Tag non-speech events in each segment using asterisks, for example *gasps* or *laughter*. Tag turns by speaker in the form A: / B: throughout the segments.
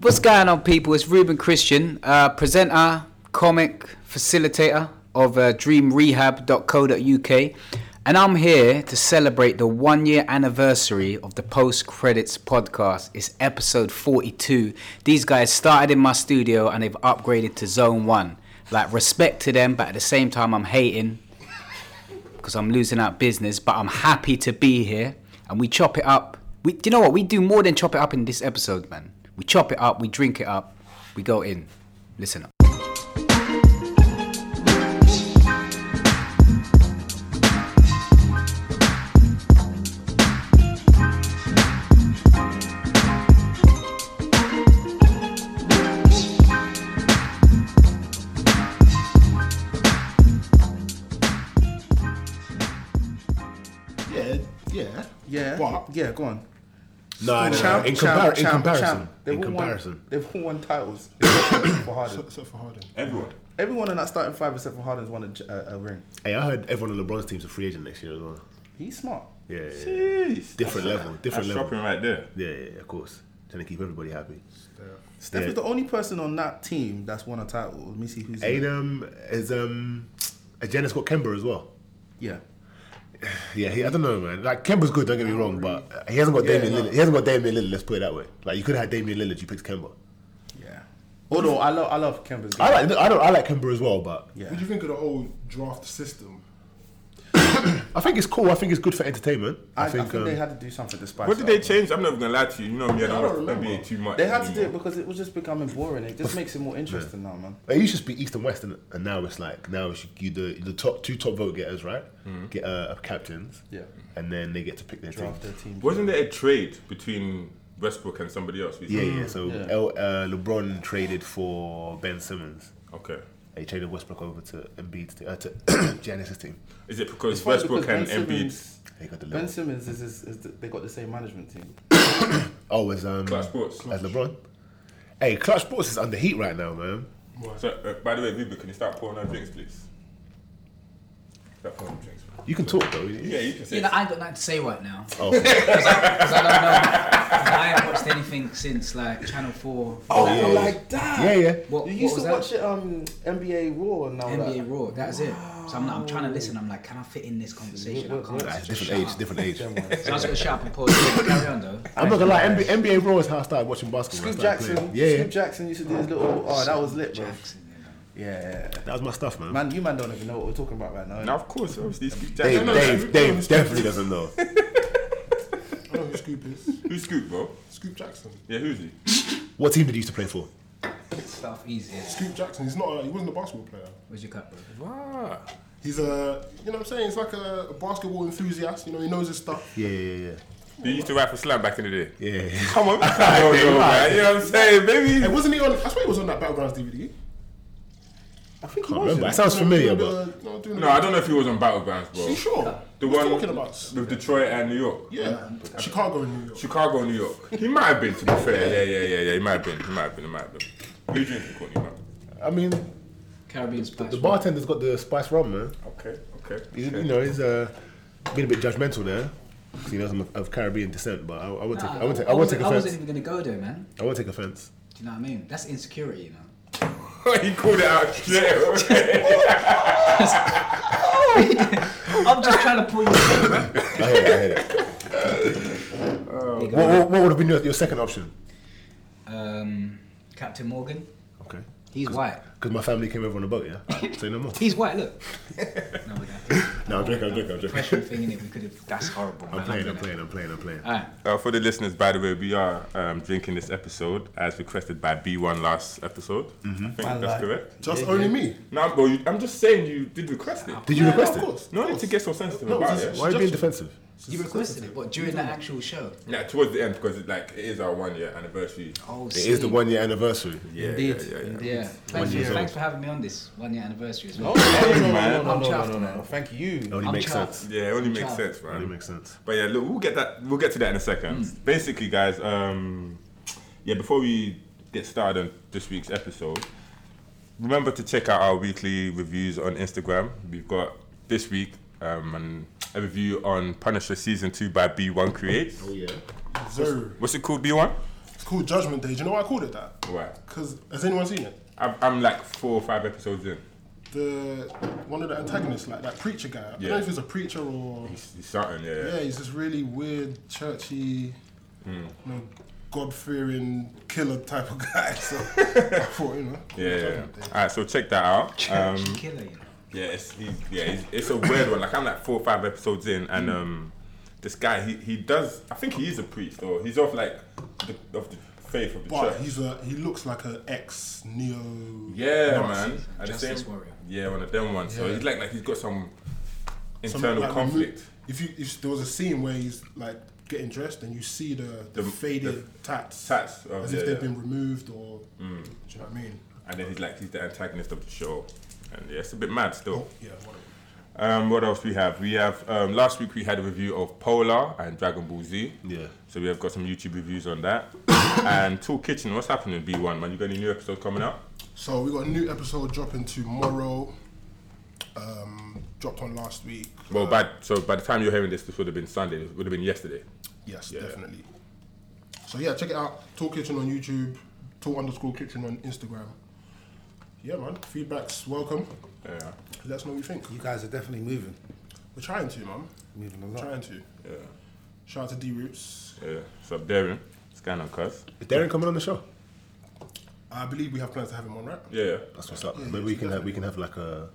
A: What's going on, people? It's Ruben Christian, uh, presenter, comic, facilitator of uh, dreamrehab.co.uk, and I'm here to celebrate the one year anniversary of the Post Credits podcast. It's episode 42. These guys started in my studio and they've upgraded to zone one. Like, respect to them, but at the same time, I'm hating because I'm losing out business, but I'm happy to be here. And we chop it up. We, do you know what? We do more than chop it up in this episode, man. We chop it up, we drink it up, we go in. Listen up.
B: Yeah, yeah,
C: Yeah.
B: What?
C: Yeah, go on.
D: No, no, no.
C: Champ,
D: Uh, In,
C: champ,
D: compar- in
C: champ,
D: comparison,
C: champ. They've
D: in
C: all
D: comparison,
C: Won, they've all won titles except for Harden.
B: Except for Harden.
E: Everyone.
C: Everyone in that starting five except for Harden's won a j- a, a ring.
D: hey, I heard everyone on LeBron's team's a free agent next year as well.
C: He's smart.
D: Yeah, yeah, yeah.
E: Jeez.
D: different level,
E: That's
D: different level.
E: shopping right there.
D: Yeah, yeah, yeah, of course. Trying to keep everybody happy.
C: Steph
D: Yeah.
C: is the only person on that team that's won a title. Let me see who's. in it.
D: Adam is um, Jenna's got Kemba as well.
C: Yeah.
D: Yeah, he, I don't know, man. Like Kemba's good, don't get me wrong, but uh, he hasn't got Damian Lillard. He hasn't got Damian Lillard. Let's put it that way. Like you could have had Damian Lillard, you picked Kemba.
C: Yeah. Although I love I love Kemba's game.
D: I like, I don't, I like Kemba as well, but
C: yeah.
B: What do you think of the old draft system?
D: I think it's cool. I think it's good for entertainment.
C: I, I think,
D: um,
C: they had to do something to spice
E: What
C: it
E: did
C: up.
E: they change? I'm never gonna lie to you. You know me, I don't
B: I
E: watch
B: don't remember.
E: NBA too much.
C: They had to do it
E: anymore.
C: because it was just becoming boring. It just makes it more interesting now, man.
D: It used to just be East and West, and, and now it's like now it's you the the top two top vote getters, right? Get uh, captains,
C: Yeah.
D: and then they get to pick their
C: Draft their
D: team.
C: team.
E: Wasn't there a trade between Westbrook and somebody else?
D: Yeah,
E: recently?
D: yeah. So
C: Yeah.
D: L, uh, LeBron traded for Ben Simmons.
E: Okay.
D: He traded Westbrook over to Embiid's team, uh, to *coughs* Giannis's team.
E: Is it because
C: It's funny
E: Westbrook
C: because
E: and
C: Ben
E: Embiid
C: Simmons-
D: They got the
C: Ben
D: level.
C: Simmons is, is, is the, they got the same management team.
D: Oh, as um,
E: Clutch Sports?
D: as LeBron. Hey, Clutch Sports is under heat right now, man.
E: So, uh, by the way, Ruby, can you start pouring our drinks, please? Start pouring our drinks.
D: You can talk though.
E: Yeah, you can say.
A: You know, I ain't got nothing to say right now.
D: Oh.
A: Because I don't know. 'Cause I haven't watched anything since like Channel 4.
C: Oh,
D: yeah, yeah.
C: like that.
D: yeah, yeah.
A: What,
C: You
A: what
C: used
A: was
C: to
A: that?
C: watch it, um NBA Raw and all
A: NBA
C: that.
A: Raw, that's it. So I'm, I'm trying to listen. I'm like, can I fit in this conversation? I
C: What-
A: can't.
C: what-
D: Nah,
A: So
D: it's different age, different
C: *laughs*
D: age.
A: I was going to shut up and pause. Carry on though.
D: I'm not gonna lie. NBA, NBA Raw is how I started watching basketball.
C: Scoop
D: I started
C: Jackson.
D: playing. Yeah,
C: Scoop
D: yeah.
C: Jackson used to do his little. Oh, that was lit, bro.
A: Jackson, you know.
C: Yeah.
D: That was my stuff, man.
C: Man, you man don't even know what we're talking about right now.
E: Now, of course, obviously, Scoop Jack.
D: Dave,
E: No, no,
D: Dave,
E: no,
D: Dave definitely doesn't know. *laughs*
B: I know who Scoop is.
E: Who's Scoop, bro?
B: Scoop Jackson.
E: Yeah, who's he?
D: What team did he used to play for?
A: Stuff easier.
B: Scoop Jackson. He's not. A, he wasn't a basketball player.
A: Where's your cup, bro?
E: Wow.
B: He's a. You know what I'm saying? He's like a, a basketball enthusiast. You know, he knows his stuff.
D: Yeah, yeah, yeah.
E: He used to rap for slam back in the day.
D: Yeah, yeah.
E: Come on,
B: *laughs*
E: I don't know, man. You know what I'm saying,
B: Hey,
E: baby?
B: wasn't he on? I swear he was on that Battlegrounds DVD.
C: I think he
D: Can't
C: was. you
D: remember. It
C: know.
D: sounds familiar,
B: Doing a
D: but
B: bit of- you know, doing a
E: No,
B: bit
E: I
B: of-
E: don't know if he was on Battlegrounds, bro.
B: You sure?
E: The
B: What are
E: one
B: you talking about?
E: with Detroit and New York.
B: Yeah, Chicago and New York.
E: Chicago, New York. He might have been, to be fair. Yeah, yeah, yeah, yeah. He might have been. He might have been. He might have been. What are you drinking, Courtney? Man?
D: I mean,
A: Caribbean spice.
D: the bartender's got the spice rum, man.
E: Okay, okay.
D: He's, You know, he's uh, being a bit judgmental there. He knows I'm of, of Caribbean descent, but I, I won't take, I won't take, I won't
A: wasn't-
D: take
A: I wasn't
D: offense.
A: even gonna go there, man.
D: I won't take offense.
A: Do you know what I mean? That's insecurity, you know.
E: *laughs* he called it
B: *laughs*
E: out straight away.
A: *laughs* I'm just trying to pull you.
D: I hear it. I hear it. What, what, what would have been your, your second option?
A: Um, Captain Morgan.
D: Okay.
A: He's white.
D: Because my family came over on a boat, yeah. Say no more.
A: He's white. Look. no, we don't.
D: No, I'm joking. I'm joking. I'm joking.
A: Pressure thing in it. We could have. That's horrible.
D: I'm playing. I'm playing. I'm playing. I'm playing.
A: Alright.
E: *laughs* uh, for the listeners, by the way, we are um, drinking this episode as requested by B1 last episode.
B: Mm-hmm.
E: I think
C: Man,
E: that's
C: like-
E: correct.
B: Just
C: Yeah,
B: only
C: yeah.
B: me.
E: No, bro, you, I'm just saying you did request it.
D: Did you request
B: of
D: it?
B: course.
E: No need to get so sensitive
B: No,
E: about
B: it's
E: it.
B: just-
D: Why are you being defensive?
A: You requested it, but during that actual show.
E: Yeah, towards the end because it, like it is our one year anniversary.
A: Oh,
D: It is the one year anniversary.
E: Yeah,
C: Indeed.
E: yeah, yeah, yeah.
A: Yeah. Thanks, for, thanks for having me on this one year anniversary as
D: Oh,
A: *laughs* well.
C: No, no, no,
E: man.
C: no, no,
A: I'm
C: no, no,
A: chuffed,
C: no, no,
A: man.
C: Thank you.
D: Only
A: I'm
D: makes
A: chuffed.
D: sense.
E: Yeah, it only makes
A: Child.
E: sense, Hmm. man.
D: Only makes sense.
E: But yeah, look, we'll get that. We'll get to that in a second. Basically, guys, um, yeah, before we get started on this week's episode, remember to check out our weekly reviews on Instagram. We've got this week um, an, a review on Punisher season two by B One Creates.
D: yeah.
B: Zero.
E: What's it called? B One.
B: It's It's called Judgment Day. Do you know why I called it that?
E: Why?
B: Because has anyone seen it?
E: I'm, I'm like four or five episodes in.
B: The one of the antagonists, like that preacher guy. I don't know
E: Yeah.
B: if he's a preacher or
E: He's, he's something, yeah.
B: yeah, he's this really weird churchy,
E: Hmm.
B: you know, God-fearing killer type of *laughs* guy. So I thought, you know,
E: Yeah, yeah, All right, so check that out. Um, yeah, it's he's, yeah, he's, it's a weird one. Like I'm like four or five episodes in, and
B: Mm.
E: um, this guy he, he does. I think he is a priest, or he's of like the, of the faith of the
B: but
E: church.
B: he's a he looks like an ex neo.
E: yeah, man. At the
A: Justice
E: same,
A: warrior.
E: yeah, one of them ones. So
B: Yeah.
E: he's like like he's got some internal conflict.
B: If you if there was a scene where he's like getting dressed and you see the, the,
E: The-
B: faded
E: the
B: tats,
E: tats, oh,
B: as
E: yeah,
B: if they've
E: yeah. Hmm.
B: been removed or do you know what I mean?
E: and then he's like he's the antagonist of the show, and yeah, it's a bit mad still.
B: Yeah, whatever.
E: Um, what else we have? We have um, last week we had a review of Polar and Dragon Ball Z.
D: Yeah.
E: So we have got some YouTube reviews on that. *coughs* and Tool Kitchen, what's happening with B1 man? You got any new episodes coming out?
B: So we got a new episode dropping tomorrow. Um, dropped on last week.
E: Well, by so by the time you're hearing this, this would have been Sunday. It would have been yesterday.
B: Yes, definitely. So yeah, check it out. Talk Kitchen on YouTube. Talk underscore Kitchen on Instagram. Yeah, man. Feedbacks welcome.
E: Yeah.
B: Let us know what you think.
C: You guys are definitely moving,
B: We're trying to, man.
C: moving a
B: We're
C: lot.
B: trying to.
E: Yeah.
B: Shout out to D Roots.
E: Yeah. So Darren, it's kind of cuss.
D: Is Darren coming on the show?
B: I believe we have plans to have him on, right?
E: Yeah.
D: That's what's up. Maybe we can have we can have like a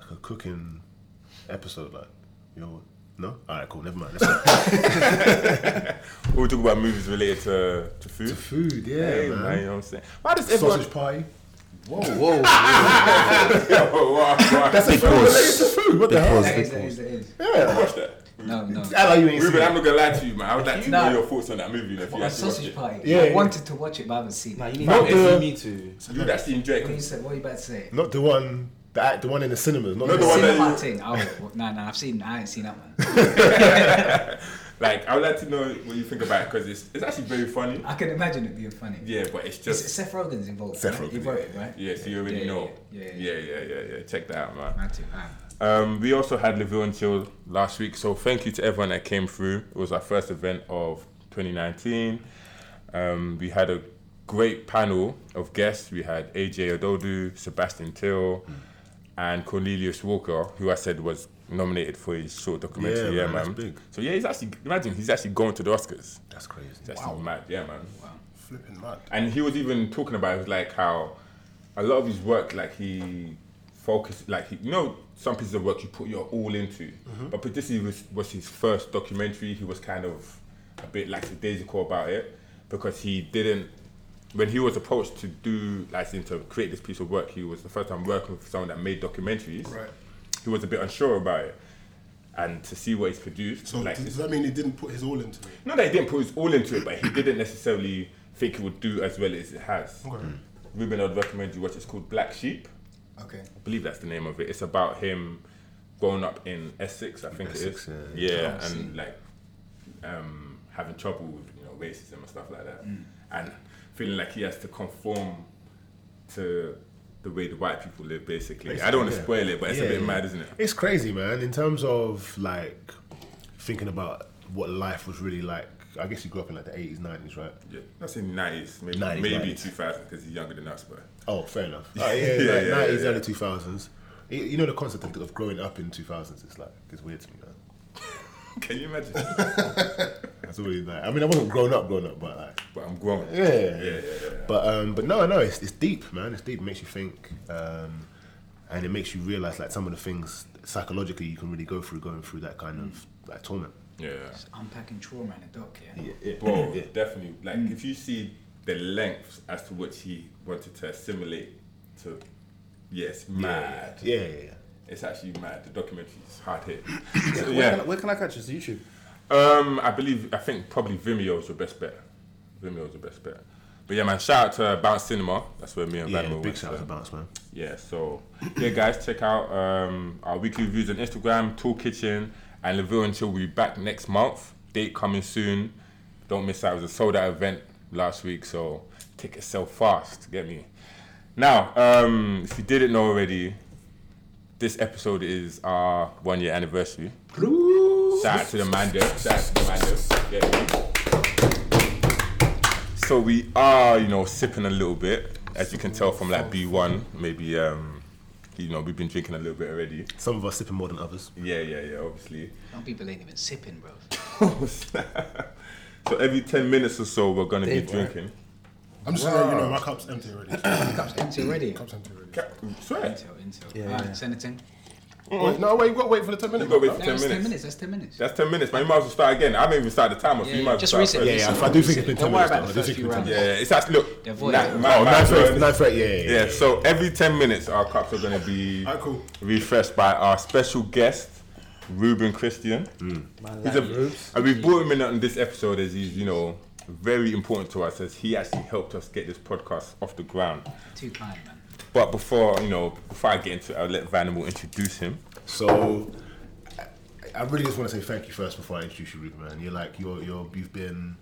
D: like a cooking episode, like you know. No, all right, cool. Never mind. Let's go.
E: We'll talk about movies related to to food.
D: *laughs* Food, yeah,
E: Hey,
D: man.
E: man, you know what I'm saying? Why does everyone? *laughs*
D: Sausage pie.
C: Whoa,
E: *laughs*
C: whoa.
E: That's
D: Big pause. Food. What the hell?
A: That is, that is, that is.
D: Yeah.
E: watch that.
A: No,
D: *laughs*
A: no.
D: I like you ain't seen
E: Ruben, I'm
D: it.
E: not gonna lie to you, man. I would like to
A: Nah.
E: know your thoughts on that movie. You know, if you
A: A
E: actually watched
A: sausage
E: it.
A: pie.
D: Yeah,
A: I
D: yeah.
A: wanted to watch it, but I haven't seen
C: Nah,
A: it.
C: you need
D: Not
C: to. You
D: the-
C: need to.
E: You'd actually enjoy
A: What you
E: it.
A: said? What are you about to say?
D: Not the one. The, the one in the cinemas. Not
E: Not the
D: the one.
E: one- that
A: Cinema
E: you-
A: thing. Oh, well, nah, nah. I've seen. I ain't seen that one.
E: Like, I would like to know what you think about it because it's, it's actually very funny.
A: I can imagine it being funny.
E: Yeah, but it's
A: Is
E: just
A: it Seth Rogen's involved?
D: Seth
A: right? He
D: Rogen,
A: wrote it, right?
E: Yeah, so you already
A: Yeah,
E: know.
A: yeah, yeah,
E: yeah, yeah, yeah, yeah. Check that out, man.
A: Man, too, man.
E: Um, we also had Laville and Chill last week, so thank you to everyone that came through. It was our first event of 2019. Um, we had a great panel of guests. We had AJ Ododu, Sebastian Till, and Cornelius Walker, who I said was nominated for his short documentary. Yeah,
D: Yeah, man,
E: man.
D: that's big.
E: So yeah, he's actually imagine he's actually going to the Oscars.
D: That's crazy.
E: That's mad. Yeah, man.
B: Flipping mad.
E: And he was even talking about it was like how a lot of his work, like he focused, like he, you know, some pieces of work you put your all into.
B: Mm-hmm.
E: But particularly was was his first documentary. He was kind of a bit lackadaisical about it because he didn't. When he was approached to do, like, to create this piece of work, he was the first time working with someone that made documentaries.
B: Right.
E: He was a bit unsure about it, and to see what he's produced,
B: So
E: like,
B: does that mean he didn't put his all into it?
E: not that he didn't put his all into it, but he didn't necessarily think it would do as well as it has.
B: Okay.
E: Ruben, I'd recommend you watch. It's called Black Sheep.
A: Okay.
E: I believe that's the name of it. It's about him growing up in Essex, I think
D: Essex,
E: it is.
D: yeah.
E: Yeah, and like um, having trouble with you know racism and stuff like that, and feeling like he has to conform to the way the white people live. Basically, I don't want to
D: Basically,
E: spoil it, but it's a
D: Yeah,
E: bit
D: yeah.
E: mad, isn't it?
D: It's crazy, man. In terms of like thinking about what life was really like. I guess you grew up in like the eighties, nineties, right?
E: Yeah, that's in nineties, maybe
D: 90s,
E: maybe
D: 90s.
E: two thousand because he's younger than us, but *laughs*
D: Oh, fair enough. Oh, *laughs* yeah,
E: Yeah,
D: like
E: yeah,
D: nineties,
E: yeah.
D: early two thousands. You know the concept of, of growing up in two thousands. It's like it's weird to me, man.
E: can you imagine?
D: That's always like. I mean, I wasn't grown up, grown up, but like,
E: but I'm grown.
D: yeah, yeah,
E: yeah, yeah.
D: But um, but no, no, it's, it's deep, man. It's deep. It makes you think, um, and it makes you realize like some of the things psychologically you can really go through going through that kind of like torment.
E: yeah.
A: It's unpacking trauma in a doc. Yeah.
D: *clears throat*
E: Bro, definitely. Like, if you see the lengths as to which he wanted to assimilate to, yes, mad.
D: Yeah, yeah, yeah.
E: It's actually mad. The documentary is hard
D: *clears throat*
E: hit. so,
C: Where,
E: yeah.
C: can I, where can I catch this YouTube?
E: Um, I believe, I think probably Vimeo is your best bet. Vimeo is your best bet. But yeah, man, shout out to Bounce Cinema. That's where me and
D: Yeah,
E: Van were.
D: big shout out to Bounce, man.
E: Yeah, so yeah, guys, check out um, our weekly reviews on Instagram, Tool Kitchen, and Laville until we be back next month. Date coming soon. Don't miss out. It was a sold out event last week, so tickets sell fast. Get me. Now, um, if you didn't know already, this episode is our one year anniversary. Shout out to the man there. Shout out to the man there. Get me. So we are, you know, sipping a little bit, as you can tell from like B1. Maybe, um, you know, we've been drinking a little bit already.
D: Some of us sipping more than others.
E: Yeah, yeah, yeah. Obviously. *laughs*
A: Some people ain't even sipping, bro.
E: So every ten minutes or so, we're gonna
A: Dave,
E: be drinking.
B: I'm just saying, you know, my cup's empty
C: *coughs*
B: already.
A: Cup's empty
B: *laughs*
A: already.
B: cup's empty already.
E: Ca- Swear.
A: Intel, Intel.
C: Yeah,
A: Alright,
C: yeah.
A: send it in.
B: Wait, no, wait, you got to wait for the 10 minutes.
E: You gotta wait for
A: No,
E: ten
A: that's
E: minutes.
A: 10 minutes. That's 10 minutes.
E: That's ten minutes, man. You might as well start again. I haven't even started the timer. so
A: Yeah,
E: you
A: yeah,
E: might as well
A: just
E: start
A: reset.
E: first.
D: Yeah, yeah, I do think it's been
A: Don't
D: 10
A: worry
D: minutes.
A: about
D: though.
A: the
D: I do
A: first
D: think
A: few
D: it's been 10
A: rounds.
D: minutes.
E: Yeah, it's actually look.
A: They're void.
E: nah, my-
D: Oh,
E: my
D: 9.30,
E: turn.
D: 9.30, yeah, yeah,
E: Yeah, so every 10 minutes, our cups are going to be
B: Alright, cool.
E: refreshed by our special guest, Ruben Christian.
C: Hmm.
E: He's a- and we brought him in on this episode as he's, you know, very important to us as he actually helped us get this podcast off the ground.
A: Too kind, man.
E: But before, you know, before I get into it, I'll let Vanimal introduce him.
D: So I, I really just want to say thank you first before I introduce you, Ruben. Man, you're like you're you're you've been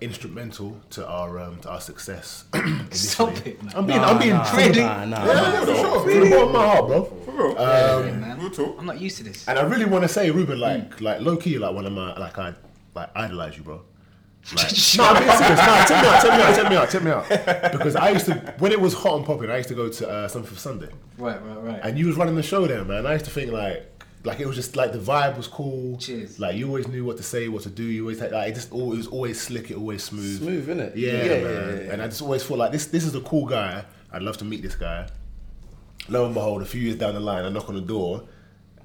D: instrumental to our um, to our success. *clears throat* initially.
A: Stop it, man.
D: I'm being I'm being really.
C: Nah, nah,
D: Yeah,
C: nah.
D: yeah, for sure. From the bottom of my heart, bro.
E: Bro,
A: Yeah, man.
E: real talk.
A: I'm not used to this.
D: And I really want to say, Ruben, like like low key, like one of my like I like idolize you, bro.
C: *laughs*
D: Like, no, I'm being serious. No, check me out, check me out, check me out, check me out. Because I used to, when it was hot and popping, I used to go to uh, something for Sunday.
A: Right, right, right.
D: And you was running the show there, man. I used to think like, like it was just like the vibe was cool.
A: Cheers.
D: Like you always knew what to say, what to do. You always had- like it just always it was always slick. It always smooth.
C: Smooth, innit?
D: Yeah,
C: Yeah, yeah,
D: man.
C: yeah, yeah.
D: And I just always thought like this. This is a cool guy. I'd love to meet this guy. Lo and behold, a few years down the line, I knock on the door,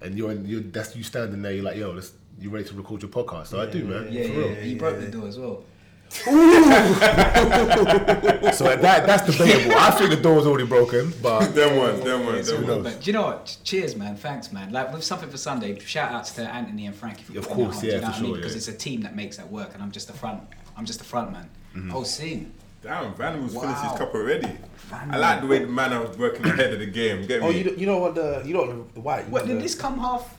D: and you're in, you're that's you standing there. You're like, yo, let's, you ready to record your podcast? So I do, man.
A: yeah,
D: for
A: yeah,
D: real.
A: yeah, you broke the door as well.
D: So that that's debatable. I think the door was already broken,
E: *laughs*
D: but
E: Them ones, them ones, them ones.
A: But do you know what? Ch- Cheers, man. Thanks, man. Like with something for Sunday. Shout outs to Anthony and Frankie for
D: Of
A: putting that
D: course,
A: on, do
D: yeah,
A: you know
D: for
A: what I mean?
D: sure,
A: Because
D: yeah.
A: it's a team that makes that work, and I'm just the front. I'm just the front man. Whole scene.
E: Damn, Vanimal's finished
A: Wow.
E: his cup already. I
A: Vanimal.
E: like the way the man I was working ahead of the game. Get me?
C: Oh, you, don't- you know what the you know what the white.
A: What did this come half?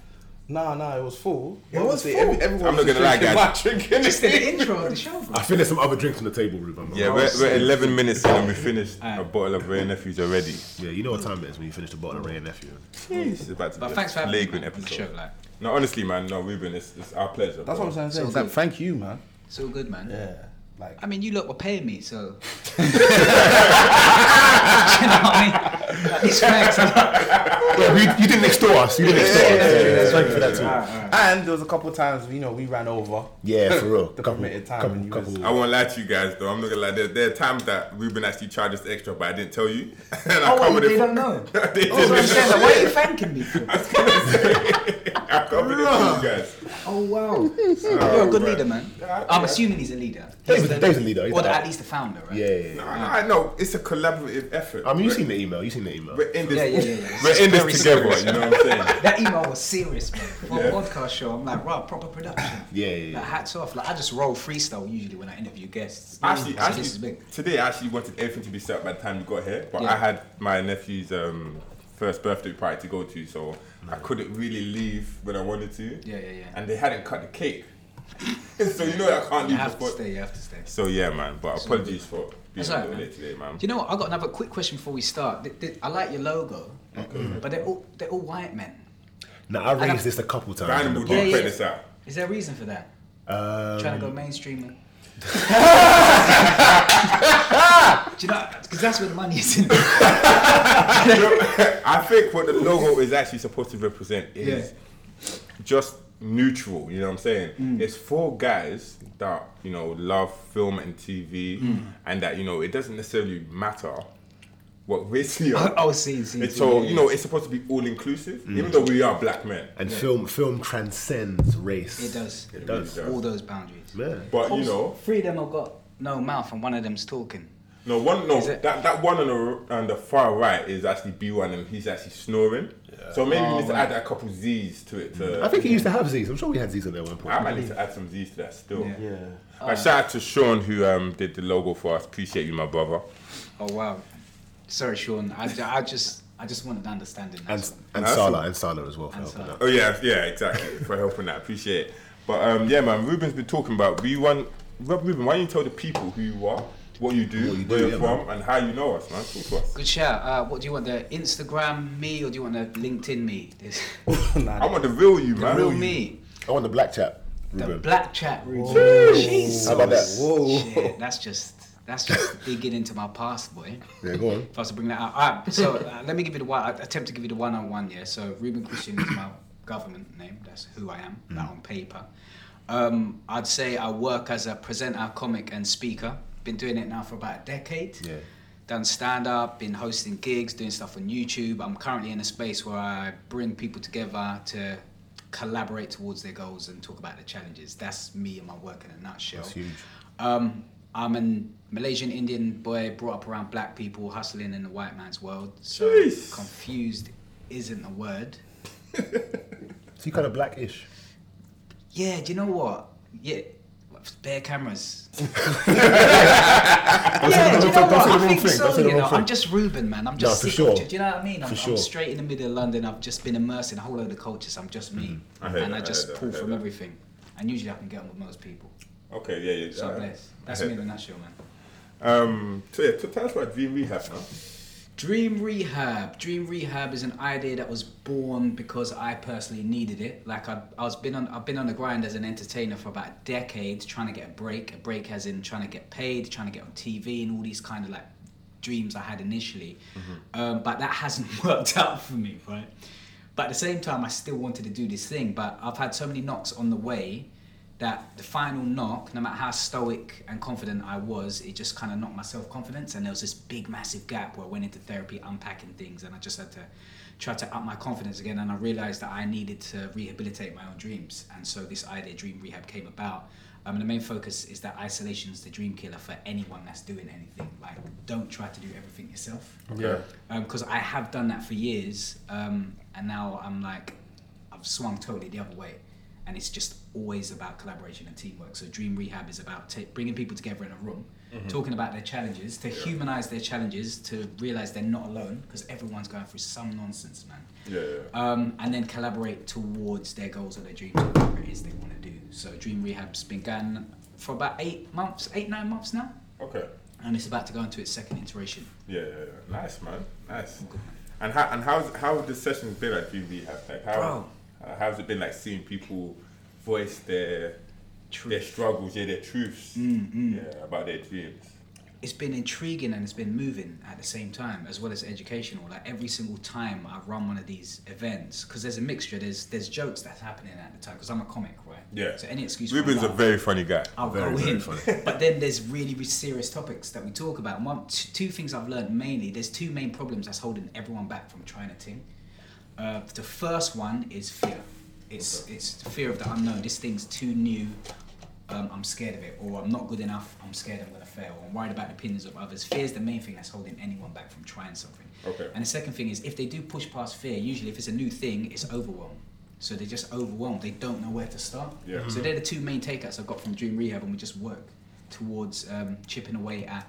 C: Nah, nah, it was full.
A: It was
C: Obviously,
A: full.
C: everyone
E: I'm not
C: was
E: gonna lie,
C: drinking
E: guys.
C: my drinking.
A: Just did the intro of the show. Bro.
D: *laughs* I think there's some other drinks on the table, Ruben. bro.
E: Yeah, we're, we're 11 minutes in and we finished a bottle of Ray Nephews already.
D: Yeah, you know what time it is when you finish the bottle of Ray and Nephew.
E: Jeez, it's about to
A: But
E: be
A: thanks for
E: a
A: having
E: flagrant
A: me on the
E: episode.
A: show. Like,
E: No, honestly, man, no, Ruben, it's, it's our pleasure.
C: That's
E: bro.
C: what I'm saying.
A: So
C: saying.
A: good.
C: Like, thank you, man.
A: so good, man.
C: Yeah, like
A: I mean, you lot were paying me, so. *laughs* you know what I mean? Like, It's thanks.
D: Yeah, you, you didn't extort us. You didn't extort us. Yeah, Thank you for that too.
C: And there was a couple of times you know we ran over. *laughs*
D: Yeah, for real.
C: The
D: Couple-
C: permitted time
D: couple-
C: and you
D: couple-
C: was-
E: I won't lie to you guys, though. I'm not gonna lie. There, there are times that Ruben actually charged us extra, but I didn't tell you. *laughs* and I
A: Oh, what,
E: covered
A: they
E: it.
A: don't
E: For,
A: know.
E: *laughs* they
A: That's what I'm
E: didn't.
A: saying. Like, what are you thanking me for?
E: I covered it for you guys.
A: Oh wow! You're a good
E: right.
A: leader, man.
E: Yeah, I-
A: I'm assuming he's a leader.
D: Dave's-
A: He's the-
D: Dave's a leader, he's
A: or
D: the-
A: at least the founder, right?
D: Yeah, yeah, yeah.
E: I, I know it's a collaborative effort.
D: I mean, you've
E: We're-
D: seen the email. You've seen the email.
E: We're in this.
A: Yeah, yeah, yeah, yeah.
E: We're in this together. You know what I'm saying?
A: That email was serious, man. For a podcast show, I'm like, wow, proper production.
D: Yeah, yeah,
A: Like,
D: yeah.
A: hats off. Like, I just roll freestyle usually when I interview guests.
E: Actually,
A: So
E: actually,
A: this is big.
E: today I actually wanted everything to be set up by the time we got here, but
A: Yeah.
E: I had my nephew's um, first birthday party to go to, so I couldn't really leave when I wanted to.
A: Mm. Yeah, yeah, yeah.
E: And they hadn't cut the cake, *laughs* so you know I can't
A: You
E: leave.
A: have to
E: before-
A: stay. You have to stay.
E: So yeah, man. But apologies for being
A: That's
E: a
A: all
E: little
A: right, man.
E: late today, man.
A: You know what? I got another quick question before we start. Th- th- I like your logo,
E: Mm-hmm.
A: but they're all they're all white men.
D: Now I
A: I got-
D: raised this a couple times. in
E: Random
D: the
E: will
D: pod.
A: Yeah,
E: not
A: yeah.
E: play this out.
A: Is there a reason for that?
E: Um,
A: Trying to go
E: *laughs*
A: mainstreaming. Do you know? Because that's where the money is. In it? *laughs*
E: *laughs* I think what the logo is actually supposed to represent is just neutral. You know what I'm saying? It's four guys that you know love film and TV, and that you know it doesn't necessarily matter what race you are.
A: *laughs* oh, see, see.
E: It's
A: see,
E: all
A: yeah,
E: you know. It's supposed to be all inclusive,
D: Mm.
E: even though we are black men.
D: And film, film transcends race.
A: It does.
D: It
E: really
D: does.
E: does.
A: All those boundaries.
D: Yeah.
E: But you know,
A: three of them have got no mouth, and one of them's talking.
E: no one, no
A: Is it-
E: that, that one on the on the far right is actually B1, and he's actually snoring. So maybe we need to add a couple Z's to Mm. it. To,
D: Mm. I think he used to have Z's. I'm sure we had Z's on there at one point.
E: I might need to add some Z's to that still.
A: Yeah.
C: yeah.
E: Uh, shout out to Sean who um, did the logo for us. Appreciate you, my brother.
A: Oh wow. Sorry, Sean. I, ju- I just I just wanted understanding.
D: and
A: That's all.
D: and
E: That's
D: Salah and Salah as well for
A: And
D: helping
A: Salah.
D: out.
E: Oh yeah, yeah, exactly for helping that. Appreciate it. But um, yeah, man, Ruben's been talking about. We want Rob Ruben. Why don't you tell the people who you are, what you do,
D: you do,
E: where you're
D: yeah,
E: from, and how you know us, man? Talk to us.
A: Good shout. Uh, what do you want? The Instagram me, or do you want the LinkedIn me? *laughs* This-
E: I
C: nah,
E: want the real you, man.
A: Real me.
D: I want the black chap,
A: The
D: Ruben.
A: black chat room.
D: How about that?
A: Shit, that's just That's just digging into my past, boy.
D: Yeah, go on.
A: If I was to bring that out. All right, so uh, let me give you the one. I attempt to give you the one on one. Yeah. So Ruben Christian is my government name. That's who I am.
D: Mm.
A: That on paper. Um, I'd say I work as a presenter, comic, and speaker. Been doing it now for about a decade.
D: Yeah.
A: Done stand up, been hosting gigs, doing stuff on YouTube. I'm currently in a space where I bring people together to collaborate towards their goals and talk about their challenges. That's me and my work in a nutshell.
D: That's huge.
A: Um, I'm an Malaysian Indian boy brought up around black people hustling in the white man's world. So
E: Jeez.
A: confused isn't a word.
D: So you kind of blackish.
A: Yeah, do you know what? Yeah, bare cameras. *laughs*
E: *laughs*
A: yeah, do you know
D: don't say
A: what?
D: the
A: I
D: wrong
A: think
D: thing,
A: so.
D: don't say the
A: You know,
D: wrong
A: I'm
D: thing.
A: just Ruben, man. I'm
D: No,
A: just
D: for
A: sick
D: sure.
A: of it. Do you know what I mean? I'm,
D: For
A: I'm
D: sure.
A: straight in the middle of London. I've just been immersed in a whole load of cultures. I'm just me,
E: Mm-hmm. I hear
A: and
E: that,
A: I
E: I
A: just
E: hear that, I
A: pull
E: hear
A: from
E: that.
A: everything. And usually I can get on with most people.
E: Okay, yeah, yeah.
A: So
E: yeah.
A: I'm blessed. That's
E: I
A: me
E: heard
A: in a nutshell, man.
E: that. Um, so yeah, so tell us about Dream Rehab now.
A: Dream Rehab. Dream Rehab is an idea that was born because I personally needed it. Like I, I was been on, I've been on the grind as an entertainer for about a decade, trying to get a break. A break, as in trying to get paid, trying to get on TV, and all these kind of like dreams I had initially. Um, but that hasn't *laughs* worked out for me, right? But at the same time, I still wanted to do this thing. But I've had so many knocks on the way that the final knock, no matter how stoic and confident I was, it just kind of knocked my self confidence. And there was this big, massive gap where I went into therapy unpacking things. And I just had to try to up my confidence again. And I realized that I needed to rehabilitate my own dreams. And so this idea, Dream Rehab, came about. Um, and the main focus is that isolation is the dream killer for anyone that's doing anything. Like, don't try to do everything yourself
D: Yeah.
A: because Um, I have done that for years, um, and now I'm like, I've swung totally the other way, and it's just always about collaboration and teamwork. So Dream Rehab is about ta bringing people together in a room, talking about their challenges, to humanize their challenges, to realize they're not alone because everyone's going through some nonsense, man.
E: Yeah, yeah.
A: Um, and then collaborate towards their goals or their dreams, or whatever it is they want to do. So Dream Rehab's been going for about eight months, eight nine months now,
E: Okay.
A: and it's about to go into its second iteration.
E: Yeah, yeah, yeah. Nice, man. Nice. And how and how's how have the sessions been at Dream Rehab? Like how
A: Bro.
E: uh, how's it been like seeing people voice their their
A: Truth.
E: struggles, yeah, their truths,
D: Mm,
E: yeah, about their dreams.
A: it's been intriguing and it's been moving at the same time as well as educational like every single time i run one of these events because there's a mixture there's there's jokes that's happening at the time because i'm a comic right
E: Yeah.
A: so any excuse
E: Ruben's
A: for
E: a
A: laugh,
E: very funny guy.
A: I'll
D: very,
A: go
D: very
A: in.
D: funny.
A: *laughs* but then there's really, really serious topics that we talk about. And one, t- two things I've learned mainly. There's two main problems that's holding everyone back from trying a thing. Uh, the first one is fear. It's it's the fear of the unknown. This thing's too new. Um, I'm scared of it, or I'm not good enough. I'm scared I'm gonna fail. I'm worried about the opinions of others. Fear is the main thing that's holding anyone back from trying something.
E: Okay.
A: And the second thing is, if they do push past fear, usually if it's a new thing, it's overwhelm. So they're just overwhelmed. They don't know where to start.
E: Yeah.
A: So they're the two main takeouts I got from Dream Rehab, and we just work towards um, chipping away at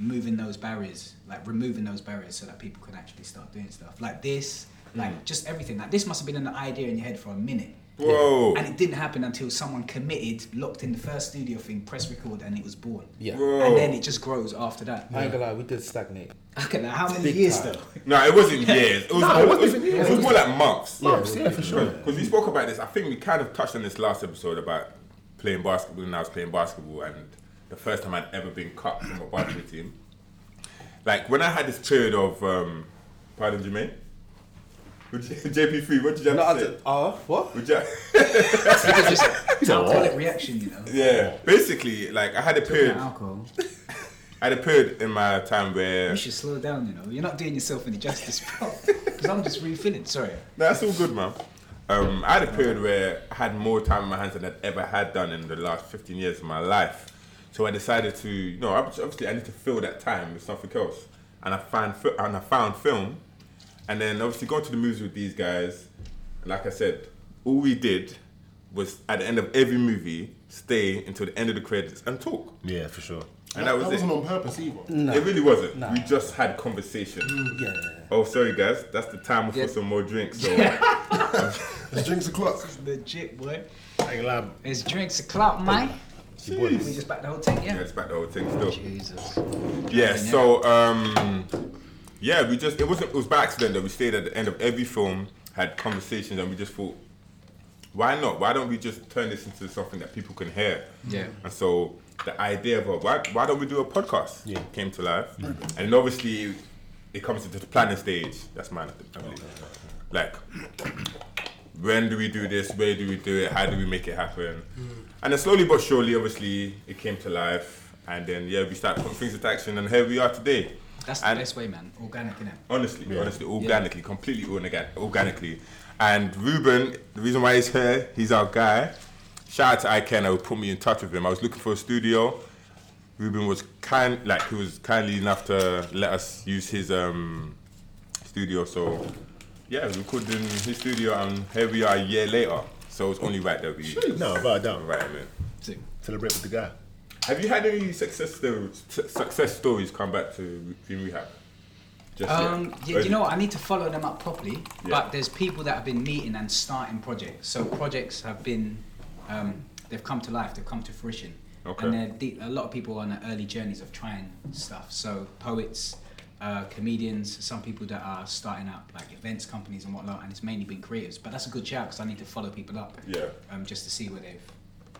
A: moving those barriers, like removing those barriers so that people can actually start doing stuff like this, like
E: Mm.
A: just everything. Like this must have been an idea in your head for a minute.
E: Whoa.
A: And it didn't happen until someone committed, locked in the first studio thing, press record, and it was born.
C: Yeah.
E: Whoa.
A: And then it just grows after that.
C: I ain't gonna lie, we did stagnate.
A: *laughs* Okay, now how many
C: Big
A: years
C: time.
A: though?
E: No, it wasn't years. It was,
D: No, it
E: more,
D: wasn't
E: it was,
D: even years.
E: it was more like months.
D: Months, yeah, for sure.
E: Because we spoke about this, I think we kind of touched on this last episode about playing basketball and I was playing basketball and the first time I'd ever been cut from a
A: *coughs*
E: basketball team. Like when I had this period of, um, pardon Jermaine, Would you- *laughs* JP3, what did you have
C: No, I
E: to say?
C: did. Uh, what?
E: Would you,
A: It's just an
D: a lot.
A: alcoholic reaction, you know.
E: *laughs* yeah, basically, like I had a period, I
A: Alcohol.
E: had a period in my time where
A: You should slow down, you know. You're not doing yourself any justice, bro. *laughs* Because I'm just really feeling. Sorry.
E: No, that's all good, man. Um, I had a period where I had more time in my hands than I'd ever had done in the last 15 years of my life. So I decided to, you know, ob- obviously I need to fill that time with something else. And I found, fi- and I found film. And then obviously going to the movies with these guys. And like I said, all we did was at the end of every movie, stay until the end of the credits and talk.
D: Yeah, for sure.
E: And that, was
B: wasn't
E: it.
B: on purpose either.
C: Mm.
E: It really wasn't. We just had conversation.
C: Yeah.
E: Oh, sorry guys, that's the time for
A: Yeah.
E: some more drinks. So
B: It's drinks o'clock.
A: Legit, boy.
D: I ain't gonna lie,
A: It's drinks o'clock, mate.
E: Jeez.
A: We just back the whole thing,
E: Yeah,
A: yeah.
E: it's back the whole thing still.
A: Jesus.
E: Yeah, so um, yeah, we just it wasn't it was by accident that we stayed at the end of every film, had conversations, and we just thought, why not? Why don't we just turn this into something that people can hear?
A: Yeah.
E: And so the idea of uh, why, why don't we do a podcast came to life. And then obviously, it comes to the planning stage. That's mine, I believe. Like, when do we do this? Where do we do it? How do we make it happen? And then slowly but surely, obviously, it came to life. And then, yeah, we started putting things into action, and here we are today.
A: That's the
E: And-
A: best way, man. Organic, innit?
E: Honestly, honestly, organically, completely orga- organically. And Ruben, the reason why he's here, he's our guy. Shout out to Iken, who put me in touch with him. I was looking for a studio. Ruben was kind, like he was kindly enough to let us use his um, studio. So yeah, we recorded in his studio, and here we are a year later. So it's only right that we
D: No, but down.
E: right him in.
A: Sick.
D: Celebrate with the guy.
E: Have you had any success stories, success stories come back to Dream Rehab? Just yet?
A: Um,
E: Or
A: you,
E: is
A: you
E: it-
A: know what? I need to follow them up properly.
E: Yeah.
A: But there's people that have been meeting and starting projects. So projects have been, um, they've come to life. They've come to fruition.
E: Okay.
A: And they're de- a lot of people are on the early journeys of trying stuff. So poets, uh, comedians, some people that are starting up like events companies and whatnot. And it's mainly been creatives. But that's a good shout because I need to follow people up.
E: Yeah.
A: Um, just to see where they've,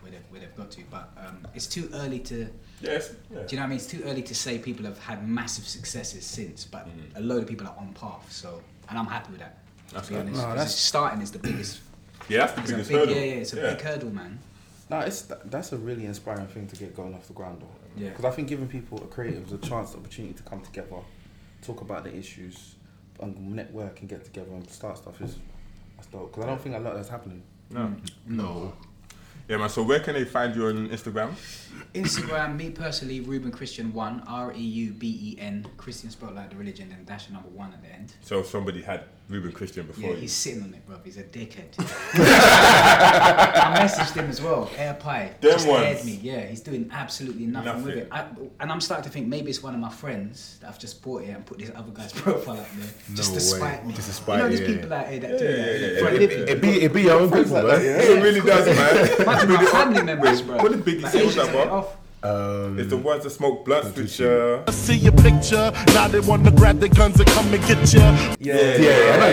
A: where they've, where they've got to. But um, it's too early to.
E: Yes. Yeah.
A: Do you know what I mean? It's too early to say people have had massive successes since, but a load of people are on path. So, and I'm happy with that.
E: Mm. That's
A: to be
E: good.
A: honest,
C: No,
A: 'cause
C: that's-
A: it's starting is the biggest.
E: Yeah, that's the
A: It's a
E: biggest
A: big,
E: hurdle.
A: Yeah, yeah, it's a big hurdle, man.
C: No, it's tha- that's a really inspiring thing to get going off the ground though.
A: Yeah.
C: Because I think giving people a creatives a chance, the opportunity to come together, talk about the issues, and network and get together and start stuff is that's dope. Because I don't think a lot that's happening.
E: No.
D: No.
E: Yeah, man. So where can they find you on Instagram?
A: Instagram, me personally, Ruben Christian One, R E U B E N, Christian spelled like the religion, and dash a number one at the end.
E: So if somebody had Ruben Christian before
A: Yeah,
E: you.
A: he's sitting on it, bruv. He's a
E: *laughs*
A: dickhead. I messaged him as well. Air pie.
E: Them
A: just
E: ones.
A: aired me. Yeah, he's doing absolutely nothing, with
E: Nothing.
A: it. I, and I'm starting to think maybe it's one of my friends that I've just bought it and put this other guy's *laughs* profile up there just to
D: way.
A: spite me.
D: Just to
A: You know,
D: spite
A: there's
D: you, yeah,
A: people out here that do
E: yeah,
A: that
E: yeah, yeah,
A: for a
E: yeah,
A: living.
D: It be it be your own people, man.
E: it
A: *laughs*
E: really does, man.
A: Imagine my family members, bro.
E: what did Biggie
A: My
E: say was
A: Asians
E: that,
A: are
E: bro?
A: off.
E: It's the ones that smoke blood uh, with you.
F: I see your picture. Now they wanna grab their guns and come and get you.
C: Yeah,
E: yeah, yeah, yeah,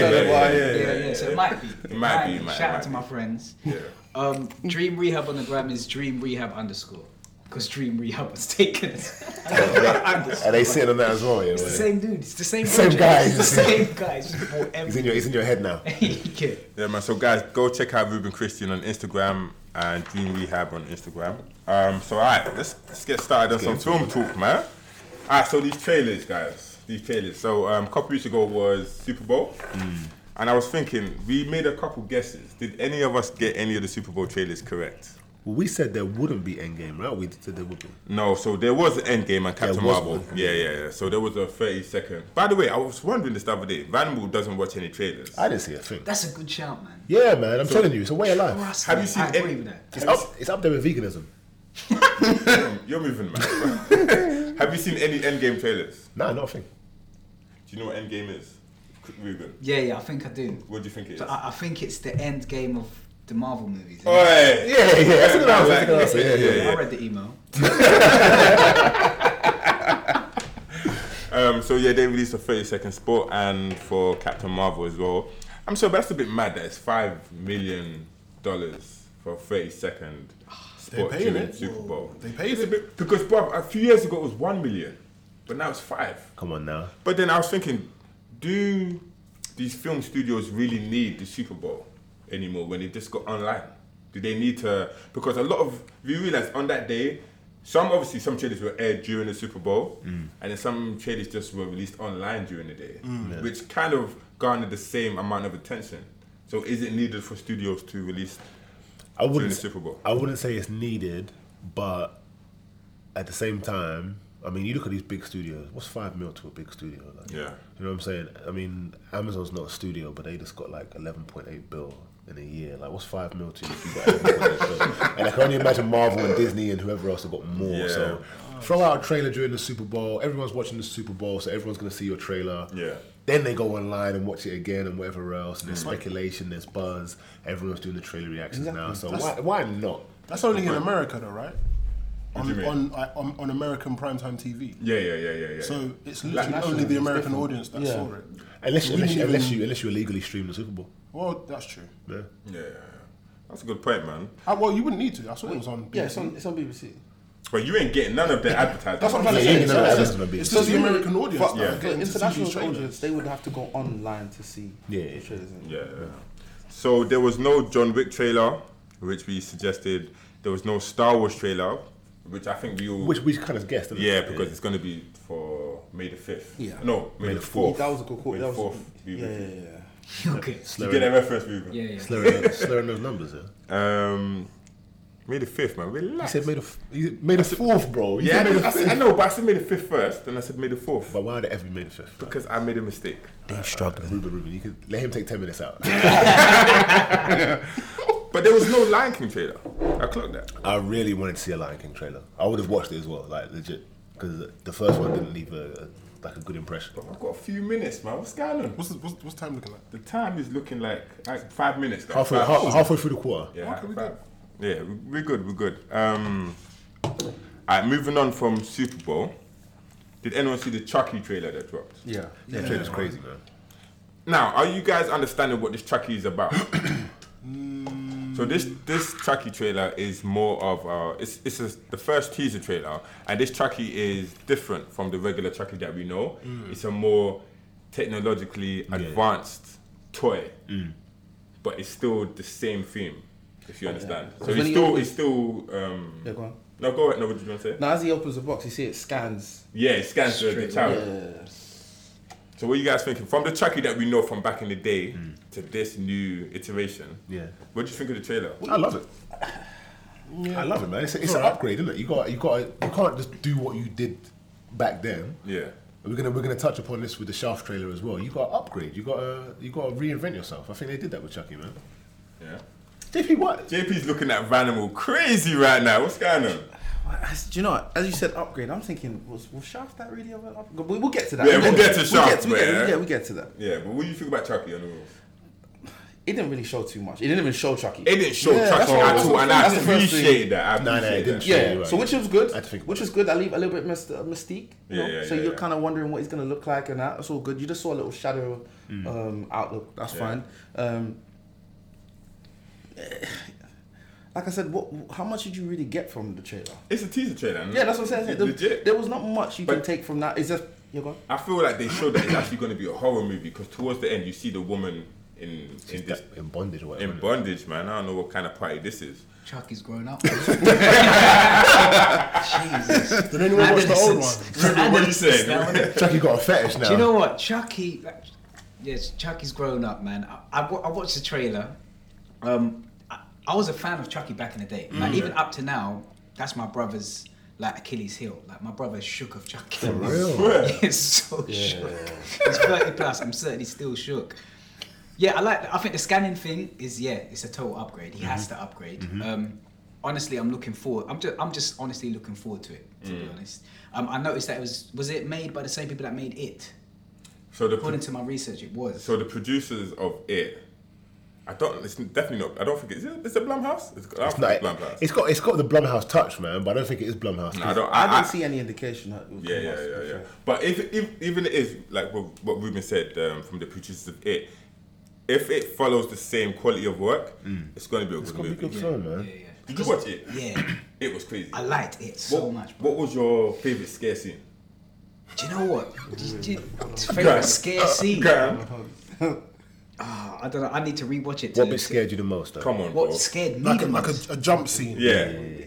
A: Yeah, yeah, so it might be. It
E: might be, it might-
A: Shout
E: it
A: out
E: might
A: to
E: be.
A: my friends.
E: Yeah.
A: Um, Dream Rehab on the gram is Dream Rehab underscore. Because Dream Rehab was taken
E: *laughs*
A: as underscore.
D: And they sitting on that as well, yeah.
A: It's the
D: man.
A: same dude. It's the same.
D: Same
A: project.
D: guy.
A: It's
D: *laughs*
A: the same guy. It's just bought
D: It's in
A: everything.
D: your it's in your head now.
A: yeah.
E: Yeah, man. So guys, go check out Ruben Christian on Instagram and Dream Rehab on Instagram. Um, so all right, let's let's get started on some film talk, man. All right, so these trailers, guys, these trailers. So um, a couple weeks ago was Super Bowl,
D: Mm.
E: and I was thinking we made a couple guesses. Did any of us get any of the Super Bowl trailers correct?
D: Well, we said there wouldn't be Endgame, right? We said there would be.
E: No, so there was an end game and Captain
D: There was
E: Marvel.
D: one.
E: Yeah, yeah, yeah. So there was a 30 second. By the way, I was wondering this the other day. Vanwall doesn't watch any trailers.
D: I didn't see a thing.
A: That's a good shout, man.
D: Yeah, man, I'm telling you, it's a way of life.
A: Trust
E: Have
A: me,
E: you seen
A: I agree
E: any-
A: with that.
D: It's up, it's up there with veganism.
E: You're moving mad. bro. *laughs* Have you seen any end game trailers?
D: Nah, not a thing.
E: Do you know what end game is? Qu- Ruben,
A: Yeah, yeah, I think I do.
E: what do you think it is?
A: So
B: uh,
A: I, I think it's the end game of the Marvel movies.
E: Oi!
D: Yeah, yeah, that's a good answer. That's a good answer. Oh, Yeah,
A: I
D: yeah.
A: read the email. *laughs*
E: Um, so yeah, they released a 30 second spot and for Captain Marvel as well. I'm sure that's a bit mad that it's five million dollars for a 30 second spot
B: paying
E: during
B: it.
E: Super Bowl.
B: They paid
E: It's a
B: it.
E: bit- because bruv, a few years ago it was one million, but now it's five.
D: Come on now.
E: But then I was thinking, do these film studios really need the Super Bowl anymore when they've just got online? Do they need to? Because a lot of if you realize on that day, some obviously some trailers were aired during the Super Bowl,
B: Mm.
E: and then some trailers just were released online during the day,
B: Mm.
E: which kind of garnered the same amount of attention. So is it needed for studios to release?
D: I
E: During
D: wouldn't
E: the Super Bowl.
D: I wouldn't say it's needed, but at the same time, I mean, you look at these big studios. What's five mil to a big studio? Like,
E: Yeah.
D: you know what I'm saying. I mean, Amazon's not a studio, but they just got like 11.8 bill in a year. Like, what's five mil to you? If you got 11.8 bill? And I can only imagine Marvel and Disney and whoever else have got more.
E: Yeah.
D: So, throw out a trailer during the Super Bowl. Everyone's watching the Super Bowl, so everyone's gonna see your trailer.
E: Yeah. Mm.
D: Then they go online and watch it again and whatever else. And there's speculation, there's buzz. Everyone's doing the trailer reactions now. So why, why not?
B: That's only in America, though, right?
E: do
B: On
E: you
B: on, I- on on American primetime TV.
E: Yeah, yeah, yeah, yeah, yeah.
B: So it's literally
D: national
B: only the
D: is
B: American
D: different.
B: audience that
C: Yeah.
B: saw
D: Unless,
B: it. We
D: unless, you,
B: didn't
D: unless
B: even-
D: you unless you illegally stream the Super Bowl.
B: Well, that's true.
D: Yeah.
E: yeah, yeah, yeah. that's a good point, man.
B: Ah, well, you wouldn't need to. I saw it was on.
C: Yeah,
B: BBC.
C: it's on it's on BBC.
E: But you ain't getting none of
B: *coughs*
E: the advertising.
B: That's what I'm trying
D: Yeah, you
B: to say.
D: know
B: It's,
D: that
B: just-
D: that's gonna be-
B: it's just the
C: Because
B: American
C: even
B: audience.
C: for-
B: now,
C: for
B: getting to see
C: international
B: these trailers.
C: audience, they would have to go online to see.
D: Yeah,
C: the
D: yeah.
C: trailers, innit?
E: Yeah. So there was no John Wick trailer, which we suggested. There was no Star Wars trailer, which I think we all.
D: Which we kind of guessed. didn't we?
E: yeah, because it's going to be for May the 5th.
C: Yeah.
E: No, May, the 4th.
C: That was a good call.
E: May
C: That
E: the
C: was
E: 4th.
C: yeah,
E: we-
C: yeah, yeah, yeah.
A: Okay.
E: You get
D: slurring,
E: that reference, Ruben?
A: Yeah, yeah.
D: slurring, slurring those numbers. Yeah.
E: Um, May the 5th, man.
D: You
E: Relax.
D: said made a f- you made a fourth, bro. You
E: yeah, I,
D: said made
E: did-
D: a
E: I
D: fifth.
E: said, I know, but I said May the 5th first, and I said May the 4th.
D: But why the F we made a fifth?
E: because I made a mistake.
D: Dave's struggling. Ruben, Ruben, you could let him take ten minutes out.
E: But there was no Lion King trailer. I clocked that.
D: I really wanted to see a Lion King trailer. I would have watched it as well, like legit, because the first one didn't leave a, a like a good impression.
E: I've got a few minutes, man. What's going on?
B: What's, the- what's, what's time looking like?
E: The time is looking like, like five minutes. guys.
D: Halfway,
E: Five
D: half, halfway through the quarter.
E: Yeah,
B: Okay, we
E: but- yeah, we- we're good. We're good. Um, all right, moving on from Super Bowl. Did anyone see the Chucky trailer that dropped?
C: Yeah.
D: Yeah, trailer's crazy, man.
E: Now, are you guys understanding what this Chucky is about? so this this Chucky trailer is more of a, it's it's a, the first teaser trailer, and this Chucky is different from the regular Chucky that we know. It's a more technologically advanced toy, but it's still the same theme. If you understand, so
C: When
E: it's
C: he
E: still
C: opens-
E: it's still um,
C: Yeah, go on.
E: no go ahead. No, what did you want to say?
C: Now, as he opens the box, you see it scans.
E: Yeah, it scans the, the child.
C: Yeah.
E: So what are you guys thinking from the Chucky that we know from back in the day to this new iteration?
D: Mm. Yeah.
E: What do you think of the trailer?
D: I love it. I love it, man. It's, it's an upgrade, isn't it? You got, you got, you can't just do what you did back then.
E: Yeah.
D: We're gonna, we're gonna touch upon this with the Shaft trailer as well. You got to upgrade. You got, to, you got to reinvent yourself. I think they did that with Chucky, man.
E: Yeah.
D: JP, what?
E: JP's looking at Vanimal crazy right now. What's going on?
C: Well, as- Do you know? what? As you said, upgrade. I'm thinking, was was Shaft that really of an upgrade? We, we'll get to that.
E: Yeah, we'll get to Shaft,
C: we get,
E: man.
C: yeah, we get to that.
E: Yeah, but what do you think about Chucky on the roof?
C: It didn't really show too much. It didn't even show Chucky.
E: It didn't show
C: Yeah,
E: Chucky
C: that's what-
E: at
C: that's
E: all,
C: what-
E: and I
C: that's the first
E: appreciate that. I
D: No, no, it
E: appreciate
D: didn't
E: that.
D: show.
C: Yeah.
D: Yeah, you're
C: So
D: right.
C: which was good.
D: I had to think about
C: Which was good. I leave a little bit myst- uh, mystique. You
E: Yeah,
C: know?
E: yeah,
C: so
E: yeah,
C: you're
E: yeah.
C: kind of wondering what it's gonna look like, and that. That's all good. You just saw a little shadow
E: Mm.
C: um, outlook. That's fine. Um, eh, like I said, what? How much did you really get from the trailer?
E: It's a teaser trailer. man.
C: Yeah, that's what I'm saying.
E: It's
C: There,
E: legit.
C: there was not much you
E: But-
C: can take from that. It's just you're gone.
E: I feel like they showed that it's actually going to be a horror movie because towards the end you see the woman in in, this,
D: in bondage or whatever.
E: in bondage, man. I don't know what kind of party this is.
A: Chucky's grown
D: *laughs*
A: up. *laughs* Jesus.
D: Did anyone watch the old one?
E: Remember what you said.
D: Chucky got a fetish now.
A: Do you know what Chucky? Yes, Chucky's grown up, man. I, I, wa- I watched the trailer. Um, I, I was a fan of Chucky back in the day. Like even up to now, that's my brother's like Achilles heel. Like my brother's shook of Chucky. *laughs* For
D: real?
A: He's so shook. He's thirty plus. I'm certainly still shook. Yeah, I like. I think the scanning thing is yeah, it's a total upgrade. He has to upgrade. Um, honestly, I'm looking forward. I'm just, I'm just honestly looking forward to it. To be honest, um, I noticed that it was was it made by the same people that made it.
E: So the
A: According to my research, it was.
E: So the producers of it, I don't. It's definitely not. I don't think it's. Is it, is it Blumhouse? It's, I don't
D: It's
E: think
D: like-
E: it's Blumhouse.
D: it's got it's got the Blumhouse touch, man, but I don't think it is Blumhouse.
E: I don't. I,
C: I,
E: I,
C: didn't see any indication that. It was
E: yeah,
C: from
E: yeah,
C: us,
E: yeah,
C: to be
E: yeah.
C: fair.
E: But if, if even it is like what, what Ruben said um, from the producers of it, if it follows the same quality of work, it's going to be a
D: It's
E: good
D: gonna be
E: movie.
D: good fun, man.
A: yeah,
E: Did you watch it?
A: yeah. yeah,
E: *clears throat* It was crazy.
A: I liked it so
E: what,
A: much. Bro.
E: What was your favorite scare scene?
A: Do you know what? Do you- do you-
E: Graham.
A: Favorite scare
E: *laughs*
A: scene?
E: Graham,
A: Ah, I don't know. I need to rewatch it. To
D: What bit scared you the most? Though?
E: come on, bro.
A: What scared me
B: *laughs* Like, a,
A: the
B: like
A: most?
B: a, a jump scene.
E: Yeah.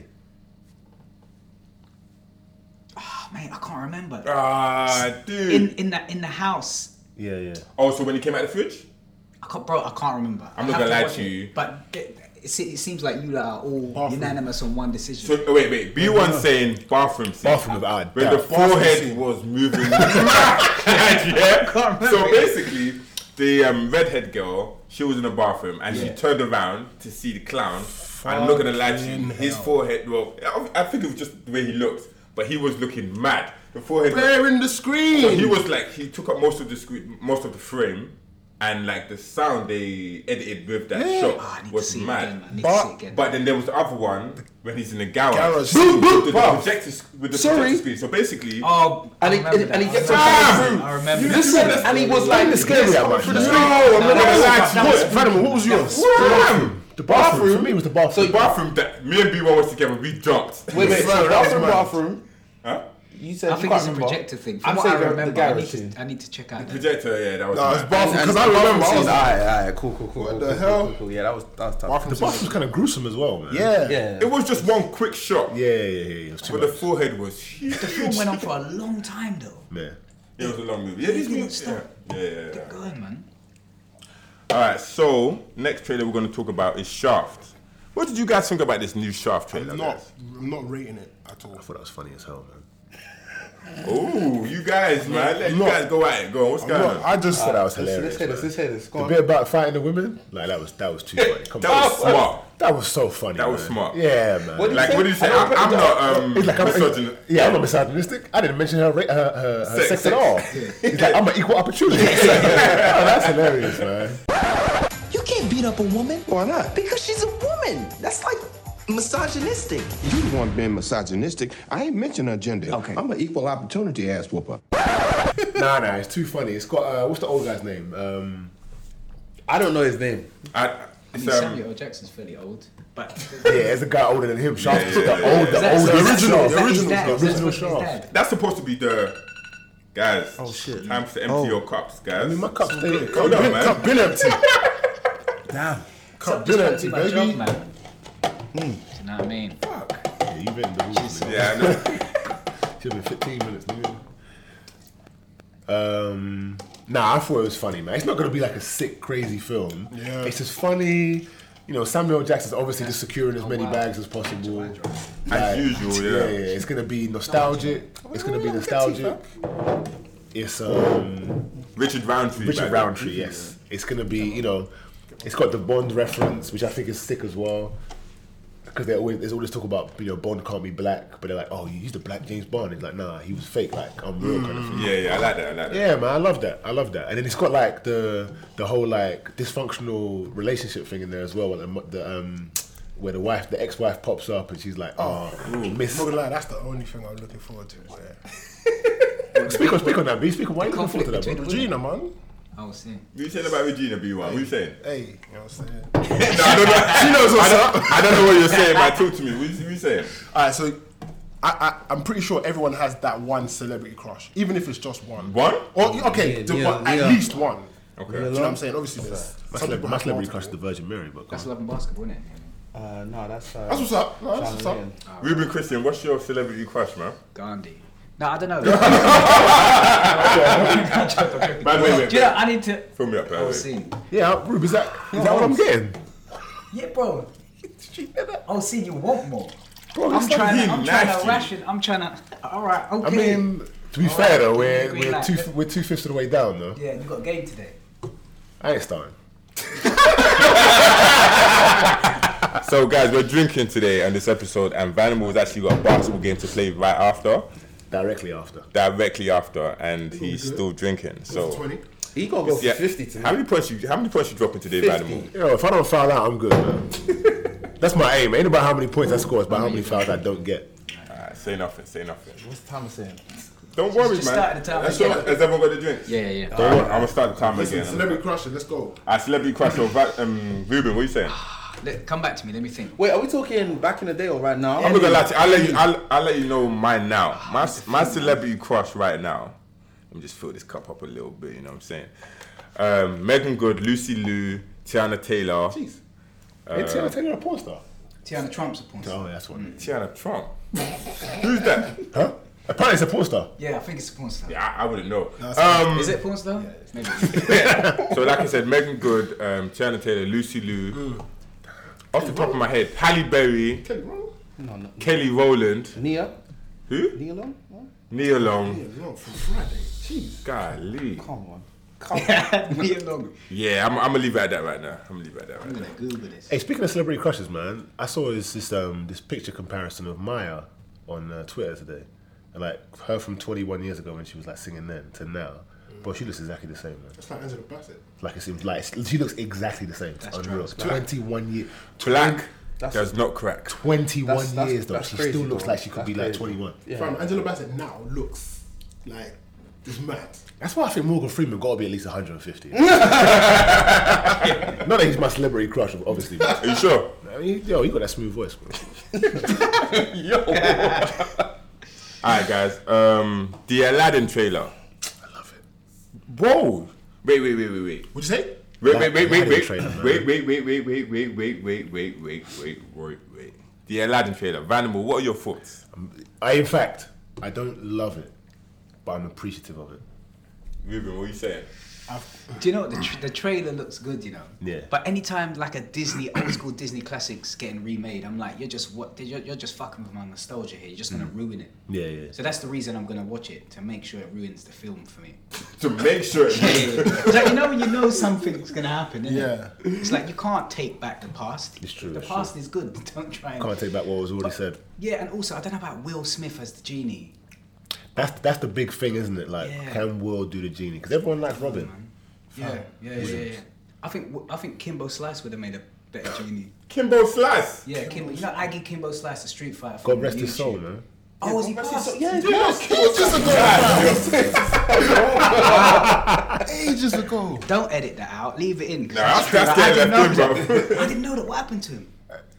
A: Oh, man, I can't remember.
E: Ah, dude.
A: in in the in the house.
E: *laughs*
D: Yeah, yeah.
E: oh, so when he came out of the fridge?
A: I can't, bro, I can't remember.
E: I'm
A: I have
E: not gonna lie
A: watch
E: to
A: it.
E: you.
A: But it, it, se- it seems like you lot are all
B: Bathroom.
A: unanimous on one decision.
E: So oh, wait, wait. B one saying bathroom scene.
D: Bathroom without a
E: When the
D: doubt.
E: forehead
B: scene.
A: *laughs*
E: was moving. *laughs* yeah.
A: remember
E: So
A: it.
E: basically, the um, redhead girl, she was in the bathroom and she turned around to see the clown. I'm not gonna lie to you,
B: Fucking
E: his
B: hell.
E: forehead. Well, I- I think it was just the way he looked, but he was looking mad. The forehead.
B: They're in the screen.
E: He was like he took up most of the screen, most of the frame, and like the sound they edited with that shot
A: Ah, I need
E: was
A: to see
E: mad.
A: it again. I need
B: But-
A: to see it again.
E: But then there was the other one when he's in the garage.
B: Garage.
E: Boom,
B: Boom,
E: with the
B: boom.
E: projector sc- with the
C: Sorry.
E: projector screen. So basically,
A: oh, I
C: And he-
A: remember
C: and-
A: that.
C: and he gets
A: I
E: up
A: remember.
E: out.
A: I remember.
E: You listen,
A: that.
C: and he was
D: Like
C: like,
D: the scary that much.
E: no, I'm not
A: that
E: gonna
A: was-
E: lie
A: that was-
E: to you.
D: What, Vanimal, what was yours?
E: Wham!
D: The bathroom,
E: Bathroom?
D: for me was the bathroom.
E: The bathroom that me and B one was together, we jumped.
C: Wait, wait,
D: Swear,
C: so
D: that was
C: bathroom,
D: mad.
C: bathroom.
E: Huh?
C: You said
A: I think
C: you
A: it's
C: can't
A: a
C: remember.
A: projector thing. From
C: I'm
A: what
C: saying
A: I
C: the- the
A: remember, I need,
C: garage
A: to,
C: thing.
A: I need to check out. that.
E: *laughs* Projector, yeah, that was.
B: Nah, it's
E: mad.
B: bathroom
C: And-
B: because I remember. I was
C: Oh, All
B: like,
C: right, all right, cool, cool, cool. What cool,
B: the
C: cool,
B: hell?
C: Cool, cool. Yeah, that was that was tough.
D: The
B: bathroom
D: bathroom was kind of gruesome as well, man.
B: Yeah.
C: yeah,
E: it was just one quick shot.
D: Yeah, yeah, yeah. yeah. It was too
E: But the
D: much.
E: forehead was huge.
A: The film went on for a long time though.
D: Man.
E: It was a long movie. Yeah, these
A: Didn't
E: movies. Yeah,
A: stop.
E: yeah, yeah. yeah.
A: Keep going, man.
E: All right, so next trailer we're going to talk about is Shaft. What did you guys think about this new Shaft trailer?
B: I'm not, I'm not rating it at all.
D: I thought that was funny as hell, man.
E: Oh, you guys, man, let you
B: Not-
E: guys go at it. Go on, what's going
D: No,
E: on?
D: I just thought that
C: Let's, let's
D: was hilarious.
C: hear this. Let's hear this. Go
D: The
C: on.
D: bit about fighting the women, like that was that
E: *laughs*
D: was too funny. Come
E: That
D: on.
E: was smart.
D: That was so funny.
E: That was
D: man.
E: smart.
D: Yeah, man.
C: What do
E: Like, what do you say? I'm, I'm not um,
D: It's like I'm
E: misogynist.
D: Yeah, I'm not misogynistic. I didn't mention her ra- her, her, her
E: Sex,
D: sex,
E: sex.
D: at all.
E: *laughs*
D: It's like I'm an equal opportunity. *laughs* oh, that's hilarious, man.
G: You can't beat up a woman. Why not? Because she's a woman. That's like misogynistic.
H: You the one being misogynistic. I ain't mentioning her gender.
G: Okay.
H: I'm an equal opportunity ass whooper.
D: Nah, nah, it's too funny. It's got uh, what's the old guy's name? Um,
C: I don't know his name.
E: I,
A: I
E: it's,
A: mean,
E: um,
A: Samuel L. Jackson's fairly old,
D: Oh,
A: but
D: yeah, it's a guy older than him. Shaft is
E: yeah,
D: the
E: yeah,
D: old,
E: yeah.
D: the old,
A: Is that-
D: the
A: is
D: original,
A: that
D: the
A: his
D: original,
A: dad?
D: the
A: Is that
D: original
A: his
D: Shaft.
A: dad?
E: that's supposed to be the guys. Oh
C: shit.
E: Time to empty your cups, guys.
D: I mean, my cup's been
E: Hold on, man.
D: cup been empty.
C: Damn.
A: Just
D: Cup been
A: trying to
D: empty,
A: do my job,
D: baby. Hmm.
A: man. Do you know what I mean?
D: Yeah, you've been the rules. man.
E: Yeah, I know.
D: *laughs* Should have been 15 minutes, nigga. Um, nah, I thought it was funny, man. It's not going to be like a sick, crazy film.
B: Yeah.
D: It's just funny. You know, Samuel Jackson's obviously just securing as many
A: wow.
D: bags as possible.
E: As usual, yeah.
D: yeah, It's going to be nostalgic. It's going to be nostalgic. It's um,
E: Richard Roundtree.
D: Richard
E: man.
D: Roundtree, yes. It's going to be, you know, it's got the Bond reference, which I think is sick as well. Because they always there's always talk about you know Bond can't be black, but they're like, oh, he's the black James Bond. It's like, nah, he was fake. Like I'm real kind of thing.
E: Yeah, yeah, I like that. I like that.
D: Yeah, man, I love that. I love that. And then it's got like the the whole like dysfunctional relationship thing in there as well. Where the, mu- the um where the wife, the ex-wife pops up and she's like, oh, miss.
B: I'm not gonna lie, that's the only thing I'm looking forward to. Yeah.
D: Speak on, speak on that, B. Speak on. Why are you looking
A: Conflict
D: forward to that,
A: between
D: bro?
A: the women.
B: Regina, man.
A: I was saying.
E: What you saying about Regina B1? What you
D: *laughs*
E: saying?
B: Hey, you know what I'm saying?
E: No, I don't know. She knows what's I don't, up. I don't know what you're saying, man. Talk to me. What you, what you saying?
B: Alright, so I, I, I'm pretty sure everyone has that one celebrity crush, even if it's just one.
E: One?
B: Or, okay,
C: Yeah,
B: the
C: yeah,
B: one, at
C: yeah.
B: least one.
E: Okay.
B: Do you know what I'm saying? Obviously, there's
D: My,
B: some
D: celeb-
B: people
D: my
B: have
D: celebrity
B: multiple.
D: crushed the Virgin Mary, but come
A: That's
D: on.
A: love and basketball, isn't it?
C: Uh, no, that's. Uh,
B: That's what's up. No, that's what's up.
C: Charlemagne.
E: Ruben Christian, what's your celebrity crush, man?
A: Gandhi. No, I don't
D: *laughs*
A: know. *laughs* I'm joking, I'm joking, I'm joking.
E: Man, wait, wait,
A: Do you know,
E: wait.
A: I need to.
E: Fill me up, man,
A: I
E: wait.
A: was seeing.
D: yeah, Rube, is that is that what I'm getting?
A: Yeah, bro. I was seeing you want more.
D: Bro,
A: I'm
D: it's like-
A: trying.
E: being
A: I'm trying
E: nasty.
A: to ration. I'm trying to. Oh, All right.
D: I
A: Okay.
D: mean, to be fair though, we're
A: Green
D: we're
A: light.
D: two we're two fifths of the way down though.
A: yeah, you got a game today.
D: I ain't starting.
E: So, guys, we're drinking today on this episode, and Vanimal's actually got a basketball game to play right after,
D: Directly after.
E: directly after, and he's still drinking. So,
B: 20.
C: He gonna go for fifty to me.
E: How many points you How many points you dropping today,
C: 50.
E: Vanimal?
D: Yo, if I don't foul out, I'm good, man. *laughs* That's my aim. Ain't about how many points I score, it's about how many fouls I don't get.
E: Alright, say nothing. Say nothing.
C: What's Thomas saying?
E: Don't worry,
A: Just
E: man.
A: start at the time.
E: That's all- Has everyone got the drinks?
A: Yeah, yeah, yeah.
E: Don't worry, I'm gonna start the time
B: Listen,
E: again.
B: celebrity crush, let's go.
E: Alright, celebrity crush. So, Va- um, Ruben, what you saying?
A: Let, come back to me. Let me think.
C: Wait, are we talking back in the day or right now?
E: I'm not gonna lie to you. I'll let you. I'll, I'll let you know mine now. My my celebrity crush right now. Let me just fill this cup up a little bit. You know what I'm saying? Um, Megan Good, Lucy Liu, Tiana Taylor,
D: Jeez. Ain't Tiana Taylor a porn star?
A: Tiana Trump supports.
D: Uh, Oh, that's one.
E: Tiana Trump. Who's that?
A: Mm.
D: Huh? Apparently it's a porn star.
A: Yeah, I think it's a porn star.
E: Yeah, I, I wouldn't know. Um,
A: Is it porn star? Maybe.
D: *laughs*
E: so like I said, Megan Good, um, Tiana Taylor, Lucy Liu.
A: Mm.
E: Off the top of my head, Halle Berry,
B: Kelly, bro.
C: No, no.
E: Kelly Rowland,
C: Nia?
E: who?
C: Nia Long? No?
E: Nia Long.
B: You know, for Friday.
E: Golly.
C: Come on. Come
A: *laughs*
C: on.
A: Me and Logan.
E: Yeah, I'm, I'm gonna leave it at that right now. I'm gonna leave it at that right
A: I'm
E: now.
A: gonna Google this.
D: Hey, speaking of celebrity crushes, man, I saw this this, um, this picture comparison of Maya on uh, Twitter today, and like her from 21 years ago when she was like singing then to now, but she looks exactly the same, man.
B: It's like Angela Bassett.
D: Like it seems like it's- she looks exactly the same. It's unreal. 21 years,
E: Black
C: That's-
E: does not crack.
D: 21
C: That's- that's-
D: years though.
C: that's
D: She
C: crazy,
D: still looks
C: bro.
D: like she could
C: That's
D: be like
C: crazy.
D: 21.
C: Yeah.
B: Fam, Angela Bassett now looks like It's mad.
D: That's why I think Morgan Freeman got to be at
C: *laughs*
D: least 150. Not that he's my celebrity crush, obviously. But,
E: Are you sure?
D: I mean, yo, he got that smooth voice. Bro.
E: *laughs* Alright guys, um the Aladdin trailer.
D: I love it.
E: Whoa! Wait, wait, wait, wait, wait.
D: What'd you say?
E: Wait, wait, wait, wait,
D: Aladdin
E: wait,
D: trailer, man.
E: wait, wait, wait, wait, wait, wait, wait, wait, wait, wait, wait, wait, wait. The Aladdin trailer. Vanimal, what are your thoughts?
D: I, in fact, I don't love it, but I'm appreciative of it.
E: Ruben, what are you saying?
A: Do you know what? The, tr- the trailer looks good, you know.
D: Yeah.
A: But anytime like a Disney old school Disney classics getting remade, I'm like, you're just what? You're, you're just fucking with my nostalgia here. You're just
D: Mm.
A: gonna ruin it.
D: Yeah, yeah.
A: So that's the reason I'm gonna watch it to make sure it ruins the film for
D: *laughs*
A: me. *laughs*
E: To make sure
A: It's like you know when you know something's gonna happen. Innit?
B: Yeah.
A: It's like you can't take back the past.
D: It's true,
A: The
D: it's
A: past is good. *laughs* Don't try and.
D: Can't take back what was already said.
A: Yeah, and also I don't know about Will Smith as the genie.
D: That's that's the big thing, isn't it? Like,
A: Yeah.
D: can Will do the genie? Because everyone likes Robin.
A: Yeah, yeah, yeah, yeah. yeah. I think I think Kimbo Slice would have made a better genie.
E: Kimbo Slice!
A: Yeah, Kimbo. You know Aggie Kimbo Slice, the Street Fighter. from
D: God rest his
A: YouTube.
D: soul, man.
A: Oh, was he passed? Yeah.
B: Ages ago.
A: Don't edit that out. Leave it in. 'cause
E: Nah, that's- that's
A: true. I,
E: there
A: didn't know
E: left in,
A: that. *laughs*
E: bro.
A: I didn't know that. What happened to him?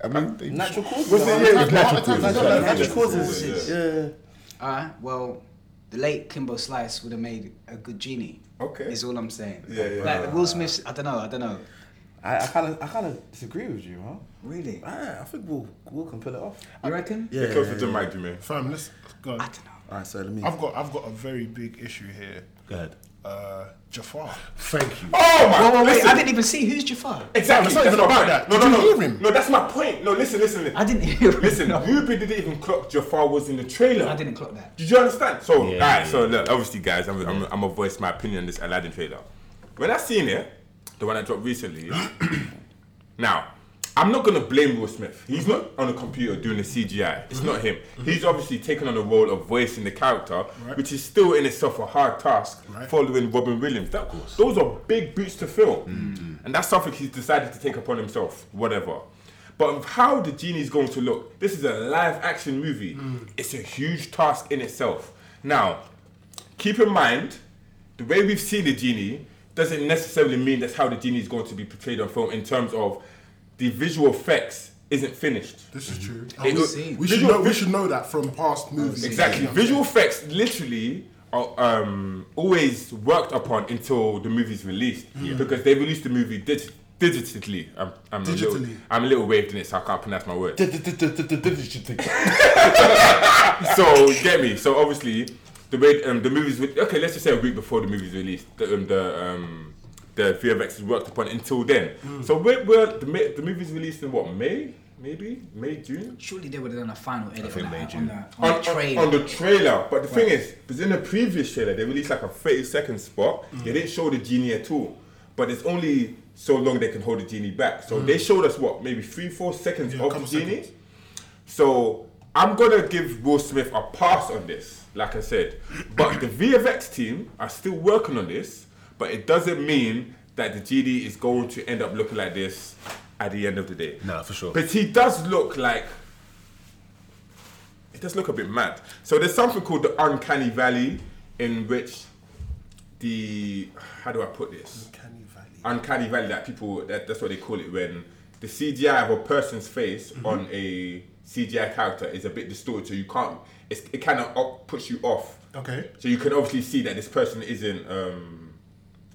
E: I mean,
C: Natural causes.
E: What's the
C: man.
E: year?
D: Natural
E: causes.
C: Natural
A: causes.
C: causes. Yeah.
A: All right. Well, the late Kimbo Slice would have made a good genie.
E: Okay.
A: Is all I'm saying.
E: Yeah, yeah.
A: Like Will Smith. I don't know. I don't know.
C: I, I kind of, I kind of disagree with you, huh?
A: Really?
C: Ah, I think Will, Will can pull it off.
A: You reckon?
C: Yeah.
E: Close to the mic, you mean.
B: Fam, let's go.
A: I don't know.
C: All right, so let me.
B: I've got I've got a very big issue here.
D: Go ahead.
B: Uh, Jafar.
D: Thank you.
E: Oh my
A: Whoa, whoa, wait!
E: listen.
A: I didn't even see who's Jafar.
E: Exactly.
B: It's not
E: That's
B: even
E: my
B: about
E: point.
B: that.
E: No,
B: Did
E: no,
B: you
E: no.
B: hear him?
E: No, that's my point. No, listen, listen, listen.
A: I didn't hear. him.
E: Listen,
A: No.
E: Ruben didn't even clock Jafar was in the trailer.
A: I didn't clock that.
E: Did you understand? So,
D: Yeah,
E: alright,
D: yeah,
E: so look, obviously, guys, I'm, I'm, I'm gonna voice my opinion on this Aladdin trailer. When I seen it, the one I dropped recently, *gasps* now, I'm not gonna blame Will Smith. He's not on a computer doing the CGI. It's not him. He's obviously taken on the role of voicing the character, which is still in itself a hard task following Robin Williams. That, those are big boots to fill. And that's something he's decided to take upon himself, whatever. But of how the genie's going to look, this is a live action movie. It's a huge task in itself. Now, keep in mind, the way we've seen the genie doesn't necessarily mean that's how the genie is going to be portrayed on film in terms of the visual effects isn't finished.
B: This is true. And
E: It
B: we,
E: was-
B: we should know we should know that from past movies.
E: Exactly. Visual effects literally are um, always worked upon until the movie's released because they released the movie dig- digitally. I'm, I'm A little,
B: Digitally.
E: I'm a little waved in it, so I can't pronounce my words.
C: That's
E: *laughs* so get me. So obviously, the way um, the movies. Re- okay, let's just say a week before the movie's released, the um, the, um, the VFX is worked upon until then. So we're, we're the, ma- the movie's released in what May? Maybe May June.
A: Surely they would have done a final edit on, that,
D: they
A: on,
D: do.
A: the, on,
E: on,
A: the trailer.
E: on the trailer. But the thing is, because in the previous trailer they released like a 30 second spot.
B: Mm.
E: They didn't show the genie at all. But it's only so long they can hold the genie back. So they showed us what, maybe three, four seconds
B: Mm. Yeah,
E: of the
B: couple
E: genie.
B: seconds.
E: So I'm gonna give Will Smith a pass on this, like I said. But the VFX team are still working on this, but it doesn't mean that the genie is going to end up looking like this at the end of the day.
D: Nah, for sure.
E: But he does look like it does look a bit mad. So there's something called the uncanny valley, in which the how do I put this? Uncanny valley. Uncanny valley that people that, that's what they call it when the CGI of a person's face on a CGI character is a bit distorted, so you can't. It's, it kind of puts you off.
B: Okay.
E: So you can obviously see that this person isn't. Um,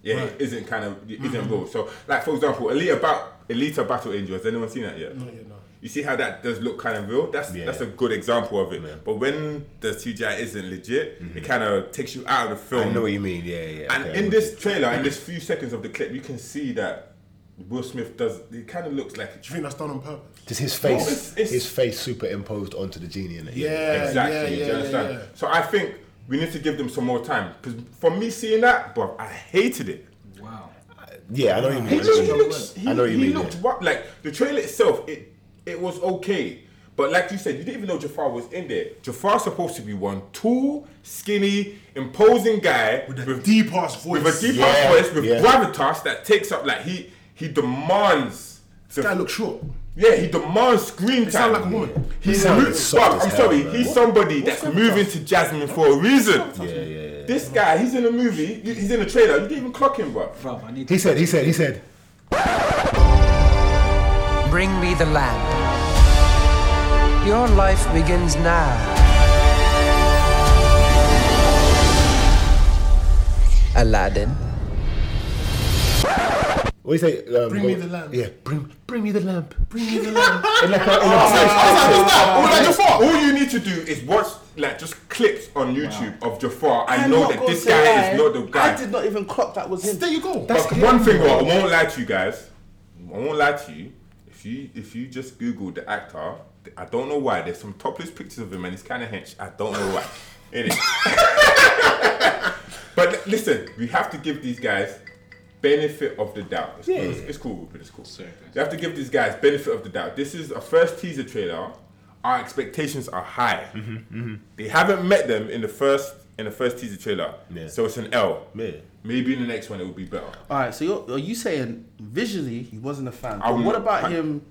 E: yeah, isn't kind of isn't real. So, like for example, Elite about Elite Battle Angel. Has anyone seen that yet?
B: Not yet, no.
E: You see how that does look kind of real? That's
D: Yeah.
E: that's a good example of it. But when the CGI isn't legit,
B: Mm-hmm.
E: it kind of takes you out of the film.
D: I know what you mean. Yeah, yeah.
E: And
D: okay,
E: in
D: I'm
E: this trailer, in this few seconds of the clip, you can see that Will Smith does. It kind of looks like
B: Do you think that's done on purpose?
D: Just his face,
E: No, it's- it's-
D: his face superimposed onto the genie in it.
B: Yeah,
E: exactly.
B: yeah,
E: do you
B: yeah,
E: understand?
B: yeah, yeah.
E: So I think we need to give them some more time because for me seeing that, bro, I hated it.
A: wow.
D: yeah, I know what you mean.
E: He just he
A: know
E: looks.
D: what-
E: He,
D: I know what you
E: he
D: mean,
E: looked
D: yeah.
E: rough. Like the trailer itself, it it was okay, but like you said, you didn't even know Jafar was in there. Jafar's supposed to be one tall, skinny, imposing guy
B: With a deep ass voice.
E: with a deep
D: Yeah,
E: voice with
D: yeah.
E: gravitas that takes up like he he demands.
B: This guy
E: the-
B: looks short.
E: yeah, he demands screen time.
B: sound like a woman.
E: He's
D: sounds
E: mo-
D: soft
E: bruv,
D: as
E: I'm
D: hell,
E: sorry,
D: man.
E: he's somebody that's moving to Jasmine for a reason.
D: Yeah, yeah, yeah.
E: This guy, he's in a movie. you- He's in a trailer. You didn't even clock him, bro.
A: Bruv, I need
D: He said, he said, he said.
I: Bring me the lamp. Your life begins now. Aladdin.
D: What do you say? Um,
B: Bring
D: go-
B: me the lamp.
D: Yeah, bring, bring me the lamp. Bring me the
B: lamp.
D: in like a, in
E: All,
D: a
E: that Jafar, all you need to do is watch like just clips on YouTube of Jafar and know that this guy is not the guy.
C: I did not even clock that was him.
B: There you go.
E: But one thing, though, I won't lie to you guys. I won't lie to you. If you if you just Google the actor, I don't know why. There's some topless pictures of him and he's kind of hench. I don't know why. *laughs* It is. but li- listen, we have to give these guys benefit of the doubt. It's, cool. It's, it's cool, but it's cool. You have to give these guys benefit of the doubt. This is a first teaser trailer. Our expectations are high.
D: Mm-hmm,
E: They haven't met them in the first in the first teaser trailer,
D: Yeah.
E: so it's an L.
D: Yeah.
E: Maybe in the next one it will be better.
C: All right, so you're, are you saying visually he wasn't a fan?
E: I'm
C: But what
E: not-
C: about
E: I-
C: him?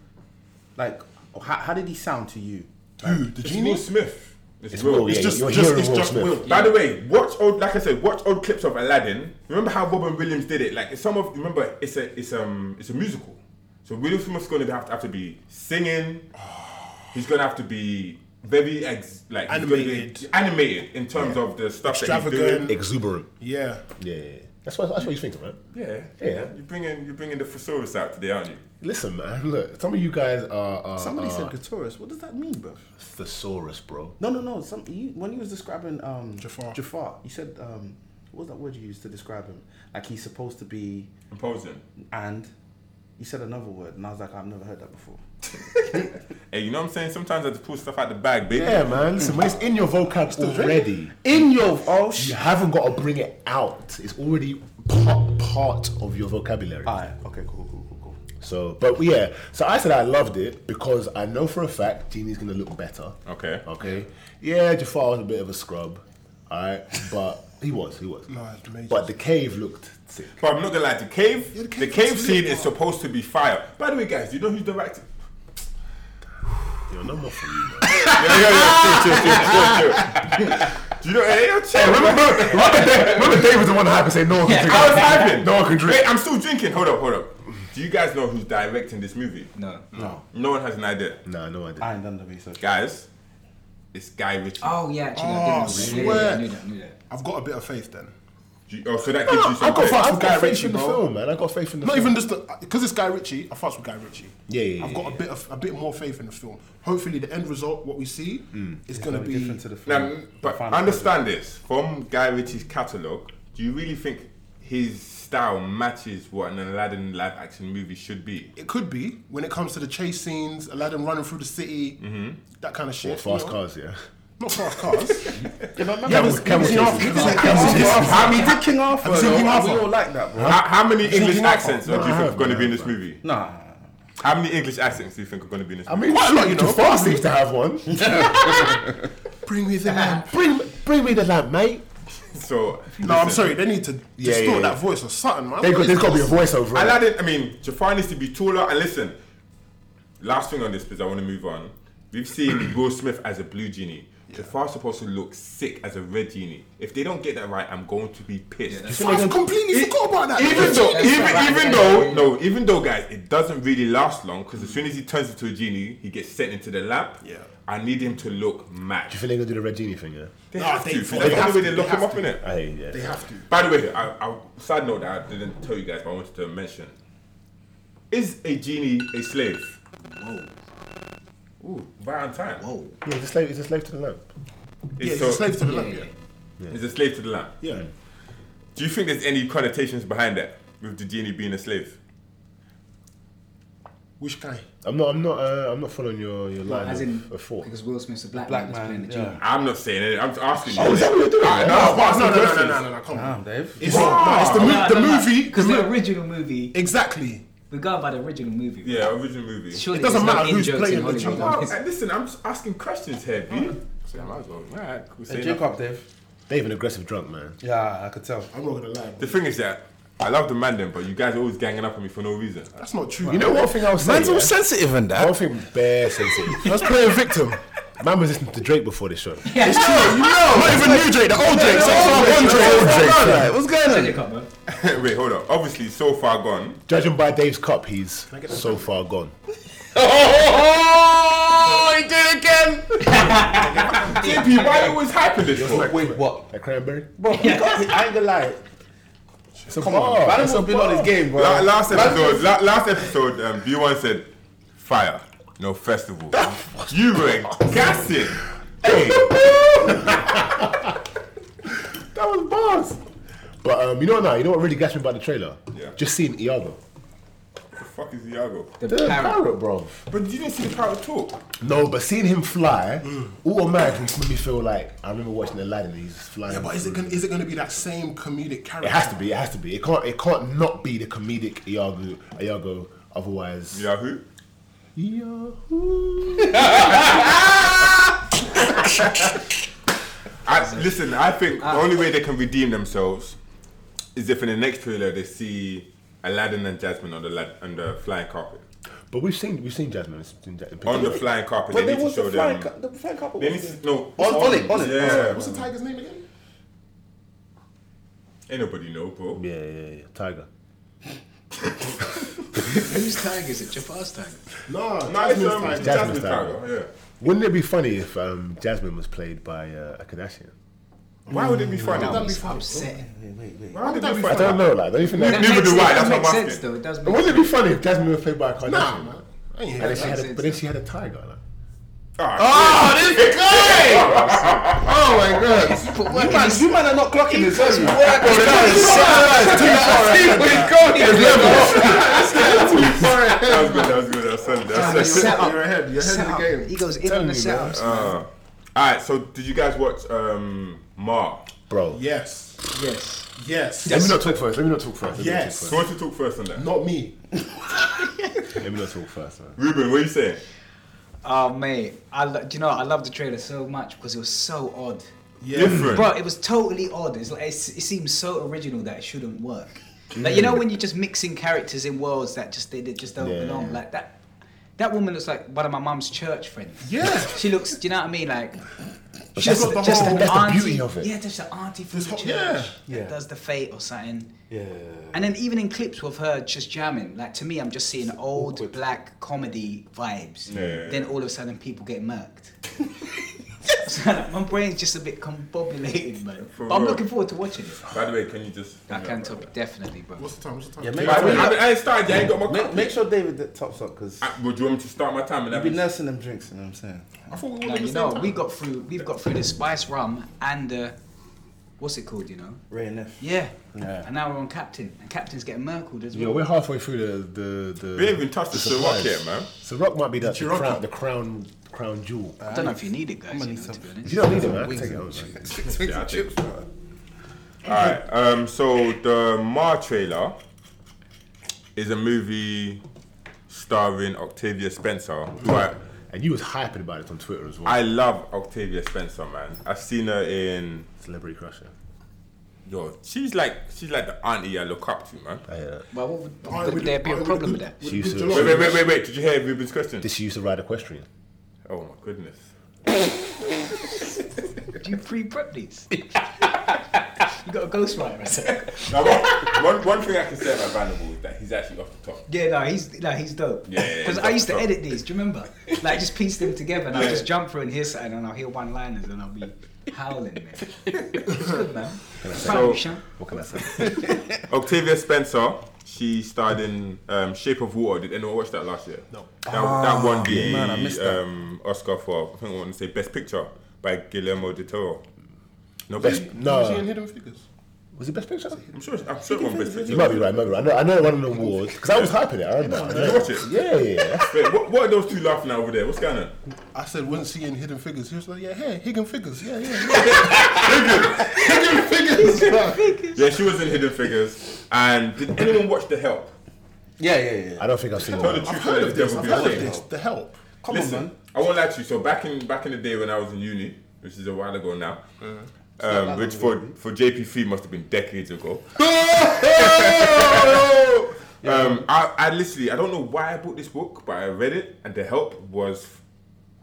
C: Like, how, how did he sound to you?
B: Dude, the
E: It's
B: genie.
E: Will Smith. It's,
D: It's
E: Will.
D: Will,
B: It's
D: yeah,
B: just,
D: you're
B: just,
D: hearing
B: it's
D: Will
B: just
D: Smith.
B: Will.
E: By the way, watch old like I said, watch old clips of Aladdin. Remember how Robin Williams did it? Like it's some of remember it's a it's um it's a musical. So Will Smith's gonna have to have to be singing. He's gonna have to be very ex, like he's gonna be
B: Animated.
E: animated in terms of the stuff that he's
B: Extravagant.
E: doing.
D: Exuberant.
B: Yeah.
D: Yeah, yeah, yeah. That's what, that's what he's thinking, right?
E: Yeah,
D: Yeah.
E: You're bringing you're bringing the thesaurus out today, aren't you?
D: Listen, man, look, some of you guys are, are,
C: Somebody
E: Uh,
D: are
C: said Gutierrez. What does that mean, bro?
D: thesaurus, bro.
C: No, no, no. Some you, when he was describing um,
B: Jafar.
C: Jafar, you said um, what was that word you used to describe him? Like he's supposed to be,
E: Imposing.
C: and you said another word, and I was like, I've never heard that before.
E: Hey, you know what I'm saying? Sometimes I have to pull stuff out the bag, baby.
D: Yeah, man. Listen, when it's in your vocab already,
C: In your oh
D: you
C: shit.
D: haven't got to bring it out. It's already part, part of your vocabulary.
C: Alright, Ah, okay, cool, cool, cool, cool.
D: So, but yeah, so I said I loved it because I know for a fact Genie's gonna look better.
E: Okay.
D: Okay. Yeah, Jafar was a bit of a scrub, alright, but he was, he was.
B: No, it's major.
D: But the cave looked sick.
E: But I'm not gonna lie, the cave,
B: Yeah,
E: the
B: the
E: cave,
B: cave is
E: scene
B: lit,
E: is supposed to be fire. By the way, guys, you know who's directing?
D: You know, no more for *laughs* you.
E: Yeah, yeah, yeah, chill, chill, chill, chill, chill. *laughs* Do you know? Hey, yo, chill. remember,
D: Remember, Dave was the one that had to say no one can drink.
E: I was having.
D: No one can drink.
E: Wait, I'm still drinking. Hold up, hold up. Do you guys know who's directing this movie?
A: No.
C: No,
E: No one has an idea.
D: No, no, I didn't.
C: I ain't done the research.
E: Guys, it's Guy Ritchie.
A: Oh yeah, actually,
B: Oh,
A: I did know. Yeah, yeah, yeah, I knew that. I knew that.
B: I've got a bit of faith then.
E: Do you- oh, so that gives you some.
D: I got,
E: credit.
D: I got faith
B: Ritchie,
D: in the
B: bro.
D: film, man. I got faith in the
B: Not
D: film.
B: even just because it's Guy Ritchie. I fucks with Guy Ritchie.
D: Yeah, yeah,
B: I've
D: yeah,
B: got a
D: yeah.
B: bit of a bit more faith in the film. Hopefully, the end result, what we see,
E: Mm.
B: is going to
C: Something
B: be.
C: different to the
E: Now,
C: film.
E: but
C: The final
E: understand this from Guy Ritchie's catalog. Do you really think his style matches what an Aladdin live action movie should be?
B: It could be when it comes to the chase scenes, Aladdin running through the city,
E: Mm-hmm.
B: that kind of shit.
D: Or fast
B: you know?
D: cars, yeah.
B: Not
E: *laughs*
B: fast cars.
C: project. Yeah, but remember,
D: Yeah,
C: we-
D: with camel
C: we did
D: chases.
C: King Arthur.
D: Like,
C: We
D: camel
C: did
D: chases.
C: King Arthur. We did King Arthur.
B: I've seen King
C: though.
B: Arthur.
C: We all like that, bro.
E: How, how many English
B: Thinking up.
E: accents do you
D: No,
E: think are going to be in this
D: no, no.
E: movie?
C: Nah.
E: How many English accents do you think are going to be in this
D: I
E: movie?
D: mean, quite a lot, you know. Jafar seems to have one.
B: Bring me the
D: *laughs*
B: lamp.
D: bring, bring me the lamp, mate.
E: so
B: No, I'm
E: listen,
B: sorry. They need to
D: Yeah,
B: distort
D: yeah, yeah.
B: that voice or something, man.
D: They've got,
B: What
D: there's
B: is
D: got to be a
B: this?
D: voiceover. innit?
E: Aladdin. I mean, Jafar needs to be taller. And listen, last thing on this because I want to move on. We've
B: *coughs*
E: seen Will Smith as a blue genie. Jafar's supposed to look sick as a red genie. If they don't get that right, I'm going to be pissed.
B: I've completely forgot about that.
E: even though,
A: That's
E: even,
A: right,
E: even
A: yeah,
E: though,
A: yeah,
E: no, even though, guys, it doesn't really last long because as soon as he turns into a genie, he gets sent into the lab.
B: Yeah.
E: I need him to look mad.
D: Do you think they're going to do the Red Genie thing, yeah?
E: They
B: Nah,
E: have
B: they-
E: to. 'cause
B: they
E: That's the
B: have
E: only way they
B: to, they
E: lock him
B: have
E: up in it.
D: I, yeah.
B: they have to.
E: By the way, I, I, side note that I didn't tell you guys, but I wanted to mention: Is a genie a slave? Whoa! Ooh, right on time. Whoa!
D: Yeah, it's a slave, it's a slave to the lamp.
B: Yeah,
E: It's
B: he's a slave to the lamp. Yeah.
E: He's a slave to the lamp.
B: Yeah.
E: Do you think there's any connotations behind that with the genie being a slave?
B: Which guy?
D: I'm not, I'm not, uh, I'm not following your, your line
A: As
D: of,
A: in,
D: of thought.
A: because Will Smith's a black,
C: Black
A: man, that's playing
C: man.
A: the genie.
C: Yeah.
E: I'm not saying it. I'm just asking you.
D: Oh, is that what you're doing?
E: I,
D: man?
E: no, I'm asking
B: no, no, no, no,
E: questions.
B: no, no, no, come on.
C: Damn, Dave.
B: It's, no, it's the, mo- the movie.
A: Because
B: the
A: the
B: mo-
A: original movie,
B: exactly.
A: we go by the original movie. right?
E: Yeah, original movie.
A: Surely
B: It doesn't
A: there's no
B: matter who's
A: in-jokes
B: playing
A: in
B: the
A: Hollywood.
E: Oh, hey, listen, I'm just asking questions here, B. So I might as well. Alright, cool.
C: Hey,
E: Say nothing.
C: Jacob, Dave.
D: They've an aggressive drunk, man.
C: Yeah, I could tell.
B: I'm not gonna lie.
E: The
B: Bro.
E: thing is that I love the man then, but you guys are always ganging up on me for no reason. *laughs*
B: That's not true.
D: You know one thing I was saying?
C: sensitive in
A: *laughs*
D: One thing, bare sensitive.
B: Let's play a victim.
D: Man was listening to Drake before this show.
A: It's true, you know.
D: Not even new Drake, the old Drake. Sex Lives One Drake. Old Drake.
A: What's going on?
E: Wait, hold up. Obviously, so far gone.
D: Judging by Dave's cup, he's so far gone.
E: Oh, he did it again. TP, why you always hyping this for?
C: Wait, what?
D: That cranberry?
C: Bro, he got it. I ain't gonna lie.
D: It's a
C: Come on, man.
D: bar.
C: I've
D: It's a
C: not been on
D: bar.
C: his game, bro.
E: La- last
C: Man,
E: episode, la- last episode, um, B1 said fire, no festival. you were gassing.
D: That was bars. But um, you know what? Now you know what really gets me about the trailer?
E: Yeah.
D: Just seeing Iago.
E: the fuck is Iago?
D: The parrot, bro.
E: But you didn't see the parrot talk.
D: No, but seeing him fly automatically made me feel like I remember watching Aladdin. And he's flying.
B: Yeah, but is it gonna, is it gonna be that same comedic character?
D: It has to be. It has to be. It can't. It can't not be the comedic Iago. Iago. Otherwise,
E: Yahoo.
D: Yahoo.
E: I, listen, I think the only way they can redeem themselves is if in the next trailer they see Aladdin and Jasmine on the la- on the flying carpet.
D: But we've seen we've seen Jasmine. we've seen Jasmine.
E: On the flying carpet,
C: But
E: they
C: there
E: need to
C: was
E: show
C: the flying,
E: them.
C: cu- the flying couple.
E: they need to, no,
C: On- on it, on it.
E: Yeah,
B: What's the tiger's name again?
E: ain't nobody know, bro.
D: yeah, yeah, yeah. Tiger.
A: Whose tiger is it? Jafar's tiger.
B: No,
E: No, it's, um,
B: Jasmine's tiger.
E: Jasmine's
D: Jasmine's tiger.
E: tiger. Yeah.
D: Wouldn't it be funny if um, Jasmine was played by uh, a Kardashian?
E: Why would it be funny?
B: That'd be
A: It's
B: fun.
A: upsetting.
E: Why would it be
D: I
E: funny?
D: don't know. Like, don't you think
E: That
D: that?
E: Neither
A: makes
E: do I,
A: sense- That
E: that's what
A: makes
E: I'm
A: sense,
E: asking.
A: though. It does make
D: Wouldn't it be funny if Jasmine was played by a Kardashian?
B: Nah, man. I ain't
D: And
B: hear
D: then
B: that.
D: she had a,
A: sense.
D: but then she had a tiger. Like.
E: Ah,
D: Oh my *laughs* god!
C: You man, you man are not clocking this. That's work.
E: that was good. That was good. That was solid. That was solid.
A: Set up.
B: You're ahead. You're ahead of
A: Setup.
B: the game.
A: He goes in on the setups.
E: Uh, all right. So, did you guys watch um, Ma?
D: Bro,
B: Yes.
A: Yes.
B: Yes.
D: let me not talk first. Let me not talk first. Let me not talk
B: Yes.
D: first.
E: So, I want to talk first on that.
B: Not me.
D: Let me not talk first, man.
E: Ruben, what are you saying?
A: Oh mate, I lo- do you know what? I love the trailer so much because it was so odd.
E: Different.
A: Bro, it was totally odd. It's like it's, it seems so original that it shouldn't work. Like you know when you're just mixing characters in worlds that just they, they just don't
D: Yeah.
A: belong. Like that, that woman looks like one of my mum's church friends.
B: Yeah.
A: *laughs* she looks. Do you know what I mean? Like
D: that's
A: she's
D: the whole- that's the beauty of it.
A: Yeah, just an auntie from
B: This
A: the
B: whole-
A: church
B: yeah.
C: Yeah.
A: that does the fate or something.
C: Yeah.
A: And then even in clips with her just jamming, like to me, I'm just seeing old black comedy vibes.
E: Yeah.
A: Then all of a sudden, people get
E: *laughs*
A: murked. *laughs* so like, my brain's just a bit combobulated, man.
E: For
A: but I'm
E: real.
A: looking forward to watching it.
E: By the way, can you just?
A: I can top it, definitely, bro.
B: What's the time? What's the time?
C: Yeah,
E: I, mean, I,
C: make,
E: mean, I ain't started. yet, I ain't got my.
C: make,
E: Make,
C: make sure David tops up because
E: would you want me to start my time? And
C: you've
E: that
C: been
E: be-
C: nursing them drinks. You know what I'm saying?
B: I thought we were
A: Now
B: all
A: you
B: the
A: know *laughs*
B: same time.
A: we got through. We've got through the spice rum and the what's it called? You know?
C: Ray and F.
A: Yeah.
C: Yeah.
A: And now we're on captain, and captain's getting merkled as
D: Yo,
A: well.
D: we're halfway through the the. the
E: We ain't even touched the Ciroc yet, man.
D: So rock might be the, the
B: Ciroc.
D: crown, the crown, crown jewel.
A: I don't know if you need it, guys. You know, to be honest.
E: *laughs*
D: You don't need it, man. I can take it home, man.
E: Yeah, I think so. All right. Um, so the Ma trailer is a movie starring Octavia Spencer, who I
D: And you was hyping about it on Twitter as well.
E: I love Octavia Spencer, man. I've seen her in
D: Celebrity crusher.
E: yo. She's like she's like the auntie I look up to, man.
D: I hear that.
A: Well, what would,
B: Alright,
A: would
B: with-
A: there be a
B: alright,
A: problem with
B: with-
A: that?
B: with-
D: She used
B: with
D: to-
B: Jelani.
E: Wait, wait, wait, wait, wait. Did you hear Ruben's question?
D: Did she used to ride equestrian?
E: Oh my goodness.
A: Do you pre-prep *laughs* these? you got a ghostwriter, I said.
E: Now, one, one, one thing I can say about Vanderbilt is that he's actually off the top.
A: Yeah, no, he's no, he's dope.
E: Yeah, yeah, yeah,
A: Because
E: he's
A: I used to
E: dope.
A: edit these. Do you remember? Like, I just piece them together, and I
E: Yeah.
A: will just jump through and hear something, and I'll hear one-liners, and I'll be howling. Man. It's good, man.
E: So-
A: Proud of you, Sean.
D: What can I say?
E: Octavia Spencer, she starred in um, Shape of Water. Did anyone watch that last year? No. That, that won the
C: man, I missed that.
E: um, Oscar for, I think I want to say Best Picture by Guillermo del Toro. No,
D: Best,
B: Was he in
D: no.
B: Hidden Figures?
D: Was it best picture?
E: I'm sure, I'm sure it won Best Picture.
D: You might be right. You might be right. I know. I know it won an award because I was hyping it. I remember. I
E: Did you
D: know.
E: watch it?
D: Yeah, yeah, yeah.
E: Wait, what, what are those two laughing at over there? What's going on?
B: I said, wasn't he in Hidden Figures? He was like, yeah, hey, Hidden Figures. Yeah, yeah, yeah. Hidden Figures. Hidden Figures.
E: Yeah, she was in Hidden Figures. And did anyone watch The Help?
C: Yeah, yeah, yeah.
D: I don't think I've seen
E: Tell the
D: that.
E: truth,
B: I've
E: let
B: heard of
E: the
B: this.
E: devil
B: I've
E: be ashamed.
B: heard of this. The Help.
C: Come on,
E: Listen,
C: man.
E: I won't lie to you. So back in back in the day when I was in uni, which is a while ago now, um, which for for JP3 must have been decades
B: *laughs*
E: ago. *laughs* um, I, I literally I don't know why I bought this book, but I read it, and the help was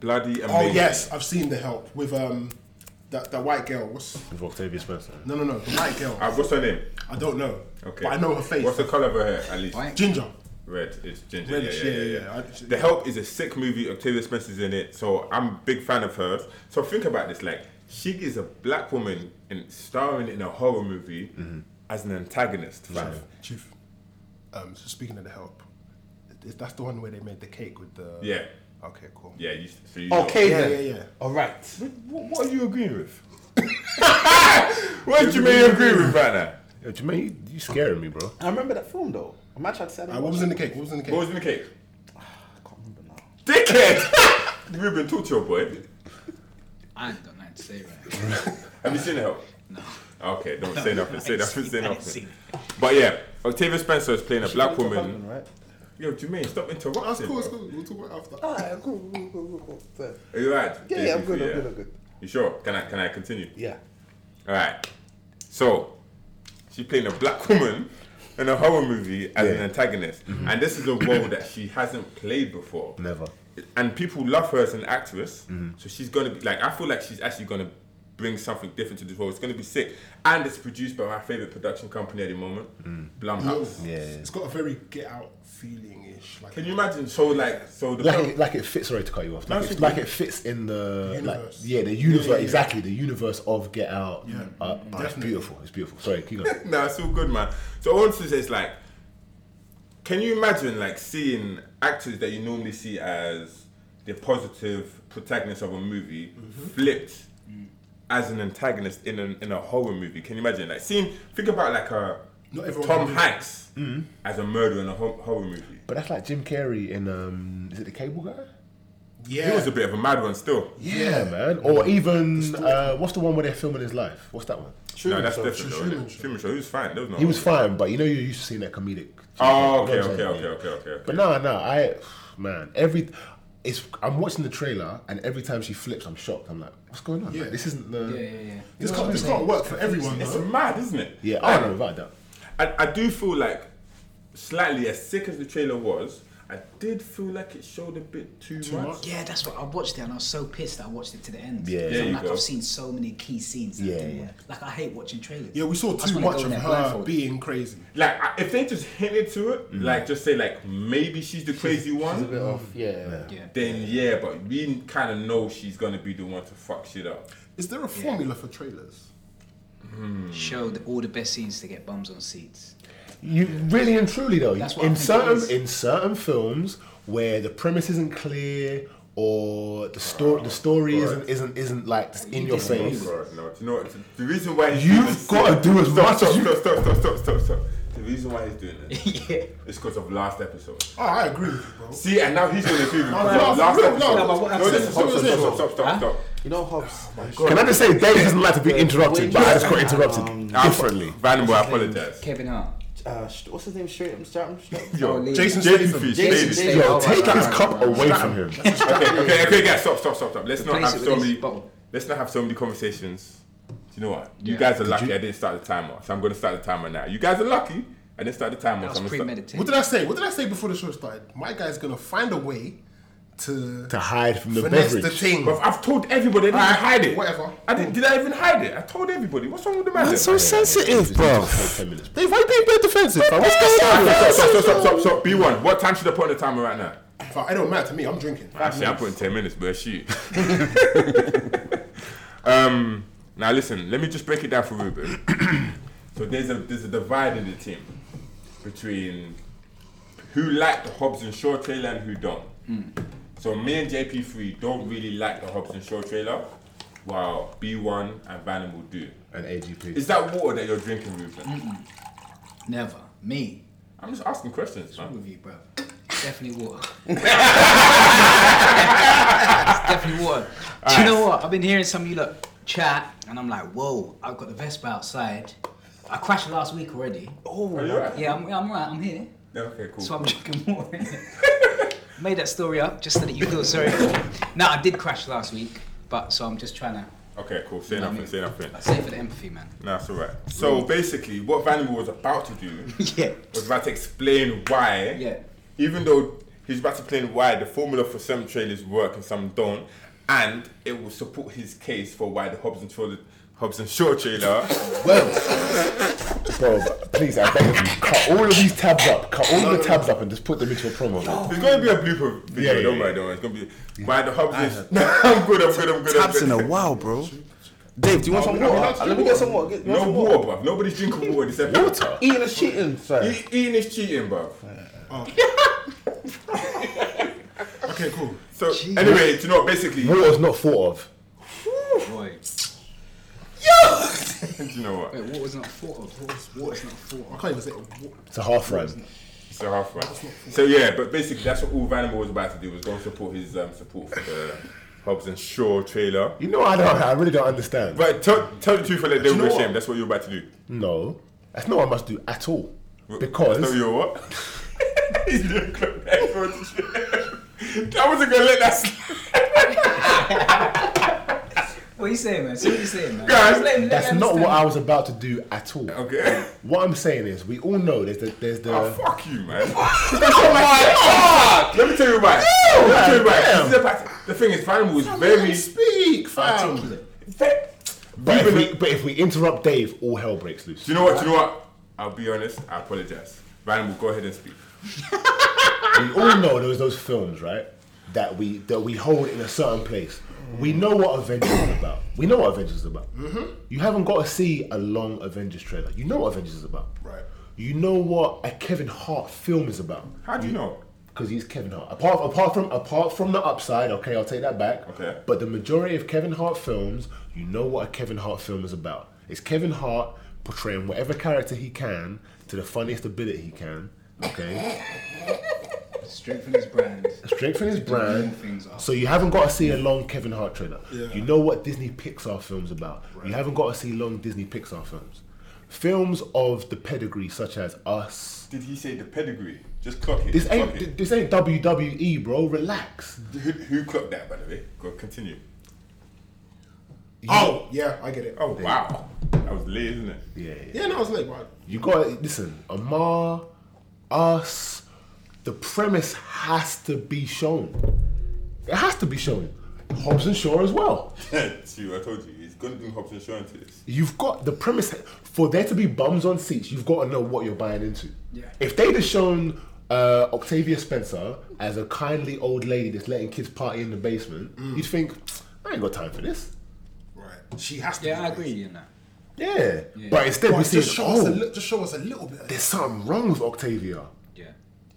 E: Bloody amazing.
B: Oh yes, I've seen the help with um that that white girl. What's
D: With Octavia Spencer.
B: no no no the white girl.
E: Uh, what's her name?
B: I don't know.
E: Okay.
B: But I know her face.
E: What's the colour of her hair, at least?
B: Ginger.
E: Red. It's ginger.
B: Reddish,
E: yeah, yeah,
B: yeah,
E: yeah,
B: yeah,
E: yeah.
B: yeah. I-
E: the Help is a sick movie. Octavia Spencer's in it, so I'm a big fan of hers. So think about this: like she is a black woman and starring in a horror movie as an antagonist. fam.
B: Chief. Um, so speaking of the help, is that's the one where they made the cake with the
E: Yeah.
B: Okay, cool.
E: Yeah. You, so you
C: Okay
B: Yeah, yeah,
C: then.
B: yeah.
C: All right.
E: What, what are you agreeing *laughs* with? what do you mean you agree with right now?
D: Yo, Jermaine, you, you scaring me, bro.
C: I remember that film though. I'm actually upset.
B: Uh, what was in the cake? What was in the cake?
E: What was in the cake?
C: I can't remember now.
E: Dickhead. *laughs* Ruben, talk to your boy.
A: I ain't got nothing to say right
E: Have you seen the help? No. Okay, don't *laughs* say nothing. Say
A: ain't
E: nothing.
A: seen-
E: Say
A: I ain't
E: nothing.
A: seen
E: But yeah, Octavia Spencer is playing a black
C: Little
E: woman.
C: Husband, right?
E: Yo, Jermaine, stop interrupting.
B: That's cool, Oh, it's cool. We'll talk about it after.
C: Alright, Ah, cool, cool, cool, cool, cool.
E: Are you right?
C: Yeah, yeah, I'm good, I'm good, I'm good.
E: You sure? Can I can I continue?
C: Yeah.
E: All right. So she's playing a black
C: *laughs*
E: woman in a horror movie as an antagonist,
C: Mm-hmm.
E: and this is a role that she hasn't played before.
D: Never.
E: And people love her as an actress,
C: Mm-hmm.
E: so she's gonna be like. I feel like she's actually gonna bring something different to this role. It's gonna be sick, and it's produced by my favorite production company at the moment,
C: Mm.
E: Blumhouse.
D: Yeah.
B: It's got a very get out feeling ish. Like
E: Can you imagine? So like, so the
D: Like it, like it fits. Sorry to cut you off. Like,
E: it's
D: it,
E: okay.
D: like it fits in the
B: Universe.
D: Like, yeah, the universe. Exactly, the universe of Get Out. Yeah, uh, uh, it's
B: Definitely.
D: beautiful. It's beautiful. Sorry,
E: *laughs*
D: keep going.
E: no, it's all good, man. So all this is like, can you imagine like seeing actors that you normally see as the positive protagonist of a movie
B: Mm-hmm.
E: flipped as an antagonist in a, in a horror movie? Can you imagine like seeing? Think about like a
B: Not everyone
E: Tom
B: can do it. Mm-hmm.
E: Hanks as a murderer in a ho- horror movie.
D: But that's like Jim Carrey in um, is it the Cable Guy?
B: yeah.
E: He was a bit of a mad one still.
D: Yeah, man. Or even uh, what's the one where they're filming his life? What's that one?
E: no, that's
C: Show.
E: different. though,
B: Truman
E: innit?
B: Show.
E: Truman Show. He was fine. There was no.
D: He was fine, but you know you're used to seeing that comedic.
E: Oh, okay,
D: You know what I'm
E: okay,
D: saying?
E: okay, okay, okay, okay.
D: But no, no, I man, every it's I'm watching the trailer and every time she flips, I'm shocked. I'm like, what's going on?
B: Yeah.
D: Like, this isn't the.
A: Yeah, yeah, yeah.
B: this
D: You know
B: can't,
D: what
B: this
D: I mean?
B: can't work for everyone
E: It's
B: though.
E: mad, isn't it?
D: Yeah, I don't know about that.
E: I, I do feel like slightly as sick as the trailer was, I did feel like it showed a bit too, much.
B: much?
A: Yeah, that's what I watched it, and I was so pissed I watched it to the end.
D: Yeah. There
A: So,
E: you
A: like
E: go.
A: I've seen so many key scenes. that I
D: Yeah,
A: didn't
D: yeah.
A: watch. Like I hate watching trailers.
B: Yeah, we saw
A: I just
B: too
A: wanna
B: much
A: go in
B: of
A: there
B: her
A: blindfolded.
B: being crazy.
E: Like I, if they just hinted to it, like just say like maybe she's the crazy one,
C: Bit
D: Um,
C: of- yeah.
A: Yeah.
E: then yeah, but we kind of know she's gonna be the one to fuck shit up.
B: Is there a formula for trailers?
A: Show the, all the best scenes to get bums on seats.
D: You really and truly though,
A: That's what I
D: in
A: think it is.
D: certain in certain films where the premise isn't clear or the story the story isn't isn't isn't like in your face.
E: Oh, God, no, do you know what? The reason why he's
D: You've
E: doing this-
D: gotta do as
E: stop,
D: much
E: stop,
D: as you-
E: stop, stop, stop, stop, stop, stop. The reason why he's doing this *laughs*
A: yeah.
E: is because of last episode.
B: Oh, I agree with you, bro.
E: See, and now he's *laughs* gonna agree with me.
B: no, no,
E: because of last
B: no, no,
E: episode.
B: no,
A: but what
E: no, listen,
A: happened?
E: stop,
B: What was
E: stop,
B: it?
E: stop, stop, stop, stop.
C: You know, Hobbs.
D: Can I just say Dave doesn't like to be
C: when
D: interrupted, but
C: you-
D: I just got interrupted
C: Um,
D: differently.
E: Vandenberg, I apologize.
A: Kevin Hart.
C: Uh, sh- what's his name? Straight up, straight up,
E: Yo,
A: Lee.
E: Jason,
B: Jason
E: Jason
B: Statham.
E: Fish,
C: Jason
E: Davis.
C: Statham.
D: Yo, take
A: right,
D: his
A: right,
D: cup
A: right,
D: away from him.
E: okay, okay, okay, guys, stop, stop, stop, stop. Let's not
A: Replace
E: have
A: it
E: so
A: with
E: many.
A: this bottle.
E: Let's not have so many conversations. Do you know what? You
A: Yeah.
E: guys are lucky. I didn't start the timer, so I'm going to start the timer now. You guys are lucky. I didn't start the timer.
A: That was
E: so I'm gonna start-
A: premeditated.
B: What did I say? What did I say before the show started? My guy's gonna find a way to
D: To hide from the
B: finesse
D: beverage.
B: the thing.
E: Bruv, I've told everybody. I didn't
B: Alright,
E: hide it.
B: whatever.
E: I didn't. Did I even hide it? I told everybody. What's wrong with the man? then?
D: sensitive, bro. Dave, why you being defensive? What's
E: Stop,
D: going
E: stop, stop, stop, stop, stop, stop. B1. What time should I put on the timer right now?
B: Fuck, It don't matter to me. I'm drinking.
E: Actually, I'm putting 10 minutes, but shoot. um, *laughs* now, listen, let me just break it down for Ruben. *clears throat* so, there's a, there's a divide in the team between who like the Hobbs and Shaw trailer and who don't. So, me and JP3 don't really like the Hobbs and Shaw trailer, while B1 and Vanham will do.
D: And
E: Is
D: AGP.
E: that water that you're drinking, Ruben?
A: Never. Me.
E: I'm just asking
A: What's
E: questions, man.
A: wrong with you, bro? *laughs* Definitely water. it's definitely water. Do you know what? I've been hearing some of you look chat, and I'm like, whoa! I've got the Vespa outside. I crashed last week already.
E: Are you alright?
A: Yeah, I'm, I'm right. I'm here.
E: Okay, cool.
A: So I'm *laughs* drinking water. Made that story up just so that you feel sorry. for me. No, I did crash last week, but so I'm just trying to
E: okay, cool. Say nothing, say nothing.
A: say for the empathy, man.
E: No, it's alright. So basically, what Vanderbilt was about to do
A: *laughs* Yeah.
E: was about to explain why,
A: Yeah.
E: even though He's about to explain why the formula for some trailers work and some don't, and it will support his case for why the Hobbs and, Shaw Hobbs and Shaw trailer.
D: Bro, please, I beg of you, cut all of these tabs up. Cut all of the tabs up and just put them into a promo.
E: It's going to be a blooper video.
D: Yeah, yeah,
E: don't
D: yeah.
E: worry, don't worry. It's going to be why the Hobbs *laughs* is. I'm good. I'm good. I'm good. I'm
J: Taps
E: good.
J: in a while, bro.
C: Dave, do you want some
E: no,
C: water?
E: that's
C: Uh, Let me get some water. Get, you want
E: No
C: some
E: water, bruv. Nobody's drinking water this episode. Water.
C: Eating is cheating, sir.
E: Eating is cheating, bruv.
B: Okay, cool.
E: So anyway, do you know what? Basically, do
D: Water's not thought of.
J: Boy,
E: you know what?
J: wait, what was not thought of? What was, what was not thought
B: I
J: of?
B: can't even say it.
D: It's a half rhyme.
E: It's a half right. So yeah, but basically that's what all Vanimal was about to do was go and support his um, support for the Hobbs and Shaw trailer.
D: You know, I don't. I really don't understand.
E: But tell, tell the truth and let them
D: know
E: be
D: what?
E: ashamed. That's what you're about to do.
D: No, that's not what I must do at all.
E: That's
D: Because
E: not your what? *laughs* He's doing club headphones. I wasn't gonna let that slide.
A: What are you saying, man? See what you saying, man?
E: Guys,
A: Just let him- let
D: that's
A: him
D: not what
A: understand.
D: I was about to do at all.
E: Okay.
D: What I'm saying is, we all know there's the there's the
E: Oh, fuck you, man. oh my god! Let me tell you why. Let me tell you why. This is about to- The thing is, Vanimal is very.
D: speak, fam. But if, we, but if we interrupt Dave, all hell breaks loose.
E: Do you know what? Do you know what? I'll be honest. I apologize. Vanimal, go ahead and speak.
D: we all know those those films, right? That we that we hold in a certain place. We know what Avengers is about. We know what Avengers is about. You haven't got to see a long Avengers trailer. You know what Avengers is about.
B: Right.
D: You know what a Kevin Hart film is about.
E: How do you know?
D: Because he's Kevin Hart. Apart apart from apart from the upside, okay, I'll take that back.
E: Okay.
D: But the majority of Kevin Hart films, you know what a Kevin Hart film is about. It's Kevin Hart portraying whatever character he can to the funniest ability he can. Okay.
J: *laughs* Straight from his brand.
D: straight from his brand.
J: things up.
D: So you haven't got to see a long Kevin Hart trailer. You know what Disney Pixar films about. You haven't got to see long Disney Pixar films. Films of the pedigree such as Us.
E: Did he say the pedigree? Just clock it.
D: This
E: just
D: ain't
E: clock
D: th- this ain't WWE, bro. Relax.
E: it. Who, who clocked that, by the way? Go continue.
B: Oh, yeah, I get it.
E: Oh wow, that was late, isn't it? *laughs*
D: Yeah.
B: Yeah, no, I was late, but
D: You got to listen. Amar, Us. The premise has to be shown. It has to be shown. Hobbs and Shaw as well.
E: See, I told you, he's gonna do Hobbs and Shaw into this.
D: You've got the premise for there to be bums on seats. You've got to know what you're buying into.
A: Yeah.
D: If they'd have shown uh, Octavia Spencer as a kindly old lady that's letting kids party in the basement, you'd think I ain't got time for this.
B: right, she has to.
A: Yeah,
B: be
A: I agree in that.
D: Yeah. But instead
B: Right,
D: we see
B: just show us a
D: oh,
B: li- just show us a little bit. Of
D: there's something wrong with Octavia.
A: Yeah.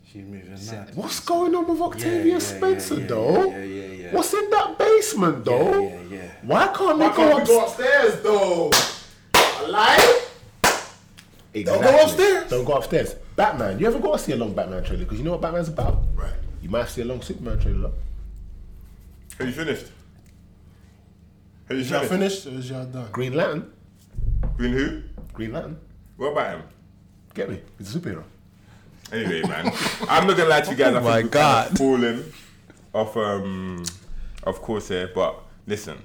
C: She's moving mad.
D: What's going on with Octavia
C: yeah, yeah,
D: Spencer,
C: yeah,
D: though?
C: yeah, yeah, yeah.
D: What's in that basement, though?
C: yeah, yeah.
D: Why can't they go,
B: can't we
D: upstairs?
B: go upstairs though? Alive?
D: Exactly.
B: go upstairs.
D: Don't go upstairs. Batman. You ever got to see a long Batman trailer because you know what Batman's about.
B: Right.
D: You might have to see a long Superman trailer.
E: Have you finished? Have you
B: Is y'all
E: finished?
B: finished or is y'all done?
D: Green Lantern.
E: Green who?
D: Green Lantern.
E: What about him?
D: Get me. He's a superhero.
E: Anyway, man, *laughs* I'm not gonna lie to you guys. I
J: Oh my
E: think we've kind
J: God.
E: of fallen off, um, of course here. But listen,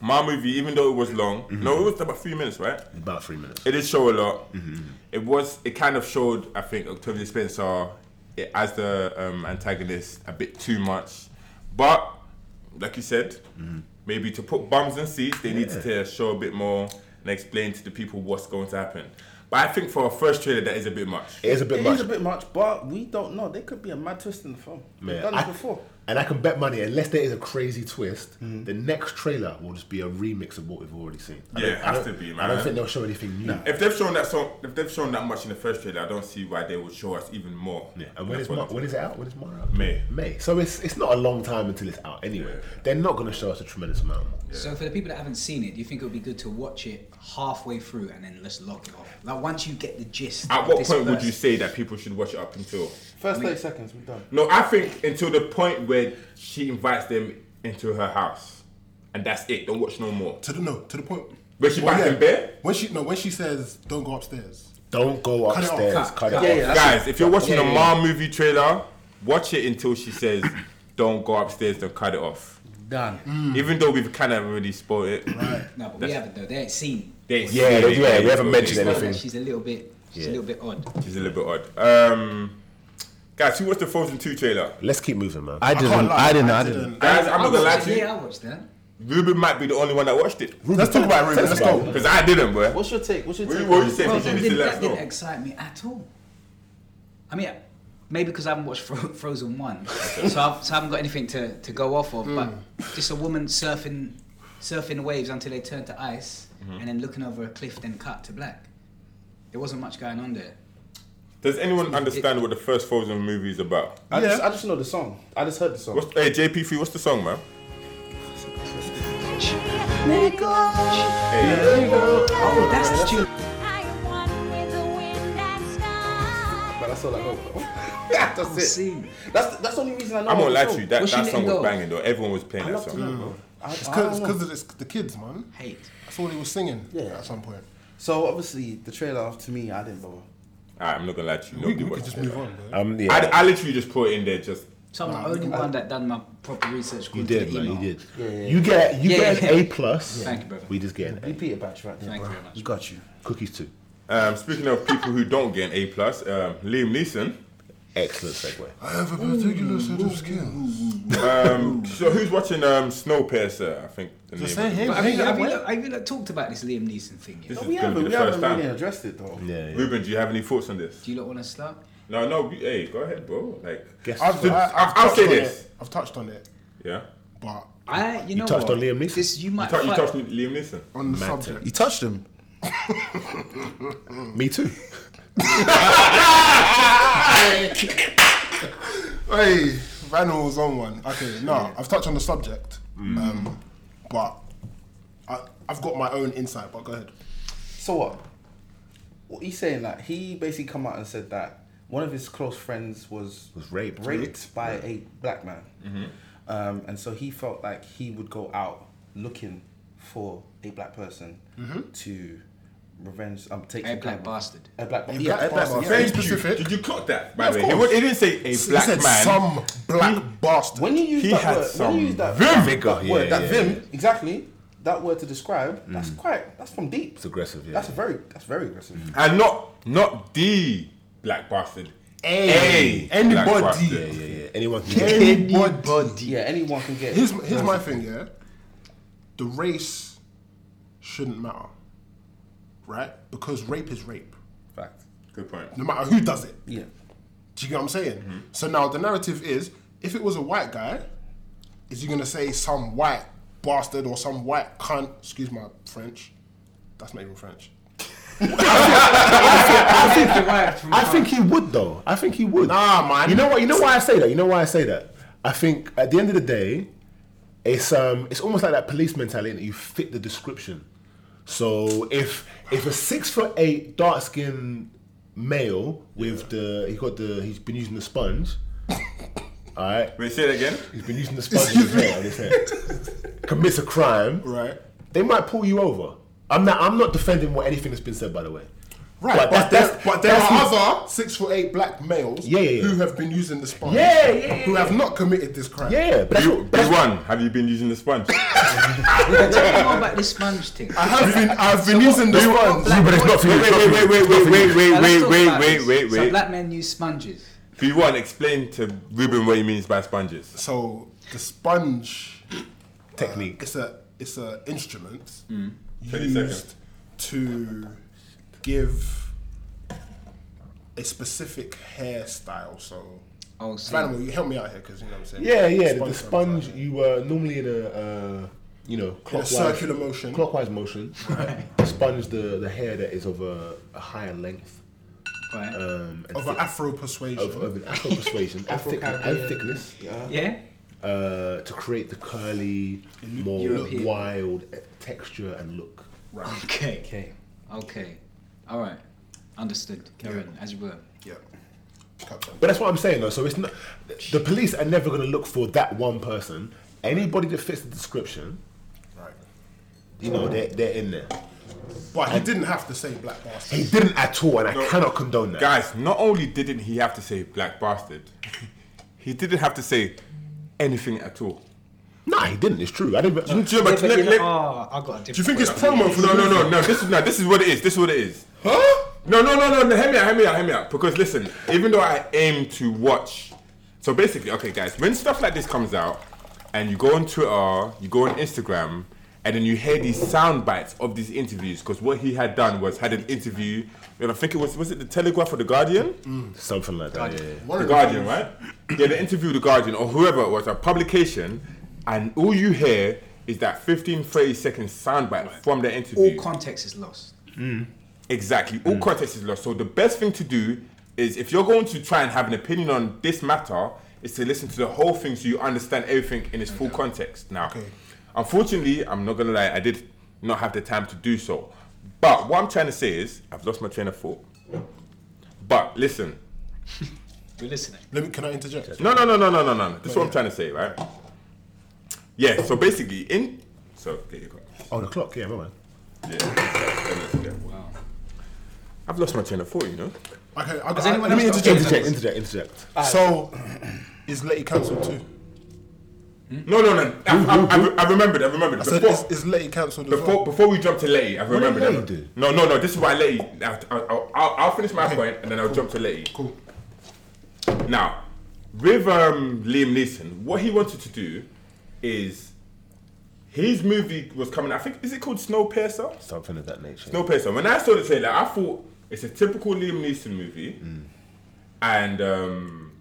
E: my movie, even though it was long, no, it was about three minutes, right?
D: About three minutes.
E: It did show a lot.
D: Mm-hmm.
E: It was. It kind of showed. I think Octavia Spencer it, as the um, antagonist a bit too much, but like you said,
D: Mm-hmm.
E: maybe to put bums in seats, they need to show a bit more and explain to the people what's going to happen. But I think for a first trailer, that is a bit much.
D: It is a bit
C: It
D: much.
C: is a bit much, but we don't know. There could be a mad twist in the film. We've
D: Man,
C: done
D: I-
C: it before. Mm.
D: And I can bet money, unless there is a crazy twist, the next trailer will just be a remix of what we've already seen. I
E: Yeah,
D: don't-
E: it
D: I
E: has
D: don't-
E: to be,
D: I don't
E: man.
D: think they'll show anything new.
E: If they've shown that song, if they've shown that much in the first trailer, I don't see why they would show us even more.
D: Yeah, and when
E: That's
D: is,
E: what
D: Mar-
E: I'm-
D: when is it out? When is Mara out?
E: May.
D: May. So it's it's not a long time until it's out anyway. They're not going to show us a tremendous amount more.
A: So for the people that haven't seen it, do you think it would be good to watch it halfway through and then just lock it off? Like once you get the gist.
E: At
A: of
E: what
A: this
E: point would
A: first-
E: you say that people should watch it up until?
C: First 30 seconds, we're done.
E: No, I think until the point where she invites them into her house, and that's it. Don't watch no more.
B: To the no, to the point.
E: When she
B: Well,
E: back in bed?
B: When she no, when she says don't go upstairs.
D: Don't go
B: Cut it off,
D: upstairs.
B: cut,
D: Cut it
B: cut.
D: off.
C: Yeah, yeah. that's
E: Guys, if you're watching
C: Yeah,
E: a
C: yeah,
E: mom movie trailer, watch it until she says, "Don't go upstairs." Then cut it off.
C: Done.
E: Even though we've kind of already spoiled it.
B: Right.
A: No, but we haven't though. They ain't seen.
E: They-
D: Yeah, they- yeah, we haven't
E: they-
D: mentioned
E: they-
A: It's not
D: anything.
A: that She's a little bit. She's a little bit odd.
E: She's a little bit odd. Um, Guys, who watched the Frozen 2 trailer?
D: Let's keep moving, man.
E: I didn't,
D: can't lie,
E: I didn't, I didn't. Guys, I'm not gonna lie to you.
J: Yeah, I watched that.
E: Ruben might be the only one that watched it.
D: let's talk about Ruben, let's go.
E: Because I didn't, bro.
C: What's your take? What's your
E: What
C: take?
E: what
C: on
E: you
C: this?
E: saying?
C: Well,
E: You
C: then
E: need to
C: did
E: let
C: that-
E: us
C: did
E: know.
C: that-
A: excite me at all. I mean, maybe because I haven't watched Fro- *laughs* Frozen One, so, I've, so I haven't got anything to, to go off of.
E: Hmm.
A: But just a woman surfing surfing waves until they turn to ice,
E: Mm-hmm.
A: and then looking over a cliff, then cut to black. There wasn't much going on there.
E: Does anyone understand what the first Frozen movie is about?
C: I, just, I just know the song. I just heard the song.
E: What's, hey, JP3, what's the song, man? Hey,
A: Oh, that's the tune.
C: But that's all
E: *laughs*
C: I know. *laughs* that's it.
A: Scene.
C: That's that's the only reason I know.
E: I'm
C: the
E: gonna lie
C: song.
E: to you, that,
A: Was she
E: that
A: letting
E: song was
A: go?
E: banging though. Everyone was playing
C: I
E: that
C: love to know,
E: song.
C: bro. I,
B: It's
C: I
B: because
C: don't know.
B: of this, the kids, man.
A: Hate.
B: That's all they were singing
C: Yeah.
B: at some point.
C: So obviously the trailer to me, I didn't know.
E: Alright, I'm not gonna lie to you.
B: We,
E: Nobody
B: we could
E: watched
B: just
E: it.
B: move on, bro.
D: Um, yeah.
E: I, I literally just put it in there just.
A: So I'm the only one that done my proper research.
D: you
A: according to
D: did,
A: the
D: man. You
A: email.
D: did.
C: yeah,
D: You get, you
A: Yeah,
D: get
A: yeah.
D: an A plus.
A: Thank you, brother.
D: We just get an
C: You
D: A.
C: beat it back right there.
A: Thank you very much.
C: You got you.
D: Cookies too.
E: Um, speaking of people who don't get an A plus, um, Liam Neeson.
D: Excellent segue.
B: I have a particular set of skills.
E: Um, so who's watching um, Snowpiercer? I think the
B: Just
E: name.
B: say
E: of it.
B: him.
A: Have you, have, you, have you not talked about this Liam Neeson thing yet?
E: This
C: We
E: is gonna
C: haven't,
E: be
C: we
E: the first
C: haven't really
E: time.
C: addressed it though.
D: Yeah, yeah.
E: Ruben, do you have any thoughts on this?
A: Do you not want to start?
E: No, no. we- Hey, go ahead, bro. Like,
D: Guess
B: I've,
D: what?
B: I, I've
E: I'll
B: touched
E: say
B: on
E: this.
B: It. I've touched on it,
E: yeah.
B: but
A: I, you, know
D: touched
A: what?
D: on Liam Neeson.
A: This, you
E: You,
A: might.
E: talk, you
A: find-
E: talked to Liam Neeson.
B: on the subject.
D: You
J: touched him.
D: Me too.
B: Hey, Randall was on one. Okay, no, I've touched on the subject, um, but I, I've got my own insight. But go ahead.
C: So what? What he's saying that he basically come out and said that one of his close friends was
D: Was raped.
C: raped by a black man,
A: Mm-hmm.
C: um, and so he felt like he would go out looking for a black person to revenge. Um, take
A: Mm-hmm. A
C: some
A: black
C: kind of-
A: bastard.
C: A black bastard.
B: black
C: Yeah, a black
B: bastard.
C: bastard.
B: Very
E: Thank you.
B: specific.
E: Did you clock that? By
B: of
E: the way, he,
B: course.
E: wa- he didn't say a
B: He
E: black
B: said
E: man.
B: some black bastard.
C: When you use
E: He
C: that
E: had
C: word, when
E: some
C: you use that
E: vim.
D: Vigor,
C: that
D: yeah,
C: word, that
D: yeah, Mm.
C: vim, exactly that word to describe. That's quite. That's from deep. It's
D: aggressive, yeah. Mm.
C: That's a very. That's very aggressive.
E: and not not the black bastard.
D: *laughs*
E: A, black
B: Anybody.
E: bastard.
D: Yeah, yeah, yeah. Anyone can get it.
B: Anybody.
C: Yeah, anyone can get.
B: Here's here's my thing. Yeah, the race shouldn't matter, right? Because rape is rape,
C: fact.
E: Good point.
B: no matter who does it.
C: Yeah.
B: Do you get what I'm saying?
D: Mm-hmm.
B: So now the narrative is if it was a white guy, is he gonna say some white bastard or some white cunt? Excuse my French. That's not even French.
D: I think he would though. I think he would.
B: Nah, man.
D: You know what? You know why I say that. You know why I say that. I think at the end of the day, it's um, it's almost like that police mentality that you fit the description. So if if a six foot eight dark skinned male with the he got the he's been using the *laughs* sponge. all right,
E: Wait, say it again.
D: he's been using the sponge in his hair, on his *laughs* hair. Commits a crime.
B: Right.
D: They might pull you over. I'm not. I'm not defending what anything that's been said. By the way.
B: Right, but,
D: that's-
B: there,
D: that's-
B: but there
D: that's his-
B: are other six foot eight black males
D: Yeah, yeah, yeah.
B: who have been using the sponge,
D: Yeah, yeah, yeah,
B: who have not committed this crime.
D: Yeah, but that's,
E: You,
D: that's-
E: big one. Have you been using the *laughs* sponge?
A: Tell me more about this sponge thing.
B: I have been, I've been using the sponge.
A: black-
D: but it's not for you.
E: wait, wait, wait, wait, wait, wait,
A: Now, let's
E: wait,
A: talk
E: wait,
A: about
E: wait,
A: this.
E: wait,
A: So
E: wait, wait.
A: black men use sponges.
E: Be one. Explain to Ruben what he means by sponges.
B: So the sponge
D: Technique.
B: It's a it's a instrument
A: Mm.
E: 30
B: used
E: seconds.
B: to give a specific hairstyle. So,
A: Oh, so-
B: Animal, you help me out here because you know what I'm saying.
D: Yeah, yeah. The, the
B: sponge
D: sponge you were normally in a uh, you know clockwise,
B: circular motion.
D: clockwise motion. the sponge the the hair that is of a, a higher length
A: Right.
D: um, and
B: of an
D: thick-
B: Afro persuasion.
D: of, of an Afro persuasion and, thick, and thickness
A: yeah.
D: uh, to create the curly, more
A: European.
D: wild uh, texture and look.
A: Okay. Okay. Okay. All right. Understood. Karen, as you were.
B: yeah. Captain.
D: But that's what I'm saying though. So it's not the police are never going to look for that one person. Anybody that fits the description,
B: Right.
D: you know, they're, they're in there.
B: But he didn't have to say black bastard.
D: He didn't at all, and I
E: No.
D: cannot condone that.
E: Guys, not only didn't he have to say black bastard, *laughs* he didn't have to say anything at all.
D: No, he didn't. It's true. I didn't.
E: Do you, know, but let- let-
A: oh, I got a different.
B: Do you think it's promo for
E: no,
B: the
E: no, no, no. This is no. This is what it is. This is what it is.
B: Huh?
E: No, no, no, no, no. Hear me out, hear me out, hear me out. Because listen, even though I aim to watch, so basically, okay, guys, when stuff like this comes out, and you go on Twitter, you go on Instagram, and then you hear these sound bites of these interviews, because what he had done was had an interview. And I think it was was it the Telegraph or the Guardian?
D: Something like
A: Oh,
D: that. Yeah, yeah.
E: The Guardian, right? Yeah, they interviewed the Guardian or whoever it was, a publication, and all you hear is that 15, 30 second soundbite from the interview.
A: All context is lost.
E: Exactly. All context is lost. So the best thing to do is if you're going to try and have an opinion on this matter, is to listen to the whole thing so you understand everything in its full context. Now, unfortunately, I'm not gonna lie, I did not have the time to do so. But what I'm trying to say is, I've lost my train of thought. But listen,
A: We're listening.
B: Let me, can I interject?
E: no, no, no, no, no, no, no. This is what I'm trying to say, right? Yeah. So basically, in so there you go.
D: Oh, the clock. Yeah, remember.
E: Yeah. I've lost my train of thought, you know.
B: Okay, I,
A: Has
B: I,
A: anyone
B: let me
A: else got-
B: interject.
D: Interject, interject, interject.
B: So, is Letty cancelled too?
E: No, no, no. I, I, I, I remembered. I remembered.
B: I said,
E: Before-
B: is, is Letty cancelled as
E: Before,
B: well?
E: before we jump to Letty, I remember
D: Letty
E: that.
D: do?
E: No, no, no. This is why Letty. I, I, I'll, I'll, I'll finish my point and then I'll jump to Letty.
B: Cool.
E: Now, with um, Liam Neeson, what he wanted to do is his movie was coming. I think is it called Snowpiercer?
D: Something of that nature.
E: Snowpiercer. When I saw the trailer, I thought it's a typical Liam Neeson movie, and um,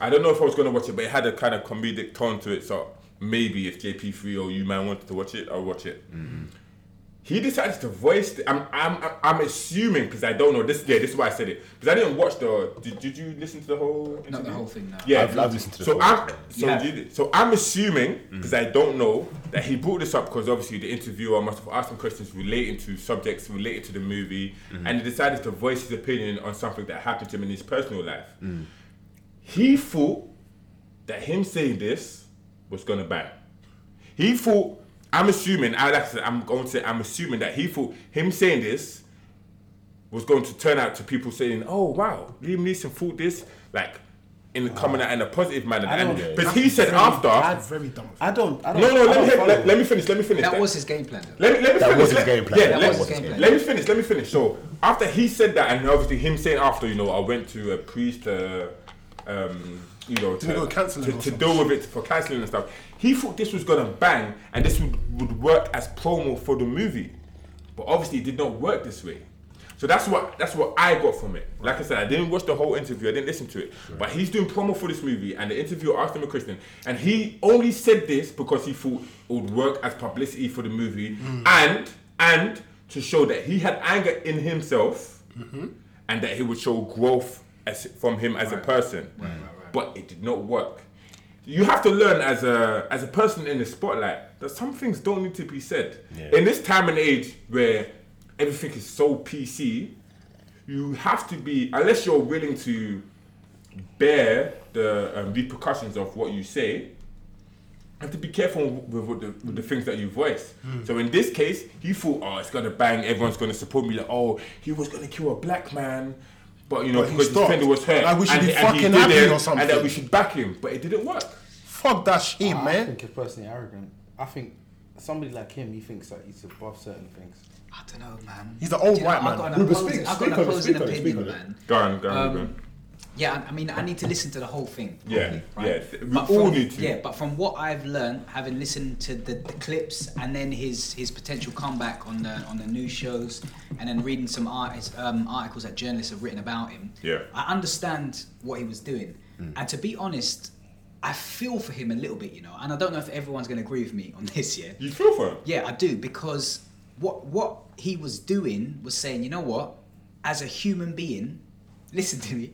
E: I don't know if I was gonna watch it, but it had a kind of comedic tone to it. So maybe if JP Three or you man wanted to watch it, I'll watch it. He decided to voice. The, I'm, I'm, I'm- I'm assuming because I don't know this. Yeah, this is why I said it because I didn't watch the. Did, did you listen to the whole? Interview?
A: the whole thing, no.
E: Yeah,
D: I've- I've listened to the Mm.
E: so
D: whole
E: I'm
D: thing.
E: so,
A: Yeah.
E: you- so I'm assuming because I don't know that he brought this up because obviously the interviewer must have asked him questions relating to subjects related to the movie,
D: Mm-hmm.
E: and he decided to voice his opinion on something that happened to him in his personal life.
D: Mm.
E: He thought that him saying this was gonna bang. He thought. I'm assuming. I like to say, I'm going to. say, I'm assuming that he thought him saying this was going to turn out to people saying, "Oh wow, Liam Neeson thought this," like in coming out in a positive manner.
C: I don't-
E: And, but he said after,
B: I'm very dumb.
C: I don't. I don't
E: "No, no,
C: I
E: let
C: don't
E: me,
C: follow.
E: let, let me finish. Let me finish.
A: That was his game plan. Though.
E: Let me, let me
D: That
E: finish.
D: was his
E: let-
D: game plan.
E: Yeah,
D: That
E: let,
D: was his
A: game plan.
E: let me finish. Let me finish. So after he said that, and obviously him saying after, you know, I went to a priest, uh, um, you know, to,
B: he go cancelling
E: to,
B: or
E: to
B: something?
E: deal with it for cancelling and stuff. He thought this was gonna bang, and this would, would work as promo for the movie, but obviously it did not work this way. So that's what that's what I got from it. Like I said, I didn't watch the whole interview. I didn't listen to it. But he's doing promo for this movie, and the interviewer asked him a question, and he only said this because he thought it would work as publicity for the movie,
B: Mm.
E: and and to show that he had anger in himself, and that he would show growth as, from him as a person. But it did not work. You have to learn as a as a person in the spotlight that some things don't need to be said. In this time and age where everything is so PC, you have to be unless you're willing to bear the um, repercussions of what you say. You have to be careful with, with, the, with the things that you voice.
B: Hmm.
E: So in this case, he thought, oh, it's gonna bang. Everyone's gonna support me. Like, oh, he was gonna kill a black man, but you know
B: But he
E: because his
B: stopped.
E: friend was hurt,
B: Like, we should
E: and,
B: be
E: he- and he
B: fucking
E: did
B: happy
E: it,
B: or
E: and that we
B: something.
E: should back him. But it didn't work.
B: Fuck that shit,
D: Ah.
C: I
B: man.
C: think he's personally arrogant. I think somebody like him, he thinks that he's above certain things.
A: I don't know, man.
B: He's an old
A: Do you
B: white
A: know,
B: man.
A: I've got an
D: Ruben,
A: opposing,
D: speak-
A: I've
D: speak
A: got
D: on
A: an
D: it,
A: opposing
D: speak on it, speak
A: opinion,
D: on it.
A: man.
E: Go on, go on,
A: Um,
E: Ruben.
A: Yeah, I I mean, I need to listen to the whole thing.
E: Yeah,
A: properly, right?
E: yeah, we
A: But
E: all
A: from-
E: need to.
A: Yeah, but from what I've learned, having listened to the, the clips and then his his potential comeback on the on the news shows, and then reading some artis um, articles that journalists have written about him.
E: Yeah.
A: I understand what he was doing, and to be honest, I feel for him a little bit, you know. And I don't know if everyone's going to agree with me on *laughs* this, yeah.
E: You feel for him.
A: Yeah, I do because what what he was doing was saying, you know what, as a human being, *laughs* listen to me,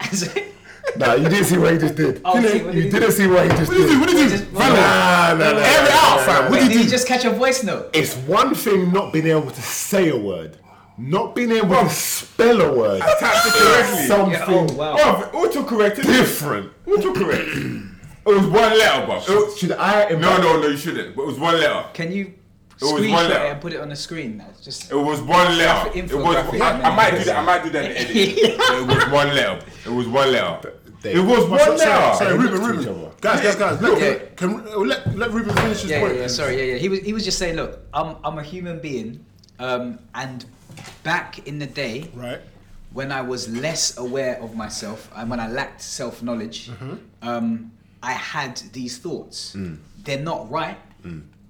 A: as a *laughs*
D: Nah, you didn't see what he just did.
A: Oh,
D: Didn't
A: see
D: you?
A: what he
D: you
A: did.
D: didn't see what he just did.
A: did you do?
D: Nah, nah, nah.
E: Air it out, fam. What
A: Wait,
E: did
A: did
E: you
A: he
E: do?
A: just catch a voice note?
D: It's one thing not being able to say a word, not being able to spell a word.
E: Tapped it correctly.
D: Something
A: Yeah, oh wow.
E: Bruv, autocorrect. is-
D: different.
B: *clears throat*
E: Autocorrect. it was one letter, bruv. It was-
D: Should I?
E: No, no, no, you shouldn't. But it was one letter.
A: Can you
E: was one
A: screenshot
E: letter.
A: it and put it on the screen? now? Just
E: It was one letter. It was.
A: Infographic.
E: I, I might do that. I might do that
B: *laughs*
E: in the edit. But it was one letter. It was one letter. It was one
B: Sorry,
E: letter.
B: sorry,
D: They
B: Ruben,
D: looked at each
B: Ruben.
D: other.
B: Guys, guys, guys. Let,
A: Yeah.
B: can, let, let Ruben finish his
A: yeah, yeah,
B: point.
A: yeah, sorry, yeah, yeah. He was he was just saying, look, I'm I'm a human being, um, and back in the day,
B: Right.
A: when I was less aware of myself and when I lacked self knowledge,
D: Mm-hmm.
A: um, I had these thoughts.
D: Mm.
A: They're not right.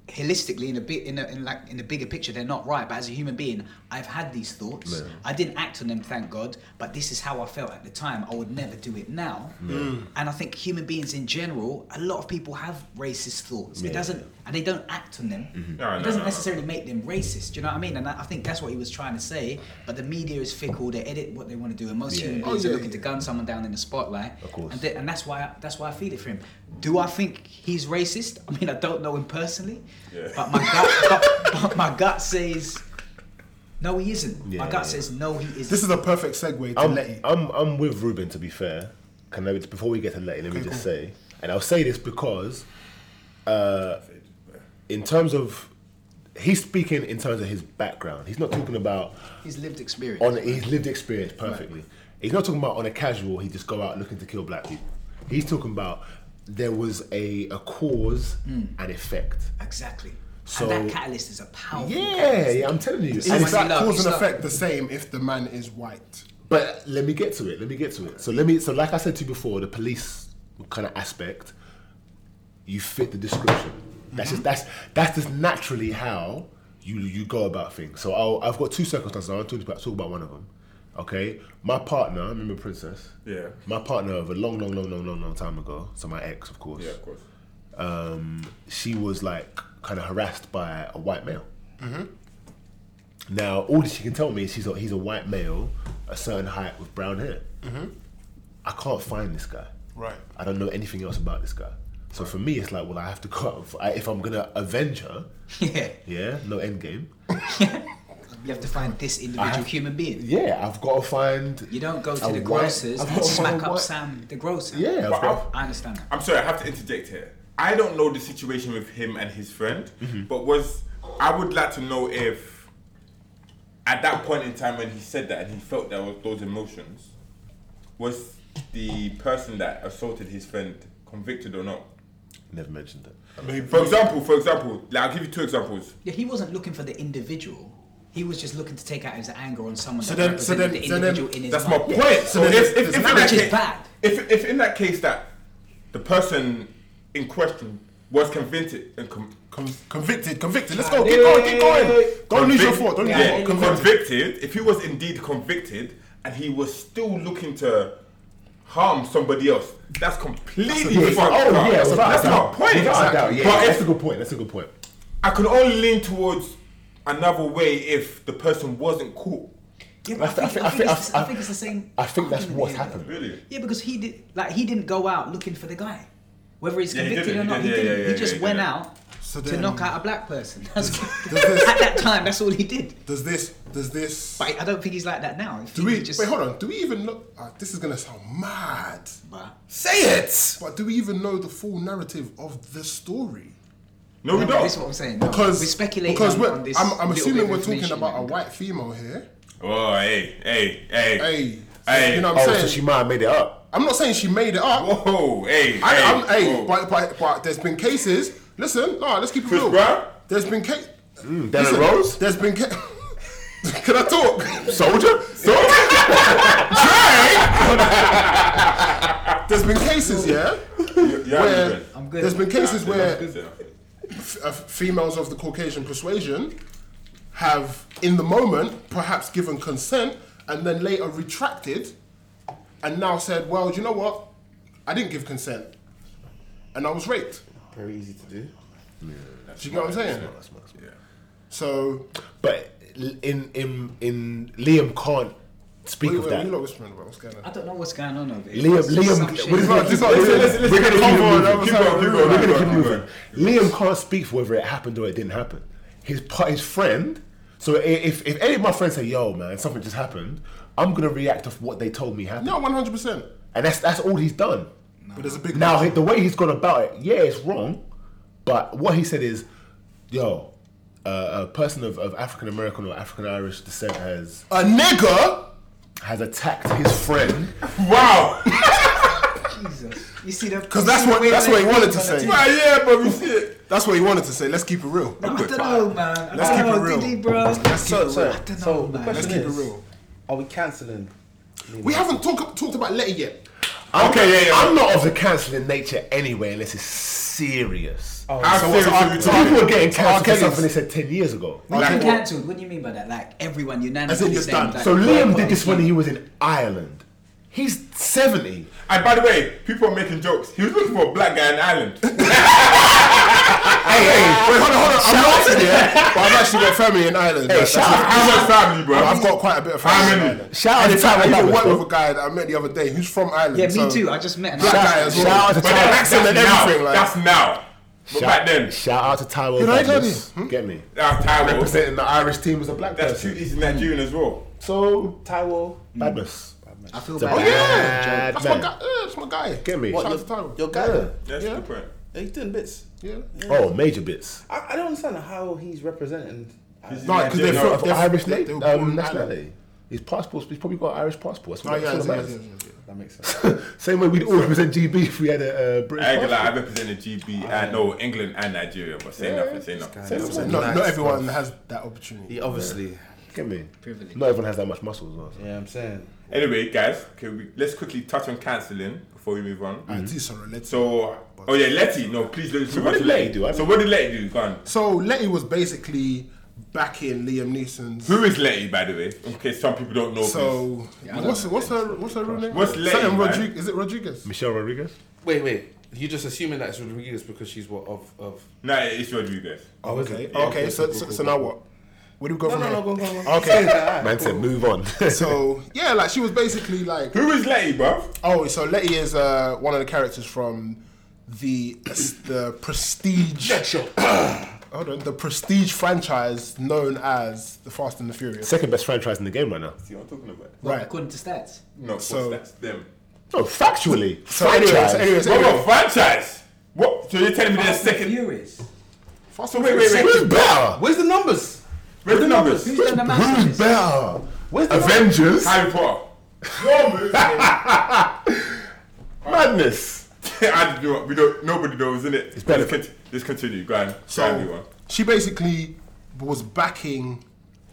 A: Holistically, in a bit, in a, in like in the bigger picture, they're not right. But as a human being, I've had these thoughts.
D: Yeah.
A: I didn't act on them, thank God. But this is how I felt at the time. I would never do it now.
D: Mm.
A: And I think human beings in general, a lot of people have racist thoughts.
D: Yeah,
A: it doesn't, and they don't act on them.
D: Mhm. No,
A: it
D: no,
A: doesn't
D: no, no.
A: necessarily make them racist. Do you know what I mean? And I, I think that's what he was trying to say. But the media is fickle. They edit what they want to do, and most
D: Yeah.
A: human
D: Oh,
A: beings
D: yeah,
A: are looking to gun someone down in the spotlight. Of
D: course.
A: And, they- and that's why I, that's why I feel it for him. Do I think he's racist? I mean, I don't know him personally,
E: Yeah.
A: but my gut, but, but my gut says. No, he isn't.
D: Yeah,
A: my gut
D: yeah.
A: says no, he isn't.
B: This is a perfect segue to
D: I'm,
B: let you.
D: I'm, I'm with Ruben to be fair. Can I, before we get to Letty, let me
B: Okay,
D: just
B: cool.
D: say, and I'll say this because, uh, in terms of, he's speaking in terms of his background. He's not talking about
A: his lived experience.
D: on his lived experience perfectly. He's not talking about on a casual. He just go out looking to kill black people. He's talking about there was a, a cause
B: Hmm.
A: Mm.
D: and effect.
A: Exactly.
D: So-
A: and that catalyst is a powerful.
D: Yeah,
A: catalyst.
D: yeah, I'm telling you.
A: It's
D: And
B: Is
D: it's like-
B: that
A: love,
B: cause
A: it's
B: and
A: love.
B: effect the same if the man is white?
D: But let me get to it. Let me get to it. So let me. So like I said to you before, the police kind of aspect, you fit the description. That's just that's that's just naturally how you you go about things. So I'll, I've got two circumstances. I want to talk about, talk about one of them. Okay, my partner. Remember Princess?
E: Yeah.
D: My partner of a long, long, long, long, long, long time ago. So my ex, of course.
E: Yeah, of course.
D: Um, she was like kind of harassed by a white male. Mm-hmm. Now, all that she can tell me is he's a, he's a white male, a certain height with brown hair. Mm-hmm. I can't find this guy.
B: Right.
D: I don't know anything else about this guy. So for me, it's like, well, I have to go out. and f- I, if I'm gonna avenge her,
A: *laughs* Yeah.
D: yeah, no end game.
A: You have to find this individual
D: have-
A: human being.
D: Yeah, I've got to find.
A: You don't go to
D: a
A: the
D: white-
A: grocers
D: I've
A: and
D: got to find
A: smack
D: a
A: up
D: white-
A: Sam the grocer.
D: Yeah, I've
E: But
D: got.
E: I've-
A: I understand that.
E: I'm sorry, I have to interject here. I don't know the situation with him and his friend,
B: Mm-hmm.
E: but was I would like to know if at that point in time when he said that and he felt that was those emotions, was the person that assaulted his friend convicted or not?
D: Never mentioned it.
E: For example, for example, like, I'll give you two examples.
A: Yeah, he wasn't looking for the individual. He was just looking to take out his anger on someone
B: So
A: that
B: then- so
A: represented
B: then-
A: the
B: so then-
A: individual in his
E: That's my
A: mind.
E: point.
B: So
E: So
B: then
E: if,
B: there's-
E: if, if,
B: there's
E: in
B: an
E: that
A: average
E: case,
A: bad.
E: if, if in that case that the person in question was convicted and com-
B: Con- convicted, convicted. Let's go. Keep going. Keep going. Don't lose your
E: Convict-
B: thought. Don't lose
E: yeah,
B: your thought.
E: convicted.
B: Convicted.
E: If he was indeed convicted and he was still looking to harm somebody else, that's completely
D: Yeah,
E: fucked
D: oh
E: up.
D: yeah,
E: that's
D: without a
E: my
D: doubt.
E: point.
D: Without a doubt, yeah,
E: But
D: that's a
E: if
D: good point. That's a good point.
E: I can only lean towards another way if the person wasn't caught.
A: Yeah, but I, think, I, think it's, the- I think it's the same.
D: I think that's
A: argument
D: what's
A: here, though.
D: happened.
E: Really?
A: Yeah, because he did like he didn't go out looking for the guy, whether he's
E: Yeah, he
A: convicted
E: didn't,
A: or
E: he
A: not. He
E: didn't,
A: didn't.
E: yeah, yeah, yeah,
A: he just
E: yeah, he
A: went
E: didn't.
A: out
B: So
A: to
B: then-
A: knock out a black person. *laughs* That's
B: this-
A: at that time. That's all he did.
B: Does this? Does this?
A: But I don't think he's like that now.
B: Do we? wait, hold on. Do we even look? Uh, this is gonna sound mad.
A: on.
B: Say it. But do we even know the full narrative of the story?
E: No, we don't.
A: This is what I'm saying. No,
B: Because
A: we speculate
B: Because
A: on,
B: we're-
A: on this.
B: I'm,
A: little
B: I'm
A: bit
B: assuming
A: of
B: we're talking
A: information
B: about
A: that
B: a
A: we
B: white female here.
E: Oh, hey, hey, hey,
B: Hey.
E: Hey.
B: You know what I'm
D: Oh,
B: saying?
D: so she might have made it up.
B: I'm not saying she made it up.
E: Whoa, Oh, hey,
B: I,
E: hey,
B: I'm, hey,
E: whoa.
B: but, but, but there's been cases. Listen, no, let's keep it
E: Chris
B: real.
E: Brown?
B: There's been cases. Mm,
D: Derrick Rose?
B: There's been ca- *laughs* Can I talk?
D: Soldier, soldier.
B: There's been cases, yeah?
E: You- you haven't
B: where
E: been.
A: I'm good.
B: There's been cases
E: Yeah,
B: where
E: yeah.
B: f- uh, females of the Caucasian persuasion have, in the moment, perhaps given consent and then later retracted and now said, well, you know what? I didn't give consent and I was raped.
C: Very easy to do.
B: Do you know what I'm saying? So,
D: But in in in Liam can't speak
B: wait,
D: of
B: wait,
D: that.
B: you lot whispering about what's going on.
A: I don't know what's going on over here.
D: Liam,
A: It's just
D: Liam,
A: some
D: what is
A: shit.
D: this?
B: not- this
D: Listen,
B: not-
D: listen,
B: listen,
D: We're gonna keep
B: listen, come on,
D: moving.
B: that was
D: Keep going,
B: how-
D: keep going,
E: keep
D: We're gonna keep
E: going,
D: moving. Liam can't speak for whether it happened or it didn't happen. His part, his friend. So i- if if any of my friends say, "Yo, man, something just happened," I'm gonna react off what they told me happened,
B: No, 100%.
D: and that's that's all he's done.
B: But there's a big
D: Now he- the way he's gone about it, yeah, it's wrong, but what he said is, "Yo." Uh, a person of, of African American or African Irish descent has
B: A nigger?
D: has attacked his friend
E: Wow.
A: Jesus. You see that?
B: Because that's what, that's what he wanted to say.
E: Right, yeah, but we see it.
B: That's what he wanted to say. Let's keep it real.
A: I don't know, man. I
B: Let's
A: don't
B: keep it
A: know,
B: real.
A: Did he, bro?
B: Let's keep it real.
A: I don't know,
C: So the
A: man.
C: question
B: Let's keep it
C: is,
B: real.
C: are we cancelling
B: We haven't talk, talked about Letty yet.
D: I'm
E: Okay,
D: not,
E: yeah, yeah.
D: I'm not of the cancelling nature anyway, unless it's serious.
C: Oh,
E: How
C: so
E: serious
C: what's
E: are
C: our-
E: we
D: So people
E: talking?
D: were getting cancelled for
B: Kelly's-
D: something they said 10 years ago.
J: We've
B: Like
J: been
B: what?
J: cancelled. What do you mean by that? Like everyone unanimously
B: it's
J: saying
B: done.
J: like,
D: So Liam did this
J: boycott
D: when he was in Ireland. He's 70.
E: And by the way, people are making jokes. He was looking for a black guy in
B: *laughs*
E: Ireland.
D: Hey, hey,
B: Wait, hold on, hold on. I'm not saying yeah, but I've actually got family in Ireland. Like,
D: shout
B: that's-
E: How much family, bro?
B: I've got quite a bit of family in
E: Family.
B: Ireland.
D: Shout out
B: In
D: to
B: fact, I
D: Tyler
B: even
D: Douglas,
B: worked
D: bro.
B: with a guy that I met the other day who's from Ireland.
J: Yeah, me
B: so-
J: too. I just met him.
B: Black guy as well.
D: Shout out to
E: But that,
D: Tyler.
E: that's,
B: accent and
E: now.
B: everything, like-
E: that's now. But back then,
D: Shout out to Tyro.
B: know, I
D: Douglas. Get me.
E: that's Taiwo.
D: Representing the Irish team as a black
E: That's two
D: person.
E: He's Nigerian as well.
D: So,
C: Taiwo.
D: badness.
J: I feel
D: It's a
J: bad.
B: Oh, yeah.
D: bad
B: That's my
D: man.
B: guy. Yeah, that's my guy.
D: Get me.
B: Shout out
C: Your,
B: to Tyler.
C: your guy. Yeah.
E: That's
B: Yeah.
E: the point.
C: he's doing bits.
B: Yeah.
D: Oh, major bits.
C: I, I don't understand how he's representing.
E: He's
B: No, 'cause they're
E: Nigerian.
B: from-
E: No,
D: Of Irish
B: they-
D: nat-
B: they were born
D: um,
B: in
D: nationality. His passport's, he's probably got an Irish passport. That's
B: Oh,
D: what-
B: yeah,
D: that's what
B: yeah, yeah,
D: matters.
B: yeah, yeah.
C: That makes sense.
D: *laughs* Same way we'd all represent GB if we had a uh, British
E: I ain't gonna lie, I
D: passport.
E: represented GB and no England and Nigeria, but say nothing, say nothing.
D: Same way.
B: No,
C: Nice
B: not everyone has that opportunity.
C: He obviously.
D: Get me. Not everyone has that much muscle as well. so.
C: Yeah, I'm saying.
E: Anyway, guys, okay, we, let's quickly touch on cancelling before we move on.
B: I do sorry, Letty.
E: So, oh yeah, Letty. No, please let's move on
D: what
E: to
D: did Letty
E: Letty.
D: do? I
E: So
D: don't-
E: what did Letty do? Go on.
B: So Letty was basically backing Liam Neeson's.
E: Who is Letty, by the way? In case some people don't know. please.
B: So what's what's her what's her real name?
E: What's Letty,
B: Something
E: man?
B: Rodrig- Is it Rodriguez?
D: Michelle Rodriguez?
C: Wait, wait. You're just assuming that it's Rodriguez because she's what of of.
E: no, it's Rodriguez.
C: Oh, is
B: Okay.
C: it?
B: okay. so so, so now what? Where do we go
C: No,
B: from
C: no, no,
B: here?
C: go, go, go.
B: Okay.
C: *laughs*
D: Man said move on.
B: *laughs* so yeah, like she was basically like,
E: Who is Letty, bruv?
B: oh, so Letty is uh, one of the characters from the the Prestige. *coughs* Hold on, the Prestige franchise known as the Fast and the Furious.
D: Second best franchise in the game right now.
E: See what I'm talking about?
B: Right.
J: According to stats,
E: No,
B: So-
E: so that's them.
D: No, factually.
B: *laughs* So anyways, anyways,
E: What
B: anyways,
E: about franchise? What? So you're telling me there's second?
J: Furious.
B: Fast and
E: Wait,
B: Furious.
E: wait,
D: Who's better?
C: Where's the numbers?
E: Where's the numbers?
J: Who's done the maths on
D: Who's
J: this?
D: better?
C: Where's the
D: Avengers?
E: Harry Potter. *laughs*
D: Madness.
E: I, you know, we don't. Nobody knows, isn't it? It's
D: better.
E: Let's, con- let's continue. Go on. So, Go on, you
B: So
E: want.
B: she basically was backing.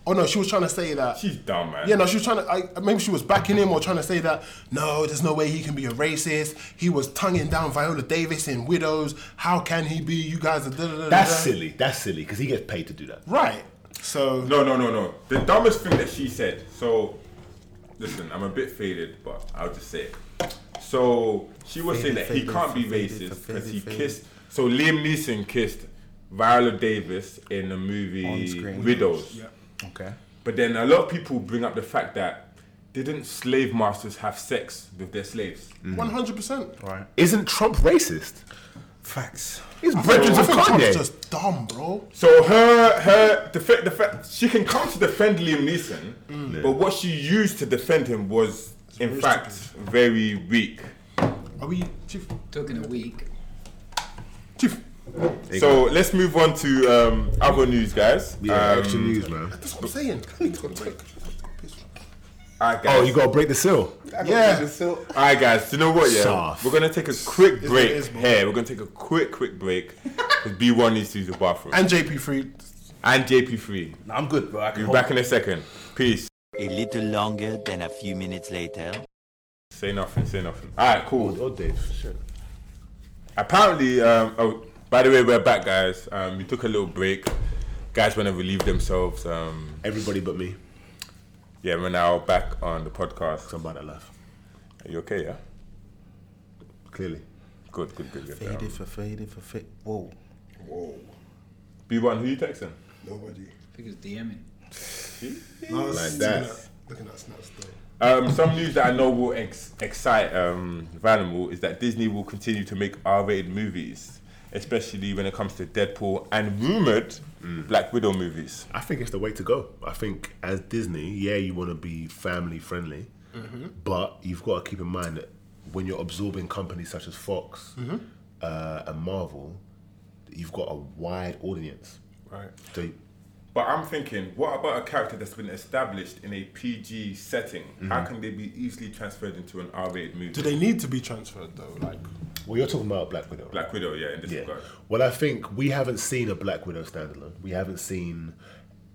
B: Oh no, she was trying to say that.
E: She's dumb, man.
B: yeah, no, she was trying to. I, maybe she was backing him or trying to say that. No, there's no way he can be a racist. He was tonguing down Viola Davis in Widows. How can he be? You guys are. Da, da, da,
D: That's
B: da.
D: silly. That's silly because he gets paid to do that.
B: Right. So
E: No, no, no, no. The dumbest thing that she said. So, listen, I'm a bit faded, but I'll just say it. So she was saying that he
C: faded,
E: can't be
C: faded,
E: racist
C: faded,
E: because he
C: faded.
E: kissed. So Liam Neeson kissed Viola Davis in the
C: On
E: movie
C: screen.
E: Widows.
C: Okay.
E: But then a lot of people bring up the fact that didn't slave masters have sex with their slaves?
D: Mm.
B: one hundred percent.
C: Right.
D: Isn't Trump racist?
C: Facts.
D: He's
B: I
D: brethren of
B: think Trump's
D: Kanye.
B: just dumb, bro.
E: So her her defend the fact she can come to defend Liam Neeson, but what she used to defend him was in fact very weak.
B: Are we chief?
J: Talking a week.
B: Chief.
E: So let's move on to um, other news, guys.
D: yeah,
E: Um,
D: extra news, man.
B: That's what I'm saying.
E: alright, guys.
D: Oh, you gotta break the seal.
B: yeah.
E: All right, guys. Do you know what? Yeah,
D: Soft.
E: we're gonna take a quick
B: it
E: break
B: is, bro.
E: here. We're gonna take a quick, quick break because B1 needs to use the bathroom and,
B: And JP Free.
E: JP3.
C: Nah, I'm good, bro. I can
E: We're
D: Oh.
C: hold-
E: back in a second. Peace.
K: A little longer than a few minutes later.
E: Say nothing. Say nothing. All right, cool.
D: Oh, Dave. Shit.
E: Apparently, um, oh, by the way, we're back, guys. Um, we took a little break. Guys want to relieve themselves. Um,
D: Everybody but me.
E: yeah, we're now back on the podcast.
D: I'm about to laugh.
E: Are you okay? Yeah.
D: Clearly.
E: Good. Good. Good. Um, Good.
C: Faded for faded for fit. Whoa.
B: Whoa.
E: B1, who you texting?
B: Nobody.
J: I think it's DMing.
B: No,
D: Like
B: it's-
D: that.
B: Looking at snaps though.
E: Um, some news that I know will ex- excite um, Vanimal is that Disney will continue to make R-rated movies, especially when it comes to Deadpool and rumored mm, Black Widow movies.
D: I think it's the way to go. I think as Disney, yeah, you want to be family friendly, Mm-hmm. but you've got to keep in mind that when you're absorbing companies such as Fox uh, and Marvel, you've got a wide audience.
E: Right.
D: So you-
E: But I'm thinking, what about a character that's been established in a PG setting? How
B: Mm-hmm.
E: can they be easily transferred into an R-rated movie?
B: Do they need to be transferred though? Like,
D: well, you're talking about Black Widow. right?
E: Black Widow, yeah, in this
D: Yeah.
E: regard.
D: Well, I think we haven't seen a Black Widow standalone. We haven't seen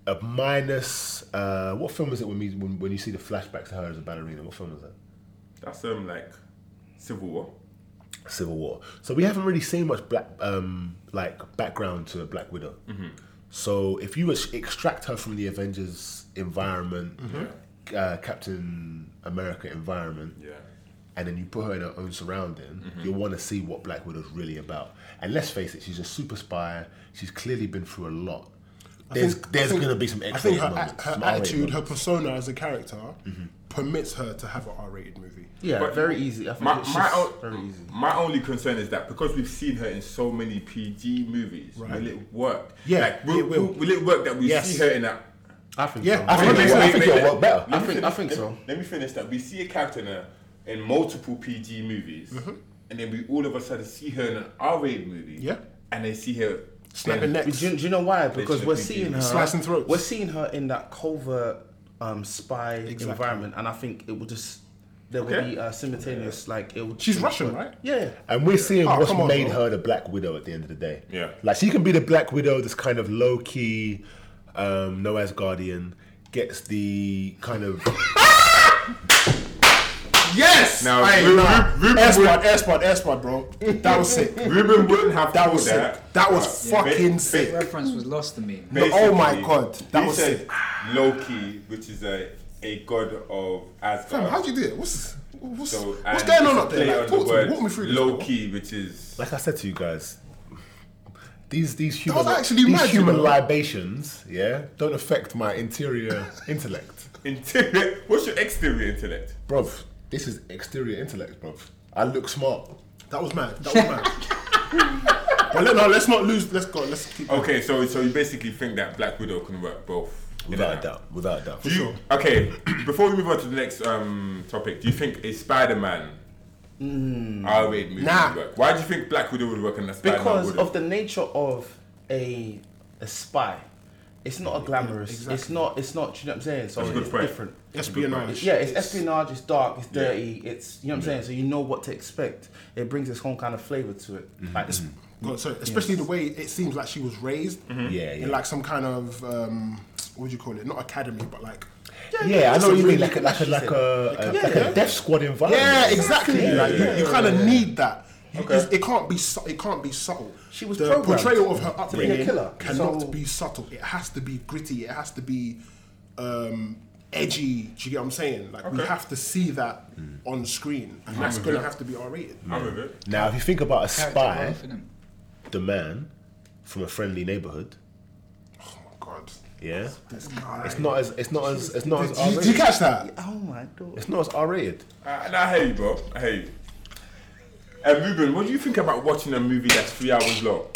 D: a minus. Uh, what film is it when, we, when when you see the flashback to her as a ballerina? What film is that?
E: That's um like Civil War.
D: Civil War. So we haven't really seen much black um, like background to Black Widow.
E: Mhm.
D: So if you ex- extract her from the Avengers environment, uh, Captain America environment,
E: Yeah.
D: and then you put her in her own surrounding,
E: Mhm.
D: you'll want to see what Black Widow's really about. And let's face it, she's a super spy. She's clearly been through a lot.
B: I
D: There's
B: think- I
D: there's
B: think-
D: going to be some
B: I
D: X
B: think
D: rated
B: her,
D: moments.
B: her
D: some R-rated
B: attitude, her
D: moments.
B: persona as a character,
E: Mm-hmm.
D: Mhm.
B: permits her to have an R-rated movie.
E: But my, my o- My only concern is that because we've seen her in so many PG movies,
B: Right.
E: will it work?
B: Yeah,
E: Like, will,
B: it will.
E: will. it work that we
B: Yes.
E: see her in that?
C: I think
B: Yeah, so. I think it will- I think it will work better.
E: let me
B: I think-
E: finish-
B: I think
E: let-
B: so.
E: Let me finish that. We see a character in, a, in multiple PG movies,
B: Mm-hmm.
E: and then we all of a sudden see her in an R-rated movie. Yeah. And they see her
C: But Do, you- do you know why? Because
E: Bitching
C: we're
E: at PG.
C: seeing her
E: Slicing
B: throats.
C: We're seeing her in that covert um, spy
B: Exactly.
C: environment, and I think it will just there will
B: Okay.
C: be uh, simultaneous like it will.
B: She's
C: it will
B: Russian,
C: work.
B: right?
C: Yeah.
D: And we're seeing
C: Oh,
D: what's
C: come on,
D: made
C: bro.
D: her the Black Widow at the end of the day.
E: Yeah.
D: Like she can be the Black Widow, this kind of low key, um, no Asgardian, gets the kind of
B: Yes.
D: Now,
B: Hey,
D: Ruben-
B: nah.
D: Ruben
B: air
D: would-
B: spot, air spot, air spot, bro. That was sick.
E: Ruben wouldn't have
B: That
E: thought
B: was sick.
E: that.
B: That was
E: Yeah, ba-
B: fucking
E: ba-
B: sick.
J: Reference was lost to me.
B: No, oh my God, that
E: he
B: was
E: said
B: sick.
E: Loki, which is a a god of Asgard.
B: Fam, how'd you do it? What's what's,
E: So,
B: what's
E: and
B: going
E: it's
B: on
E: a
B: up there?
E: play
B: Like,
E: on
B: talk
E: the
B: to
E: word
B: me. Walk me through this. bro.
E: Loki, which is
D: like I said to you guys, these these human
B: was actually
D: these
B: mad, you
D: human
B: know.
D: libations, yeah, don't affect my interior *laughs* intellect,
E: interior. *laughs* What's your exterior intellect?
D: bro. This is exterior intellect, bro. I look smart.
B: That was mad. That
E: *laughs*
B: was mad. but let, no, let's not lose. Let's go. Let's
D: Oh,
B: keep. going.
E: Okay, so so you basically think that Black Widow can work both. in
D: Without
E: and
D: a doubt, without a doubt.
E: out. Do you, okay, *clears throat* before we move on to the next um, topic, do you think a Spider-Man R-rated movie
C: Hmm. Nah.
E: would work? Why do you think Black Widow would work and a Spider-Man
C: because
E: wouldn't?
C: of the nature of a a spy. It's not a glamorous. It's not. It's not. do You know what I'm saying? So
E: That's a good
C: it's
E: point.
C: different.
E: That's a good Espionage. point.
C: Yeah, it's espionage. It's dark. It's
E: Yeah.
C: dirty. It's you know
E: Yeah.
C: what I'm saying. So you know what to expect. It brings its own kind of flavor to it.
E: Mm-hmm.
C: Like this.
B: God, sorry, especially the way it seems like she was raised
C: Mhm. Yeah,
B: in
C: yeah.
B: like some kind of um, what would you call it? Not academy, but like
D: Yeah, I
B: just
D: know what you mean.
B: really-
D: Like a, like a, like a, a,
B: Yeah,
D: like a
B: yeah.
D: death squad environment.
B: Yeah, exactly.
D: Oh, Yeah,
B: like,
D: yeah,
B: you,
D: yeah,
B: kind of
D: yeah.
B: need that. You- it's- It can't be. Su- it can't be subtle. She
C: was
B: the
C: programmed
B: portrayal of her
C: to be a
B: upbringing
C: killer,
B: cannot
C: so-
B: be subtle. It has to be gritty. It has to be um, edgy. Do you get what I'm saying? Like we
E: Okay.
B: have to see that on screen, and
E: I'm
B: that's
E: with
B: going to
E: you.
B: have to be R-rated.
E: I'm with it.
D: Now, if you think about a
B: Character
D: spy,
B: growth, innit?
D: the man from a friendly neighborhood.
B: Oh God.
D: Yeah,
B: This guy.
D: it's not as it's not as it's not as.
B: Did you-
D: R-rated.
B: did you catch that?
C: Oh my god.
D: It's not as R-rated.
E: Uh, and I hear you, bro. I hear you. And Ruben, what do you think about watching a movie that's three hours long?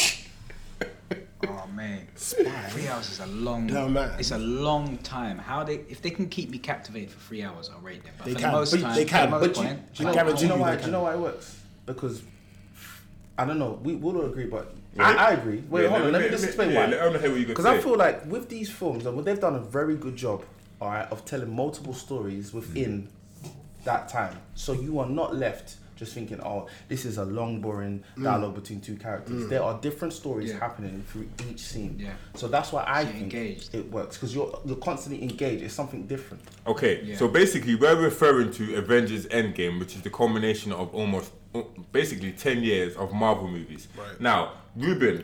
J: Oh man, three hours is a long.
B: No, man.
J: It's a long time. How they if they can keep me captivated for three hours, I'll rate them. But
B: They
J: for
B: can,
J: the most
B: but
J: time,
B: they can,
J: For the most
B: but you-
J: point,
C: Do you
J: I
C: know,
J: can't
C: do you know
J: do
C: why?
J: that.
C: Do you know why it works? Because I don't know. We will all agree, but I, I agree. Wait,
E: Yeah,
C: hold
E: let
C: on. Let
E: me-
C: me just
E: let me-
C: explain
E: yeah,
C: why.
E: let- I wanna hear what you gonna
C: Because I
E: say.
C: feel like with these films, and they've done a very good job, all right, of telling multiple stories within that time. So you are not left just thinking, oh, this is a long, boring dialogue between two characters.
J: Mm.
C: There are different stories
J: Yeah.
C: happening through each scene.
J: Yeah.
C: So that's why
J: So
C: I
J: you're
C: think
J: engaged.
C: it works because you're you're constantly engaged. It's something different.
E: Okay,
C: Yeah.
E: so basically we're referring to Avengers Endgame, which is the culmination of almost basically 10 years of Marvel movies.
B: Right.
E: Now, Ruben,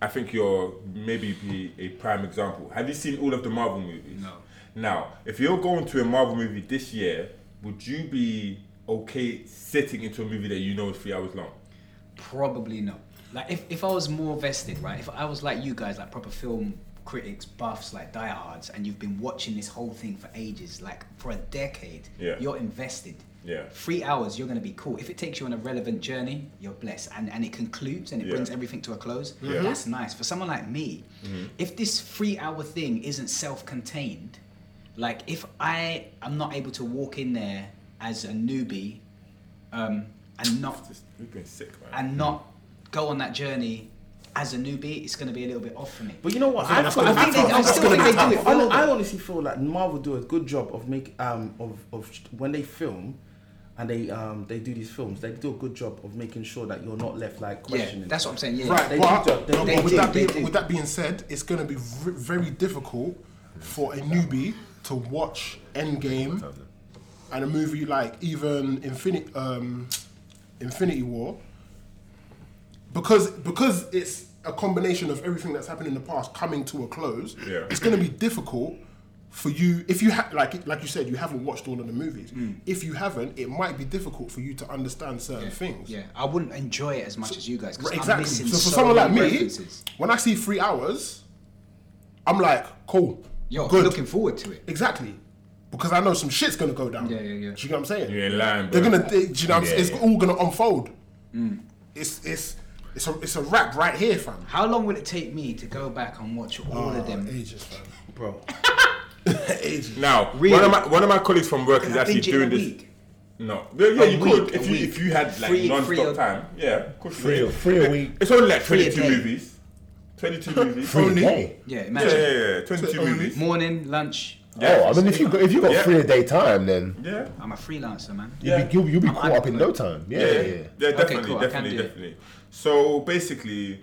E: I think you're maybe be a prime example. Have you seen all of the Marvel movies? No. Now, if you're going to a Marvel movie this year, would you be okay sitting into a movie that you know is three hours long?
J: Probably not. Like if, if I was more vested, right? If I was like you guys, like proper film critics, buffs, like diehards, and you've been watching this whole thing for ages, like for a decade,
E: Yeah.
J: you're invested.
E: Yeah.
J: Three hours, you're gonna be cool. If it takes you on a relevant journey, you're blessed, and and it concludes and it
E: Yeah.
J: brings everything to a close.
E: Yeah. Mm-hmm.
J: That's nice for someone like me. If this three-hour thing isn't self-contained, like if I am not able to walk in there as a newbie, um, and not
E: You've been sick, man.
J: and not go on that journey as a newbie, it's going to be a little bit off for me.
C: But you know what?
J: I, feel- I think they, I still think they do it.
C: I,
J: well,
C: I
J: though.
C: honestly feel like Marvel do a good job of make um of, of sh- when they film. And they um they do these films. They do a good job of making sure that you're not left like questioning.
J: that's what I'm saying, yeah.
C: They
B: Right,
C: do
B: but,
C: job- they-
B: no,
C: they
B: but with,
C: do,
B: that
C: they
B: being,
C: do.
B: with that being said, it's going to be v- very difficult for a newbie to watch Endgame and a movie like even Infinity um, Infinity War because because it's a combination of everything that's happened in the past coming to a close.
E: Yeah.
B: It's going to be difficult for you if you ha- like like you said you haven't watched all of the movies.
C: Mm.
B: If you haven't, it might be difficult for you to understand certain things.
A: Yeah, I wouldn't enjoy it as much as you guys. 'cause
B: Right,
A: I'm
B: exactly. So
A: missing
B: for
A: so
B: someone like
A: many
B: me,
A: references.
B: when I see three hours, I'm like, cool.
A: Yo,
B: good.
A: looking forward to it.
B: Exactly. Because I know some shit's gonna go down. Yeah, yeah, yeah. Do you know what I'm saying?
E: You ain't lying,
B: They're
E: bro.
B: gonna, they, do you know what I'm saying?
E: Yeah,
B: It's
E: yeah.
B: all gonna unfold.
A: Mm.
B: It's it's it's a it's a wrap right here, fam.
A: How long would it take me to go back and watch all of them?
B: Ages, fam. *laughs*
C: Bro,
E: Now,
A: Really?
E: one of my one of my colleagues from work
A: Can
E: is
A: I
E: actually
A: binge it in
E: doing
A: a
E: this.
A: week?
E: No, yeah, yeah
A: A
E: you
A: week,
E: could if
A: a
E: you
A: week.
E: if you had like
A: Free-
E: non-stop
A: free a-
E: time. Yeah, could
D: Free- free a week.
E: It's only like
A: Free a
E: twenty-two
A: day.
E: movies. Twenty-two movies.
D: Free a
E: Only.
D: day?
A: Yeah,
E: Yeah,
A: imagine.
E: yeah, yeah, twenty-two movies.
A: Morning, lunch.
D: Oh, I mean, if you got, if you got
E: Yeah.
D: free a day time, then
E: Yeah.
A: I'm a freelancer, man.
D: you'll
E: Yeah.
D: be you'll, you'll be
A: I'm
D: caught up in no
A: unemployed.
D: time. Yeah,
E: Yeah,
D: yeah.
E: yeah, definitely,
A: cool, I can
E: definitely,
A: do it.
E: definitely. So basically,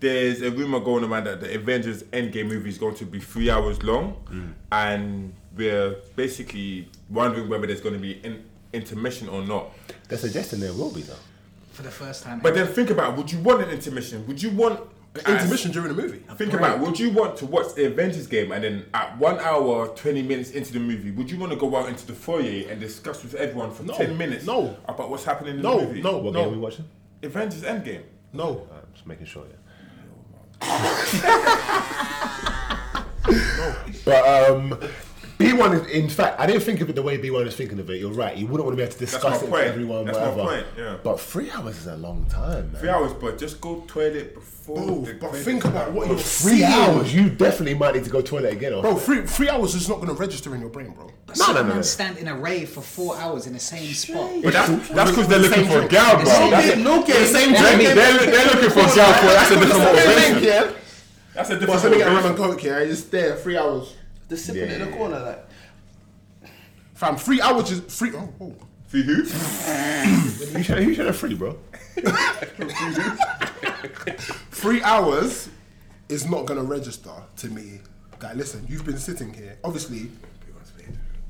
E: there's a rumor going around that the Avengers Endgame movie is going to be three hours long, and we're basically wondering whether there's going to be an intermission or not.
D: They're suggesting there will be though.
A: For the first time.
E: But
A: ever.
E: then think about: it, Would you want an intermission? Would you want
B: An intermission during the movie.
E: Think about: it, Would you want to watch the Avengers game and then at one hour twenty minutes into the movie, would you want to go out into the foyer and discuss with everyone for
B: No,
E: ten minutes?
B: no.
E: about what's happening in
B: No,
E: the movie.
B: no,
D: What
B: no,
D: game are we watching?
E: Avengers Endgame.
B: no.
D: I'm just making sure.
E: *laughs*
D: Yeah. But um, B1 is, in fact, I didn't think of it the way B1 is thinking of it. You're right. You wouldn't want to be able to
E: my
D: discuss it with
E: point.
D: everyone,
E: That's my
D: whatever.
E: point, yeah.
D: But three hours is a long time, man.
E: Three hours, but just go toilet before.
B: Bro,
E: the
B: Oh, but
E: credits
B: think about
E: start.
B: what you're
D: Three
B: seeing.
D: hours, you definitely might need to go toilet again. Or
B: Bro, three three hours is not gonna register in your brain, bro.
D: no, no,
A: Some
D: no,
A: man
D: no.
A: stand in a rave for four hours in the same spot.
E: But that's that's because they're looking for a gal, bro.
A: Same
E: That's
A: thing,
E: a-
A: no game.
E: They're, they're, they're looking for a gal, bro. That's a different motivation.
B: Yeah.
E: That's a
B: But
E: different
B: something *laughs* at rum and
E: motivation.
B: coke, yeah, it's there, three hours.
C: they're sipping in the corner like.
B: Fam, three hours is three oh, whoa.
E: For who?
D: you should, you should have three, bro.
B: three hours is not going to register to me that listen you've been sitting here obviously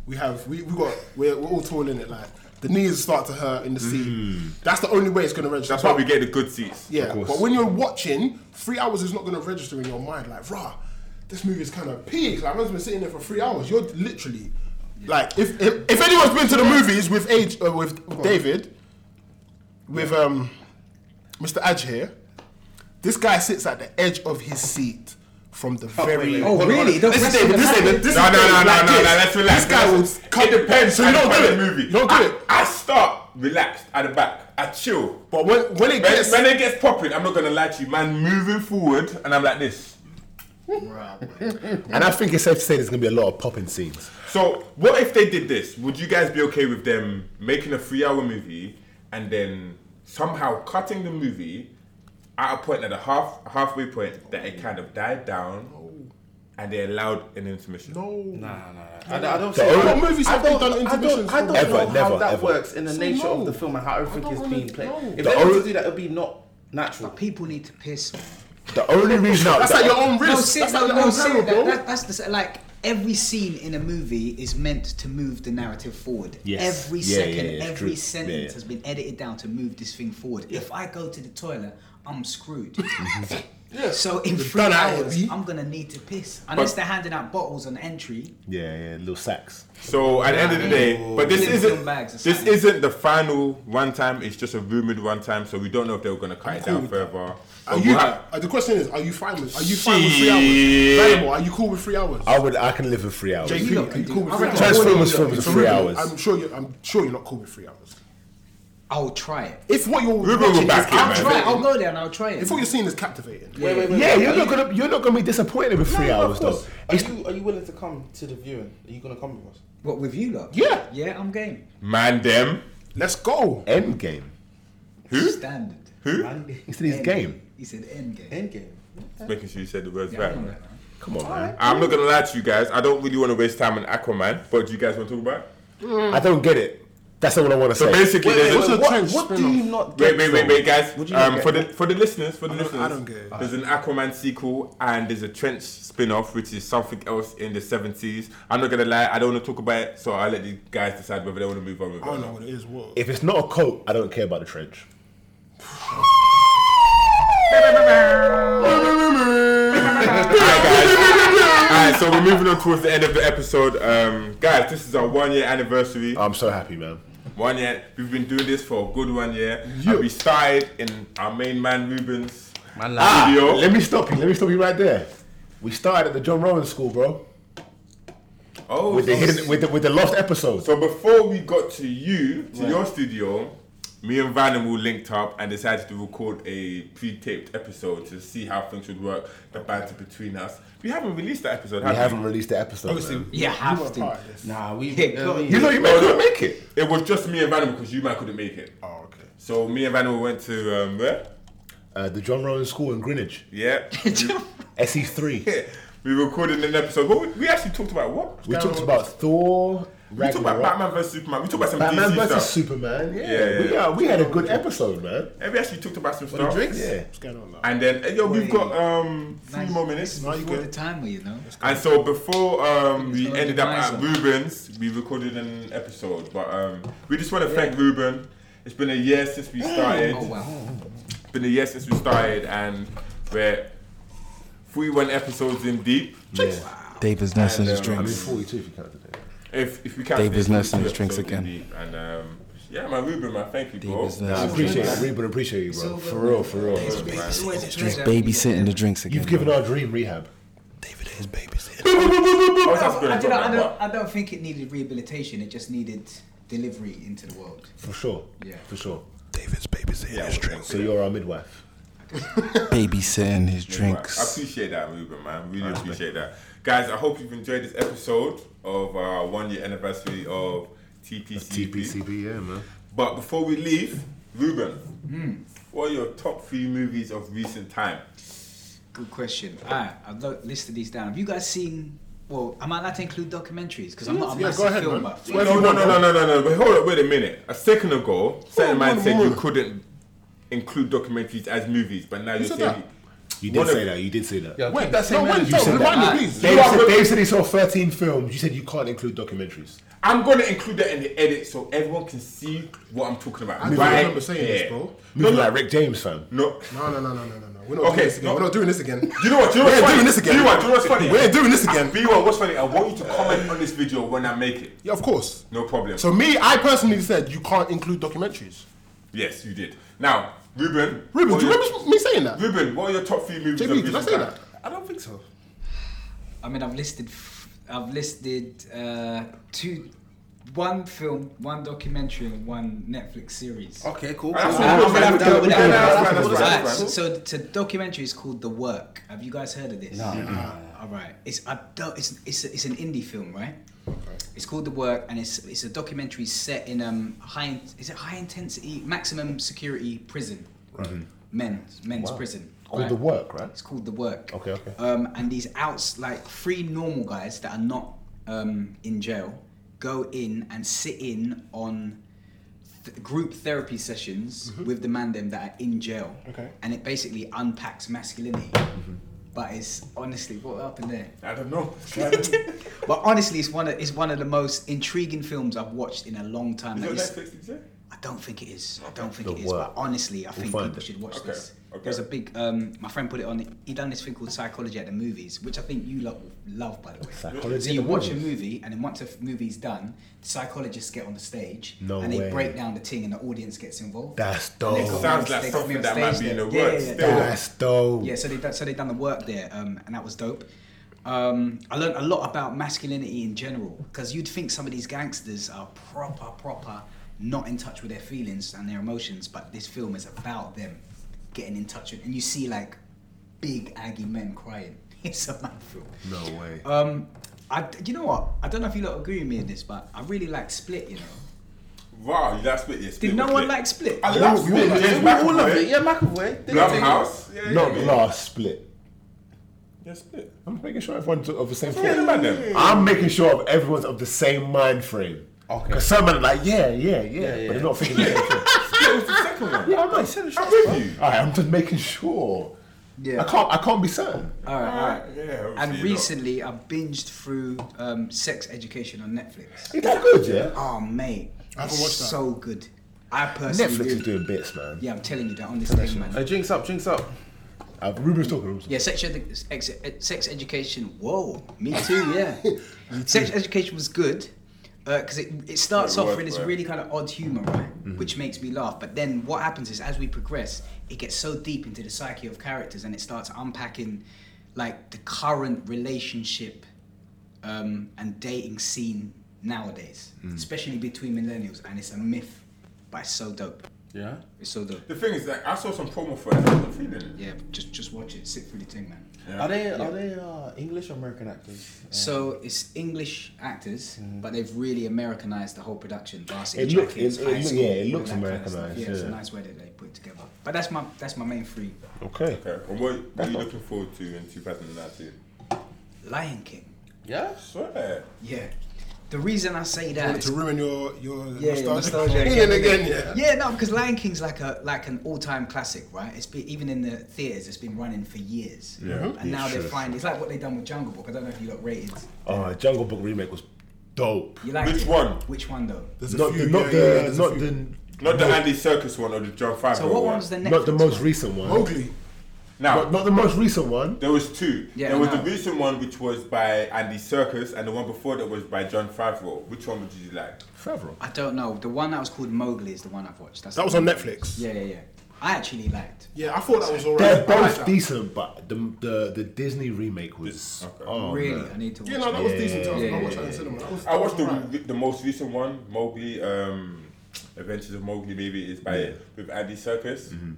B: we have we, we got we're, we're all tall in it like the knees start to hurt in the seat that's the only way it's going to register
E: That's why
B: But-
E: we get the good seats.
B: yeah
D: course.
B: but when you're watching three hours is not going to register in your mind like rah this movie is kind of peak like man's been sitting there for three hours you're literally like if if, if anyone's been to the movies with age uh, with David with um Mr. Aj here. This guy sits at the edge of his seat from the very.
A: wait. Oh, really? Don't
B: This is
A: rest
B: David.
A: on
B: This
A: the
B: is David.
A: fact.
B: This
E: No,
B: is
E: no,
B: David
E: no,
B: like
E: no, no,
B: this.
E: no. Let's relax.
B: This guy will.
E: Relax.
B: Come,
E: It depends.
B: So you
E: how
B: don't
E: find
B: do
E: the
B: it.
E: Movie.
B: You don't do
E: I,
B: it.
E: I start relaxed at the back. I chill.
B: But when when
E: When,
B: it gets
E: when it gets popping, I'm not gonna lie to you, man. Moving forward, and I'm like this.
D: And I think it's safe to say there's going to be a lot of popping scenes.
E: So, what if they did this? Would you guys be okay with them making a three-hour movie and then somehow cutting the movie at a point at a half halfway point that it kind of died down, and they allowed an intermission?
B: no.
C: I, don't- I don't
D: The
C: see.
D: only
C: I don't-
B: movies
C: I
B: have they
C: don't,
B: done
C: I
B: intermissions
C: don't, I don't
B: for?
C: know
D: Ever,
C: how
D: never,
C: that
D: ever.
C: works in the
B: So
C: nature
B: no.
C: of the film and how everything
B: don't
C: is
B: wanna-
C: being played.
B: no.
C: If
D: The
C: they were
D: only-
C: to do that, it would be not natural.
A: People need to piss. Man.
D: The *laughs* only reason out
B: That's
D: the-
B: at your own risk.
A: No, seriously,
B: that's at
A: no,
B: your own
A: seriously,
B: peril, bro.
A: that, that, that's the s- like every scene in a movie is meant to move the narrative forward.
D: Yes.
A: Every
D: Yeah, yeah,
A: second,
D: yeah, it's
A: every
D: true. Yeah,
A: sentence
D: yeah.
A: has been edited down to move this thing forward. If I go to the toilet, I'm screwed. *laughs* So in three
B: done out,
A: hours,
B: B.
A: I'm gonna need to piss unless they're handing out bottles on entry.
D: yeah, yeah, little sacks.
E: So at the end of the day, but this
A: Give them
E: isn't
A: bags or
E: this
A: something.
E: isn't the final one time. It's just a rumored one time, so we don't know if they were gonna cut it down further.
B: Are
E: But
B: you,
E: we'll have-
B: uh, the question is, are you fine with? Are you fine with three
E: Shit.
B: hours? Valuable, are you cool with three hours?
D: I would, I can live with three hours.
A: You
B: JP,
A: lot
B: are
A: can
B: you
A: do-
B: cool with
A: I
B: three hours?
A: reckon
D: Transformers film is
B: For
D: three
B: real,
D: hours.
B: I'm sure you. I'm sure you're not cool with three hours.
A: I'll try it.
B: If what you're
E: Ruben will
B: watching is
E: back you, man.
A: I'll try it. I'll
B: captivating,
A: go there and I'll try it.
B: if what you're seeing is captivating,
C: Wait, wait, wait,
D: Yeah,
C: wait.
D: you're
C: Are
D: not
C: you-
D: gonna you're not gonna be disappointed with three
C: No, no,
D: hours
C: of
D: though.
C: course. Are you, are you willing to come to the viewing? Are you gonna come with us?
A: What with you lot?
B: Yeah.
A: yeah, I'm game.
E: man them.
B: let's go.
D: End game.
E: Who?
A: Standard.
D: It's in his game.
A: He said end game.
C: Endgame.
E: Just making sure you said the words
A: Yeah, I
E: right.
A: know
E: man.
A: that, man.
D: Come on, man.
E: I'm not gonna lie to you guys. I don't really want to waste time on Aquaman, but do you guys want to talk about? it?
D: I don't get it. That's all I want to
E: So
D: say.
E: basically,
D: Wait,
E: there's
D: wait,
E: a
D: wait, what-
E: trench
D: what do
E: spin-off.
D: you not
E: Wait,
D: get
E: wait, wait,
D: from-
E: wait, guys.
D: What do you not
E: Um,
D: get?
E: for the for the listeners, for the listeners,
B: I don't get it.
E: There's an Aquaman sequel and there's a trench spin-off, which is something else in the 70s. I'm not gonna lie, I don't want to talk about it, so I'll let the guys decide whether they want to move on with it.
B: I don't know what it is. What?
D: If it's not a coat, I don't care about the trench.
E: Alright, so we're moving on towards the end of the episode. Um, guys, this is our one year anniversary.
D: I'm so happy, man.
E: One year. We've been doing this for a good one year. And we started in our main man Ruben's
D: Ah,
E: studio.
D: let me stop you. Let me stop you right there. We started at the John Rowan School, bro.
E: oh,
D: With the,
E: so-
D: hidden, with the with the lost episodes.
E: So before we got to you, to your studio, me and Vanimal linked up and decided to record a pre-taped episode to see how things would work, the banter between us. We haven't released that episode,
D: We
E: have we?
D: haven't released the episode.
E: Obviously,
D: man.
A: Yeah,
B: You were
A: have
B: a part
A: to.
B: of this.
C: Nah, we.
A: Yeah,
C: uh,
A: go-
C: we-
D: You know you man couldn't make it.
E: It was just me and Vanimal because you man couldn't make it.
B: Oh, okay.
E: So me and Vanimal went to um, where?
D: Uh, the John Rowan School in Greenwich, *laughs* E
E: Yeah.
D: SE3.
E: we recorded an episode. What we, we actually talked about what?
D: We
E: What's going
D: talked
E: on?
D: about Thor.
E: We talked about
D: Ragnarok,
E: Batman vs Superman. We talked about some
D: Batman
E: DC
D: versus
E: stuff.
D: Superman. Yeah,
E: Yeah,
D: We,
E: yeah.
D: uh, we had a good episode, man.
E: and we actually talked about some stuff.
D: Yeah.
B: What's going on now?
E: And then eh, yo, we've
A: Wait.
E: got um three more minutes.
A: This is
B: you
A: before
B: good?
A: the timer, you know.
E: And so before um,
A: It's
E: we
A: gonna
E: ended
A: be
E: up
A: nice
E: at
A: one.
E: Ruben's, we recorded an episode, but um, we just want to thank Ruben. It's been a year since we started.
A: Oh wow.
E: It's been a year since we started, and we're 41 episodes in deep.
L: David's nursing his
E: And, um,
D: I mean,
L: drinks.
D: 42 if you counted it.
E: If if we can't,
L: Dave is nursing his drinks again.
E: And um, yeah, my Ruben, man, thank you, bro.
L: is
D: I
L: nursing his
D: appreciate it. Reba, appreciate you, bro. For real, for real.
A: It's always a
L: He's
A: pleasure.
L: babysitting the drinks again.
D: You've given our dream rehab.
L: David is babysitting.
E: I was just
A: I,
E: gonna
A: do
E: talk
A: not, I,
E: about-
A: don't, I don't think it needed rehabilitation. It just needed delivery into the world.
D: For sure.
A: Yeah.
D: For sure.
L: David's babysitting his drinks.
D: So you're our midwife.
L: Babysitting his
E: I
L: drinks.
E: appreciate that, Ruben, man. Really appreciate that. Guys, I hope you've enjoyed this episode of our one year anniversary of TPCB.
D: TPCB, yeah, man.
E: But before we leave, Ruben,
A: Hmm.
E: what are your top three movies of recent time?
A: Good question. All right, I've lo- listed these down. Have you guys seen? Well, am I allowed to include documentaries? Because I'm not a
B: Yeah,
A: massive
B: go ahead,
A: film
B: man.
A: buff.
E: No, no, no, no, no, no, no. But hold up, wait a minute. A second ago, certain man said you couldn't include documentaries as movies, but now you're
B: said
E: saying.
D: You
E: One
D: did
E: of-
D: say that. You did say that.
C: Yeah,
B: Wait,
C: that same
B: no, wait,
C: energy.
B: no,
C: You said
B: remind
A: that.
B: me, please.
D: Dave,
E: You are
D: said,
E: good-
D: Dave said he saw 13 films. You said you can't include documentaries.
E: I'm gonna include that in the edit so everyone can see what I'm talking about.
B: I don't remember saying this,
E: there.
B: bro.
E: No,
D: Moving
E: no,
D: like Rick James, fam.
E: no.
B: No, no, no, no, no, no, no. We're not
E: Okay,
B: doing this again.
E: no.
B: We're not doing
D: *laughs*
B: this again.
E: You know what? You know
B: We
E: what's
B: ain't
E: funny?
B: doing this again.
E: B1, do you know what's funny?
B: We ain't doing this again.
E: B1, what's funny? I want you to comment on this video when I make it.
B: Yeah, of course.
E: No problem.
B: So me, I personally said you can't include documentaries.
E: yes, you did. Now, Ruben.
B: Ruben,
E: what
B: do you
E: are your-
B: remember me saying that?
E: Ruben, what are your top three movies? of
B: JB, did I
E: recent
B: say
E: time?
B: that? I don't think so.
A: I mean, I've listed, f- I've listed uh, two, one film, one documentary, and one Netflix series.
C: Okay, cool.
B: Oh,
E: That's
C: cool.
E: all
A: Uh,
E: right,
A: but I've
E: that's all
A: done
E: right,
A: with
E: that's
A: that.
E: all right, that's all right,
A: Alright,
E: that's all
A: so-
E: right.
A: So it's a documentary is called The Work. Have you guys heard of this? No. All right. It's I don't, it's it's it's an indie film, right? It's called The Work, and it's it's a documentary set in um high is it high intensity maximum security prison, men's men's prison.
D: Called
A: right?
D: The Work, right?
A: It's called The Work.
D: Okay, okay.
A: Um, and these outs, like three normal guys that are not um, in jail, go in and sit in on th- group therapy sessions
D: Mm-hmm.
A: with the man them that are in jail.
B: Okay.
A: And it basically unpacks masculinity.
D: Mm-hmm.
A: But it's honestly what happened there.
E: I don't know.
A: But honestly, it's one of it's one of the most intriguing films I've watched in a long time. Like, it's- I don't think it is. I don't think
D: The
A: it is.
D: work.
A: But honestly, I think
D: find
A: people
D: it.
A: should watch
E: Okay,
A: this.
E: okay.
A: There's a big. Um, my friend put it on. He done this thing called psychology at the movies, which I think you lot will love, by the way.
D: Psychology
A: So
D: at
A: you
D: the
A: watch a
D: movies?
A: movie, and then once a f- movie's done, the psychologists get on the stage
D: No
A: and they
D: way.
A: break down the thing, and the audience gets involved.
D: That's
A: And they got
D: dope.
A: me
E: Sounds
A: on-
E: like
A: they got me
E: something
A: on
E: that might
A: stage
E: be in
A: there.
E: the
A: Yeah,
E: works
A: yeah, yeah.
E: still.
D: That's dope.
A: Yeah, so they done, so they done the work there, um, and that was dope. Um, I learned a lot about masculinity in general because you'd think some of these gangsters are proper, proper, not in touch with their feelings and their emotions, but this film is about them getting in touch with, and you see like big Aggie men crying. *laughs* It's a mad film.
D: No way.
A: Um, I, you know what? I don't know if you lot agree with me in this, but I really like Split. You know,
E: Wow, that's what you're
A: did no one like Split?
E: I love
D: We all-
E: Split.
D: we
E: James
C: All of
E: McAvoy.
C: it. Yeah, McAvoy. They-
E: Love
C: they-
E: House. Yeah,
D: Not
E: yeah,
D: glass split.
E: Yeah, Split.
D: I'm just making sure everyone's of the same
E: Forget about
D: thought.
E: them.
D: I'm making sure everyone's of the same mind frame.
C: Okay.
D: Because some men are like, yeah, yeah, yeah, but they're not thinking the same
B: *laughs*
D: thing.
C: Yeah, I'm not saying
D: I'm with you. All right, I'm just making sure.
A: Yeah.
D: I can't. I can't be certain.
A: All right, all right.
D: Yeah.
A: and recently, I binged through um, Sex Education on Netflix.
D: Is that good? Yeah.
A: Oh, mate.
D: I haven't
A: it's
D: watched that.
A: So good. I personally.
D: Netflix
A: really-
D: is doing bits, man.
A: Yeah, I'm telling you that on this thing, man.
C: Uh, drinks up, drinks up.
D: Uh, Ruben's talking. Ruben's
A: Yeah, sex, edu- ex- ed- sex education. Whoa, me too. Yeah, sex education was good because it, it starts
E: It
A: off
E: worked,
A: with this
E: right.
A: really kind of odd humor, right? Which makes me laugh. But then what happens is as we progress, it gets so deep into the psyche of characters, and it starts unpacking like the current relationship um, and dating scene nowadays, especially between millennials, and it's a myth, but it's so dope.
C: Yeah.
A: It's so dope.
E: The thing is that I saw some promo for it. and I wasn't feeling it.
A: Yeah, just just watch it. Sit through the thing, man.
C: Are they are they uh, English or American actors? Uh,
A: So it's English actors, but they've really Americanized the whole production. Varsity
D: Mm. It look-
A: Jackets,
D: it- it
A: High
D: look-
A: School,
D: yeah, it
A: all
D: looks
A: that kind of stuff.
D: Americanized,
A: Yeah, it's a
D: yeah.
A: nice way that they put it together. But that's my that's my main three.
D: Okay.
E: Okay. And what, what are you looking forward to in 2019?
A: Lion King.
C: yeah.
E: Swear.
A: Yeah. The reason I say
B: Wanted
A: that is
B: to ruin your your
A: yeah, yeah,
B: nostalgic
A: nostalgia
B: feeling again, yeah.
A: Yeah, no, because Lion King's like a like an all-time classic, right? It's been even in the theaters, it's been running for years.
D: Yeah. Mm-hmm.
A: And now
D: Yeah,
A: they're
D: sure.
A: finding it's like what they done with Jungle Book. I don't know if you got rated.
D: Uh, Jungle Book remake was dope.
A: You like
E: Which
A: it?
E: one?
A: Which one though?
B: There's a
D: Not
B: few,
D: the, not
B: yeah,
D: the,
B: yeah, yeah, there's a
D: not
B: few.
D: the,
E: Not the Andy Circus one or the John Favreau
A: So what one was the next?
D: not the most recent one.
B: Mowgli.
E: Now,
D: Not, not the most recent one.
E: there was two.
A: Yeah,
E: there was
A: no.
E: the recent one which was by Andy Circus and the one before that was by John Favreau. Which one would you like?
D: Favreau.
A: I don't know. The one that was called Mowgli is the one I've watched. That's
B: That
A: the
B: was on Netflix.
A: Yeah, yeah, yeah. I actually liked.
B: Yeah, I thought that was alright.
D: They're
B: I like
D: both
B: that.
D: decent, but the, the the Disney remake was oh
A: really,
D: man.
A: I need to watch.
B: Yeah, no,
A: it.
B: that was decent. I, was,
A: Yeah,
B: I watched
A: yeah,
B: that in cinema. That was,
E: I
B: that was
E: watched the,
B: alright.
E: the most recent one, Mowgli, um, Adventures of Mowgli, maybe it's by with Andy Circus.
B: Mm-hmm.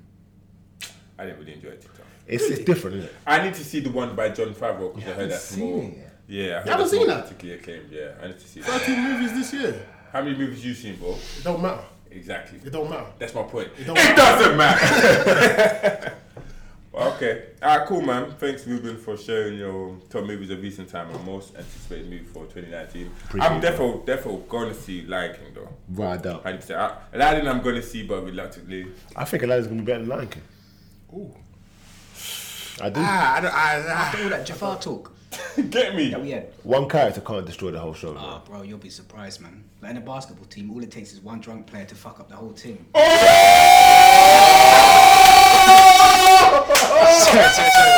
E: I didn't really enjoy it. Too
D: It's, it's different, isn't it?
E: I need to see the one by John Favreau because I heard that
C: seen
E: small.
C: it yet.
E: Yeah, I heard
B: haven't
E: that's
B: seen
E: more
B: that?
E: Particularly acclaimed. Yeah, I need to see that.
B: 13 movies this year.
E: How many movies you seen, bro?
B: It don't matter.
E: Exactly.
B: It don't matter.
E: That's my point. It,
B: don't matter.
E: doesn't matter. *laughs* okay. All right, cool, man. Thanks, Ruben, for sharing your top movies of recent time and most anticipated movie for 2019.
D: Appreciate
E: I'm
D: it,
E: definitely, definitely going to see Lion King, though.
D: Right up.
E: I'd say, I- Aladdin I'm going to see, but reluctantly. *laughs*
D: I think Aladdin's gonna be better than Lion King. Ooh. I do.
B: Ah, I don't, I,
A: All that Jafar talk
E: Get me.
A: that we had.
D: One character can't destroy the whole show. bro.
A: Ah, bro, you'll be surprised, man. Like in a basketball team, all it takes is one drunk player to fuck up the whole team.
B: Oh!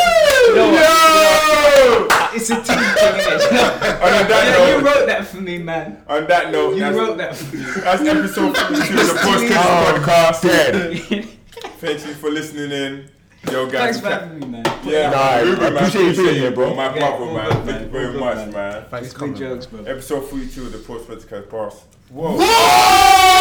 A: *laughs* It's a team thing, innit? *laughs* You know?
E: On that
A: Yeah, you
E: note,
A: wrote that for me, man.
E: on that note,
A: You
E: that's-
A: wrote that for me.
E: That's episode 52
D: *laughs*
E: of the Post Kids
D: Oh,
E: Podcast. Thank you for listening in. Yo,
A: Thanks
E: guys.
A: for having me, man.
E: yeah,
D: Nah, I appreciate you being here, bro.
E: My
A: Yeah,
E: brother,
A: all
E: man.
A: good,
E: Thank you
A: man.
E: very
A: All good,
E: much,
A: man.
E: man.
A: It's good jokes, bro.
E: Episode 42 of the Post Podcast Podcast. Whoa.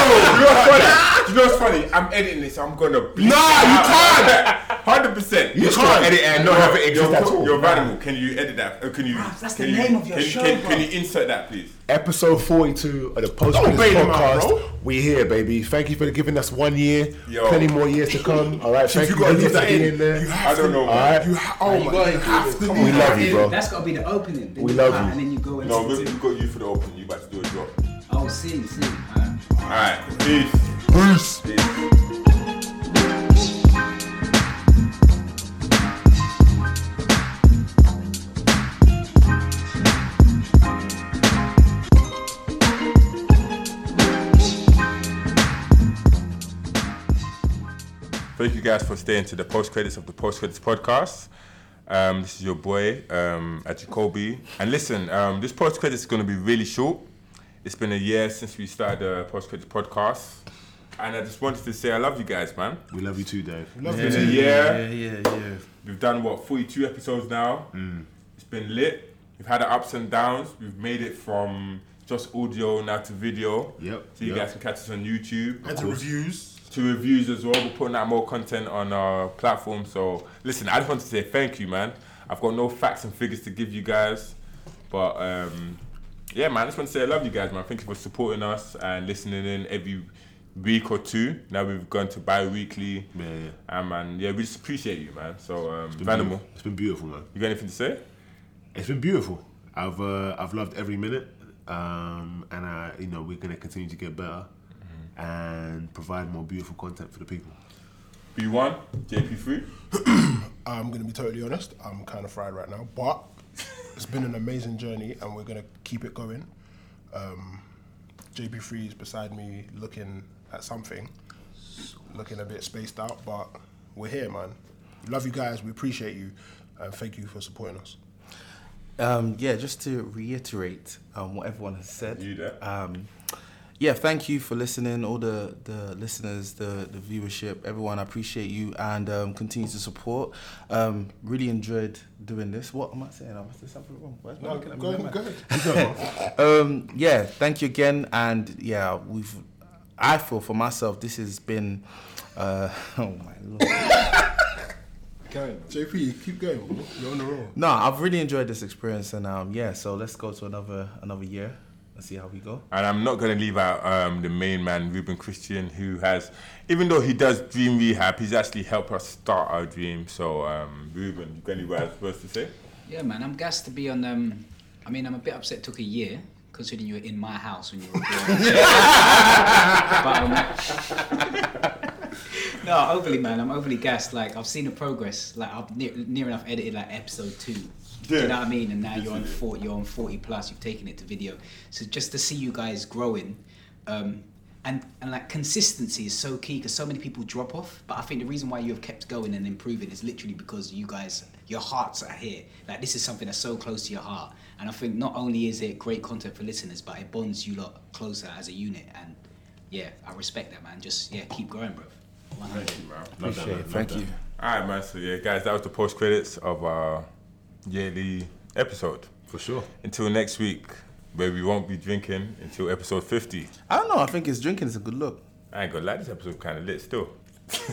E: You know what's funny? I'm editing this, so I'm gonna bleep. Nah, you can't. *laughs* Hundred percent. You
D: can't edit and not have it exist
E: Your,
D: at all.
E: your animal. Can you edit that? Uh, can you?
A: that's
E: can
A: the
E: you,
A: name of your
E: can,
A: show,
E: Can,
A: bro.
E: can you insert that, please?
D: Episode 42 of the Post Credits
B: bait him out,
D: Podcast.
B: bro.
D: we here, baby. Thank you for giving us one year.
E: Yo.
D: Plenty more years to
B: *laughs*
D: come. All right, thank
B: you
D: you,
B: gotta
D: for
B: leave that in.
D: being there.
B: You have
E: I don't know.
D: all
E: man.
D: right,
B: you ha- oh my god, you have to
D: we love you, bro.
A: That's gotta be the opening. Then
D: We
A: you
D: love
A: cut
D: you.
A: And then you go into
E: No,
A: the
E: we've
A: team.
E: got you for the open. You about to do a job.
A: Oh, see, see. Alright.
E: All right. Peace. Peace. Peace. Thank you guys for staying to the post credits of the post credits podcast. Um, this is your boy um, at Jacoby, and listen, um, this post credits is going to be really short. It's been a year since we started the post credits podcast, and I just wanted to say I love you guys, man.
D: We love you too, Dave.
E: It's been a year.
C: Yeah, yeah, yeah. Mm.
E: We've done what 42 episodes now. It's been lit. We've had our ups and downs. We've made it from just audio now to video.
D: Yep,
E: So you
D: yep.
E: guys can catch us on YouTube
B: And the reviews.
E: to reviews as well. We're putting out more content on our platform. So listen, I just want to say thank you, man. I've got no facts and figures to give you guys, but um, yeah, man, I just want to say I love you guys, man. Thank you for supporting us and listening in every week or two. Now we've gone to bi-weekly.
D: Yeah, yeah.
E: And man, yeah, we just appreciate you, man. So um, Vanimal,
D: It's been beautiful, man.
E: you got anything to say?
D: It's been beautiful. I I've uh, I've loved every minute, um, and I, you know we're gonna continue to get better and provide more beautiful content for the people.
E: B1, JP3.
B: I'm gonna be totally honest. I'm kind of fried right now, but it's been an amazing journey, and we're gonna keep it going. Um, JP3 is beside me, looking at something, looking a bit spaced out, but we're here, man. Love you guys. We appreciate you, and thank you for supporting us.
C: Um, yeah, just to reiterate um, what everyone has said.
E: You there?
C: Um, yeah, thank you for listening, all the, the listeners, the, the viewership, everyone. I appreciate you and um, continue to support. Um, really enjoyed doing this. What am I saying? I must have something wrong. Why is my
B: No,
C: looking at me
B: go
C: like
B: ahead,
C: that?
B: go ahead.
C: um, yeah, thank you again, and yeah, we've. I feel for myself, this has been. Uh, *laughs* oh my lord!
B: JP, keep going. *laughs* bro. You're on the roll.
C: no, I've really enjoyed this experience, and um, yeah, so let's go to another another year and see how we go.
E: And I'm not going to leave out um, the main man, Ruben Christian, who has, even though he does Dream Rehab, he's actually helped us start our dream. So, um, Ruben, you got any words for us to say?
A: Yeah, man, I'm gassed to be on. Um, I mean, I'm a bit upset it took a year, considering you were in my house when you were *laughs* born. but, um, *laughs* no, overly, man, I'm overly gassed. Like, I've seen the progress. Like, I've near, near enough edited like episode two. Do
E: Yeah.
A: you know what I mean? And now you're on 40, you're on 40 plus. You've taken it to video. So just to see you guys growing, um, and and like consistency is so key because so many people drop off. But I think the reason why you have kept going and improving is literally because you guys, your hearts are here. Like this is something that's so close to your heart. And I think not only is it great content for listeners, but it bonds you lot closer as a unit. And yeah, I respect that, man. Just yeah, keep growing, bro. 100.
E: Thank you, man.
C: Appreciate it. Thank you.
E: All right, man. So, yeah, guys, that was the post credits of our yearly episode.
D: For sure.
E: Until next week, where we won't be drinking until episode 50.
C: I don't know. I think it's drinking is a good look.
E: I ain't gonna *laughs* lie, this episode kind of lit still.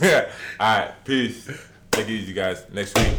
E: All right, peace. Take it easy, guys. Next week.